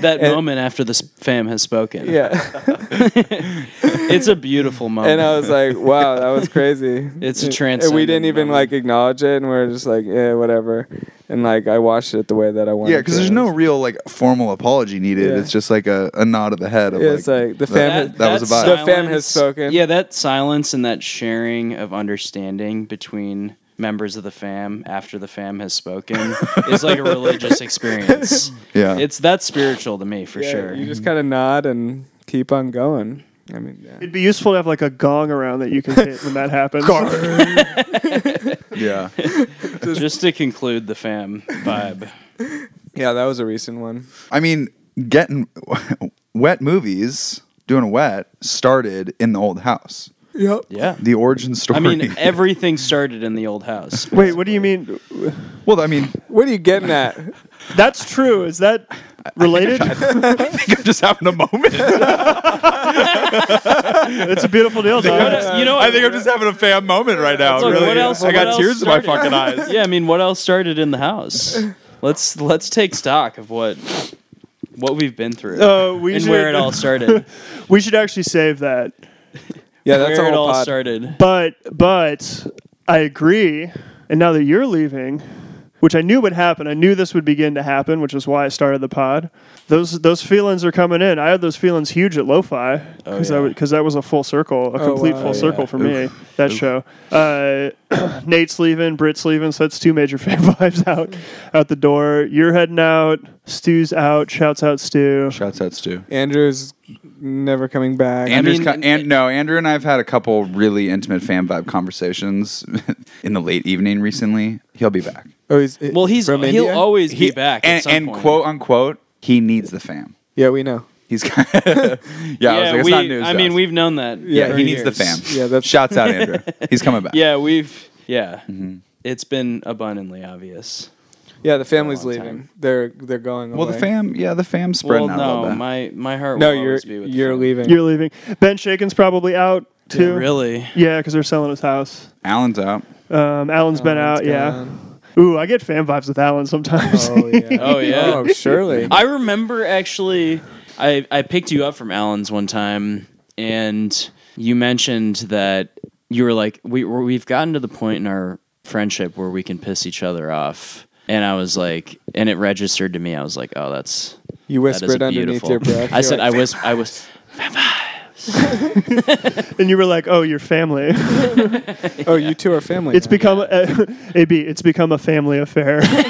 Speaker 4: That moment after the s- fam has spoken.
Speaker 3: Yeah,
Speaker 4: It's a beautiful moment.
Speaker 3: and I was like, "Wow, that was crazy."
Speaker 4: It's a
Speaker 3: And we didn't
Speaker 4: transcendent
Speaker 3: even
Speaker 4: moment.
Speaker 3: like acknowledge it, and we are just like, "Yeah, whatever." And like I watched it the way that I wanted.
Speaker 2: Yeah, because
Speaker 3: to.
Speaker 2: there's no real like formal apology needed.
Speaker 3: Yeah.
Speaker 2: It's just like a, a nod of the head. Of,
Speaker 3: Yeah, it's like, the fam has-
Speaker 2: that, that was a vibe.
Speaker 3: The fam has spoken.
Speaker 4: Yeah, that silence and that sharing of understanding between members of the fam after the fam has spoken is like a religious experience.
Speaker 2: Yeah.
Speaker 4: It's that's spiritual to me for
Speaker 3: Yeah,
Speaker 4: sure.
Speaker 3: You just kind of nod and keep on going. I mean, yeah.
Speaker 1: It'd be useful to have like a gong around that you can hit when that happens.
Speaker 2: yeah.
Speaker 4: just to conclude the fam vibe.
Speaker 3: Yeah, that was a recent one.
Speaker 2: I mean, getting wet movies, doing a wet, started in the old house.
Speaker 3: Yep.
Speaker 4: Yeah.
Speaker 2: The origin story.
Speaker 4: I mean, everything started in the old house.
Speaker 1: Wait, what do you mean?
Speaker 2: well, I mean,
Speaker 3: What are you getting at?
Speaker 1: That's true. Is that related?
Speaker 2: I think I'm just having a moment.
Speaker 1: it's a beautiful deal. Dog.
Speaker 4: you know,
Speaker 2: I think I'm just having a fam moment right now.
Speaker 4: Look,
Speaker 2: really.
Speaker 4: what else-
Speaker 2: I
Speaker 4: what
Speaker 2: got
Speaker 4: else
Speaker 2: tears in my
Speaker 4: started?
Speaker 2: fucking eyes.
Speaker 4: yeah, I mean, what else started in the house? Let's let's take stock of what what we've been through
Speaker 1: Uh, we
Speaker 4: and
Speaker 1: should,
Speaker 4: where it all started.
Speaker 1: We should actually save that.
Speaker 3: Yeah, that's
Speaker 4: where
Speaker 3: a
Speaker 4: it
Speaker 3: whole
Speaker 4: all
Speaker 3: pod.
Speaker 4: started.
Speaker 1: But but I agree. And now that you're leaving, which I knew would happen, I knew this would begin to happen, which is why I started the pod. Those those feelings are coming in. I had those feelings huge at Lo-Fi because
Speaker 4: yeah.
Speaker 1: that was a full circle, a
Speaker 3: Oh,
Speaker 1: complete
Speaker 3: wow,
Speaker 1: full
Speaker 3: yeah.
Speaker 1: circle for me. That show. Uh, Nate's leaving, Brit's leaving, so that's two major fan vibes out out the door. You're heading out. Stu's out. Shouts out, Stu.
Speaker 2: Shouts out Stu.
Speaker 3: Andrew's never coming back.
Speaker 2: Andrew's
Speaker 4: mean,
Speaker 2: co- and no, Andrew and I have had a couple really intimate fan vibe conversations in the late evening recently. He'll be back.
Speaker 3: oh, he's
Speaker 4: Well, he's
Speaker 3: from
Speaker 4: he'll
Speaker 3: India?
Speaker 4: always be
Speaker 2: He-
Speaker 4: back. at
Speaker 2: And,
Speaker 4: some
Speaker 2: and
Speaker 4: point.
Speaker 2: quote unquote, he needs the fam.
Speaker 3: Yeah, we know.
Speaker 2: He's kind of, yeah, I was like,
Speaker 4: Yeah,
Speaker 2: it's
Speaker 4: we,
Speaker 2: not news.
Speaker 4: I
Speaker 2: to
Speaker 4: mean,
Speaker 2: us.
Speaker 4: we've known that.
Speaker 2: yeah,
Speaker 4: for
Speaker 2: he needs the
Speaker 4: years.
Speaker 2: fam.
Speaker 3: Yeah, that's-
Speaker 2: shouts out Andrew. He's coming back.
Speaker 4: Yeah, we've yeah.
Speaker 2: Mm-hmm.
Speaker 4: It's been abundantly obvious.
Speaker 3: Yeah, the family's
Speaker 4: long
Speaker 3: leaving.
Speaker 4: time.
Speaker 3: They're they're going.
Speaker 2: Well,
Speaker 3: away.
Speaker 2: the fam, yeah, the fam's spreading out
Speaker 4: well,
Speaker 2: a
Speaker 4: no,
Speaker 2: little bit.
Speaker 4: my my heart.
Speaker 3: No,
Speaker 4: will
Speaker 3: you're
Speaker 4: always be with the
Speaker 3: you're
Speaker 4: fam.
Speaker 3: leaving.
Speaker 1: You're leaving. Ben Shaken's probably out too.
Speaker 4: Yeah, really.
Speaker 1: Yeah, because they're selling his house.
Speaker 2: Alan's out.
Speaker 1: Um, Alan's been
Speaker 3: Alan's
Speaker 1: out. Yeah.
Speaker 3: Oh, gone.
Speaker 1: Ooh, I get fan vibes with Alan sometimes.
Speaker 3: Oh yeah.
Speaker 4: Oh yeah.
Speaker 3: Oh surely.
Speaker 4: I remember actually, I, I picked you up from Allen's one time, and you mentioned that you were like, we we're- we've gotten to the point in our friendship where we can piss each other off, and I was like, and it registered to me. I was like, oh, that's
Speaker 3: You
Speaker 4: that is
Speaker 3: whispered underneath
Speaker 4: beautiful.
Speaker 3: your breath.
Speaker 4: I
Speaker 3: you're
Speaker 4: said,
Speaker 3: like,
Speaker 4: I was, I was,
Speaker 1: and you were like, "Oh, your family."
Speaker 3: Oh, you two are family.
Speaker 1: It's
Speaker 3: now."
Speaker 1: become a, AB. It's become a family affair.
Speaker 3: You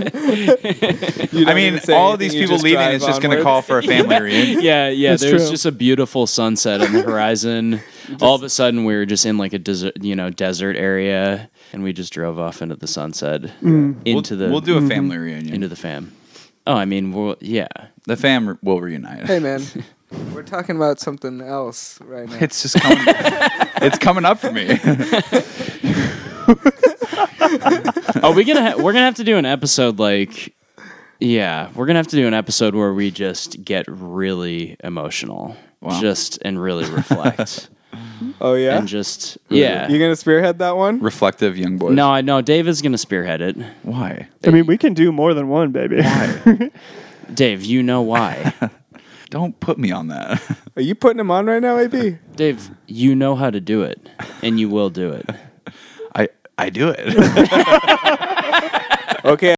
Speaker 3: don't
Speaker 2: I mean,
Speaker 3: even say
Speaker 2: all
Speaker 3: anything,
Speaker 2: of these
Speaker 3: you
Speaker 2: people
Speaker 3: just
Speaker 2: leaving
Speaker 3: drive
Speaker 2: is just going to
Speaker 3: onward.
Speaker 2: call for a family reunion.
Speaker 4: yeah, yeah.
Speaker 1: That's
Speaker 4: there was
Speaker 1: true.
Speaker 4: just a beautiful sunset on the horizon. All of a sudden, we were just in like a desert, you know, desert area, and we just drove off into the sunset,
Speaker 3: Mm.
Speaker 4: into
Speaker 2: we'll,
Speaker 4: the
Speaker 2: we'll do a family reunion.
Speaker 4: into the fam. Oh, I mean, well, yeah.
Speaker 2: the fam will reunite.
Speaker 3: Hey man, we're talking about something else right now.
Speaker 2: It's just coming. it's coming up for me.
Speaker 4: Are we gonna ha- we're gonna have to do an episode like, yeah, we're gonna have to do an episode where we just get really emotional,
Speaker 2: Wow.
Speaker 4: just and really reflect
Speaker 3: oh yeah.
Speaker 4: and just yeah.
Speaker 3: You gonna spearhead that one?
Speaker 2: Reflective young boys.
Speaker 4: No, I know Dave is gonna spearhead it.
Speaker 2: Why?
Speaker 1: I mean, we can do more than one, baby.
Speaker 4: Dave, you know why?
Speaker 2: Don't put me on that.
Speaker 3: Are you putting him on right now, AB?
Speaker 4: Dave, you know how to do it, and you will do it.
Speaker 2: I I do it.
Speaker 3: Okay,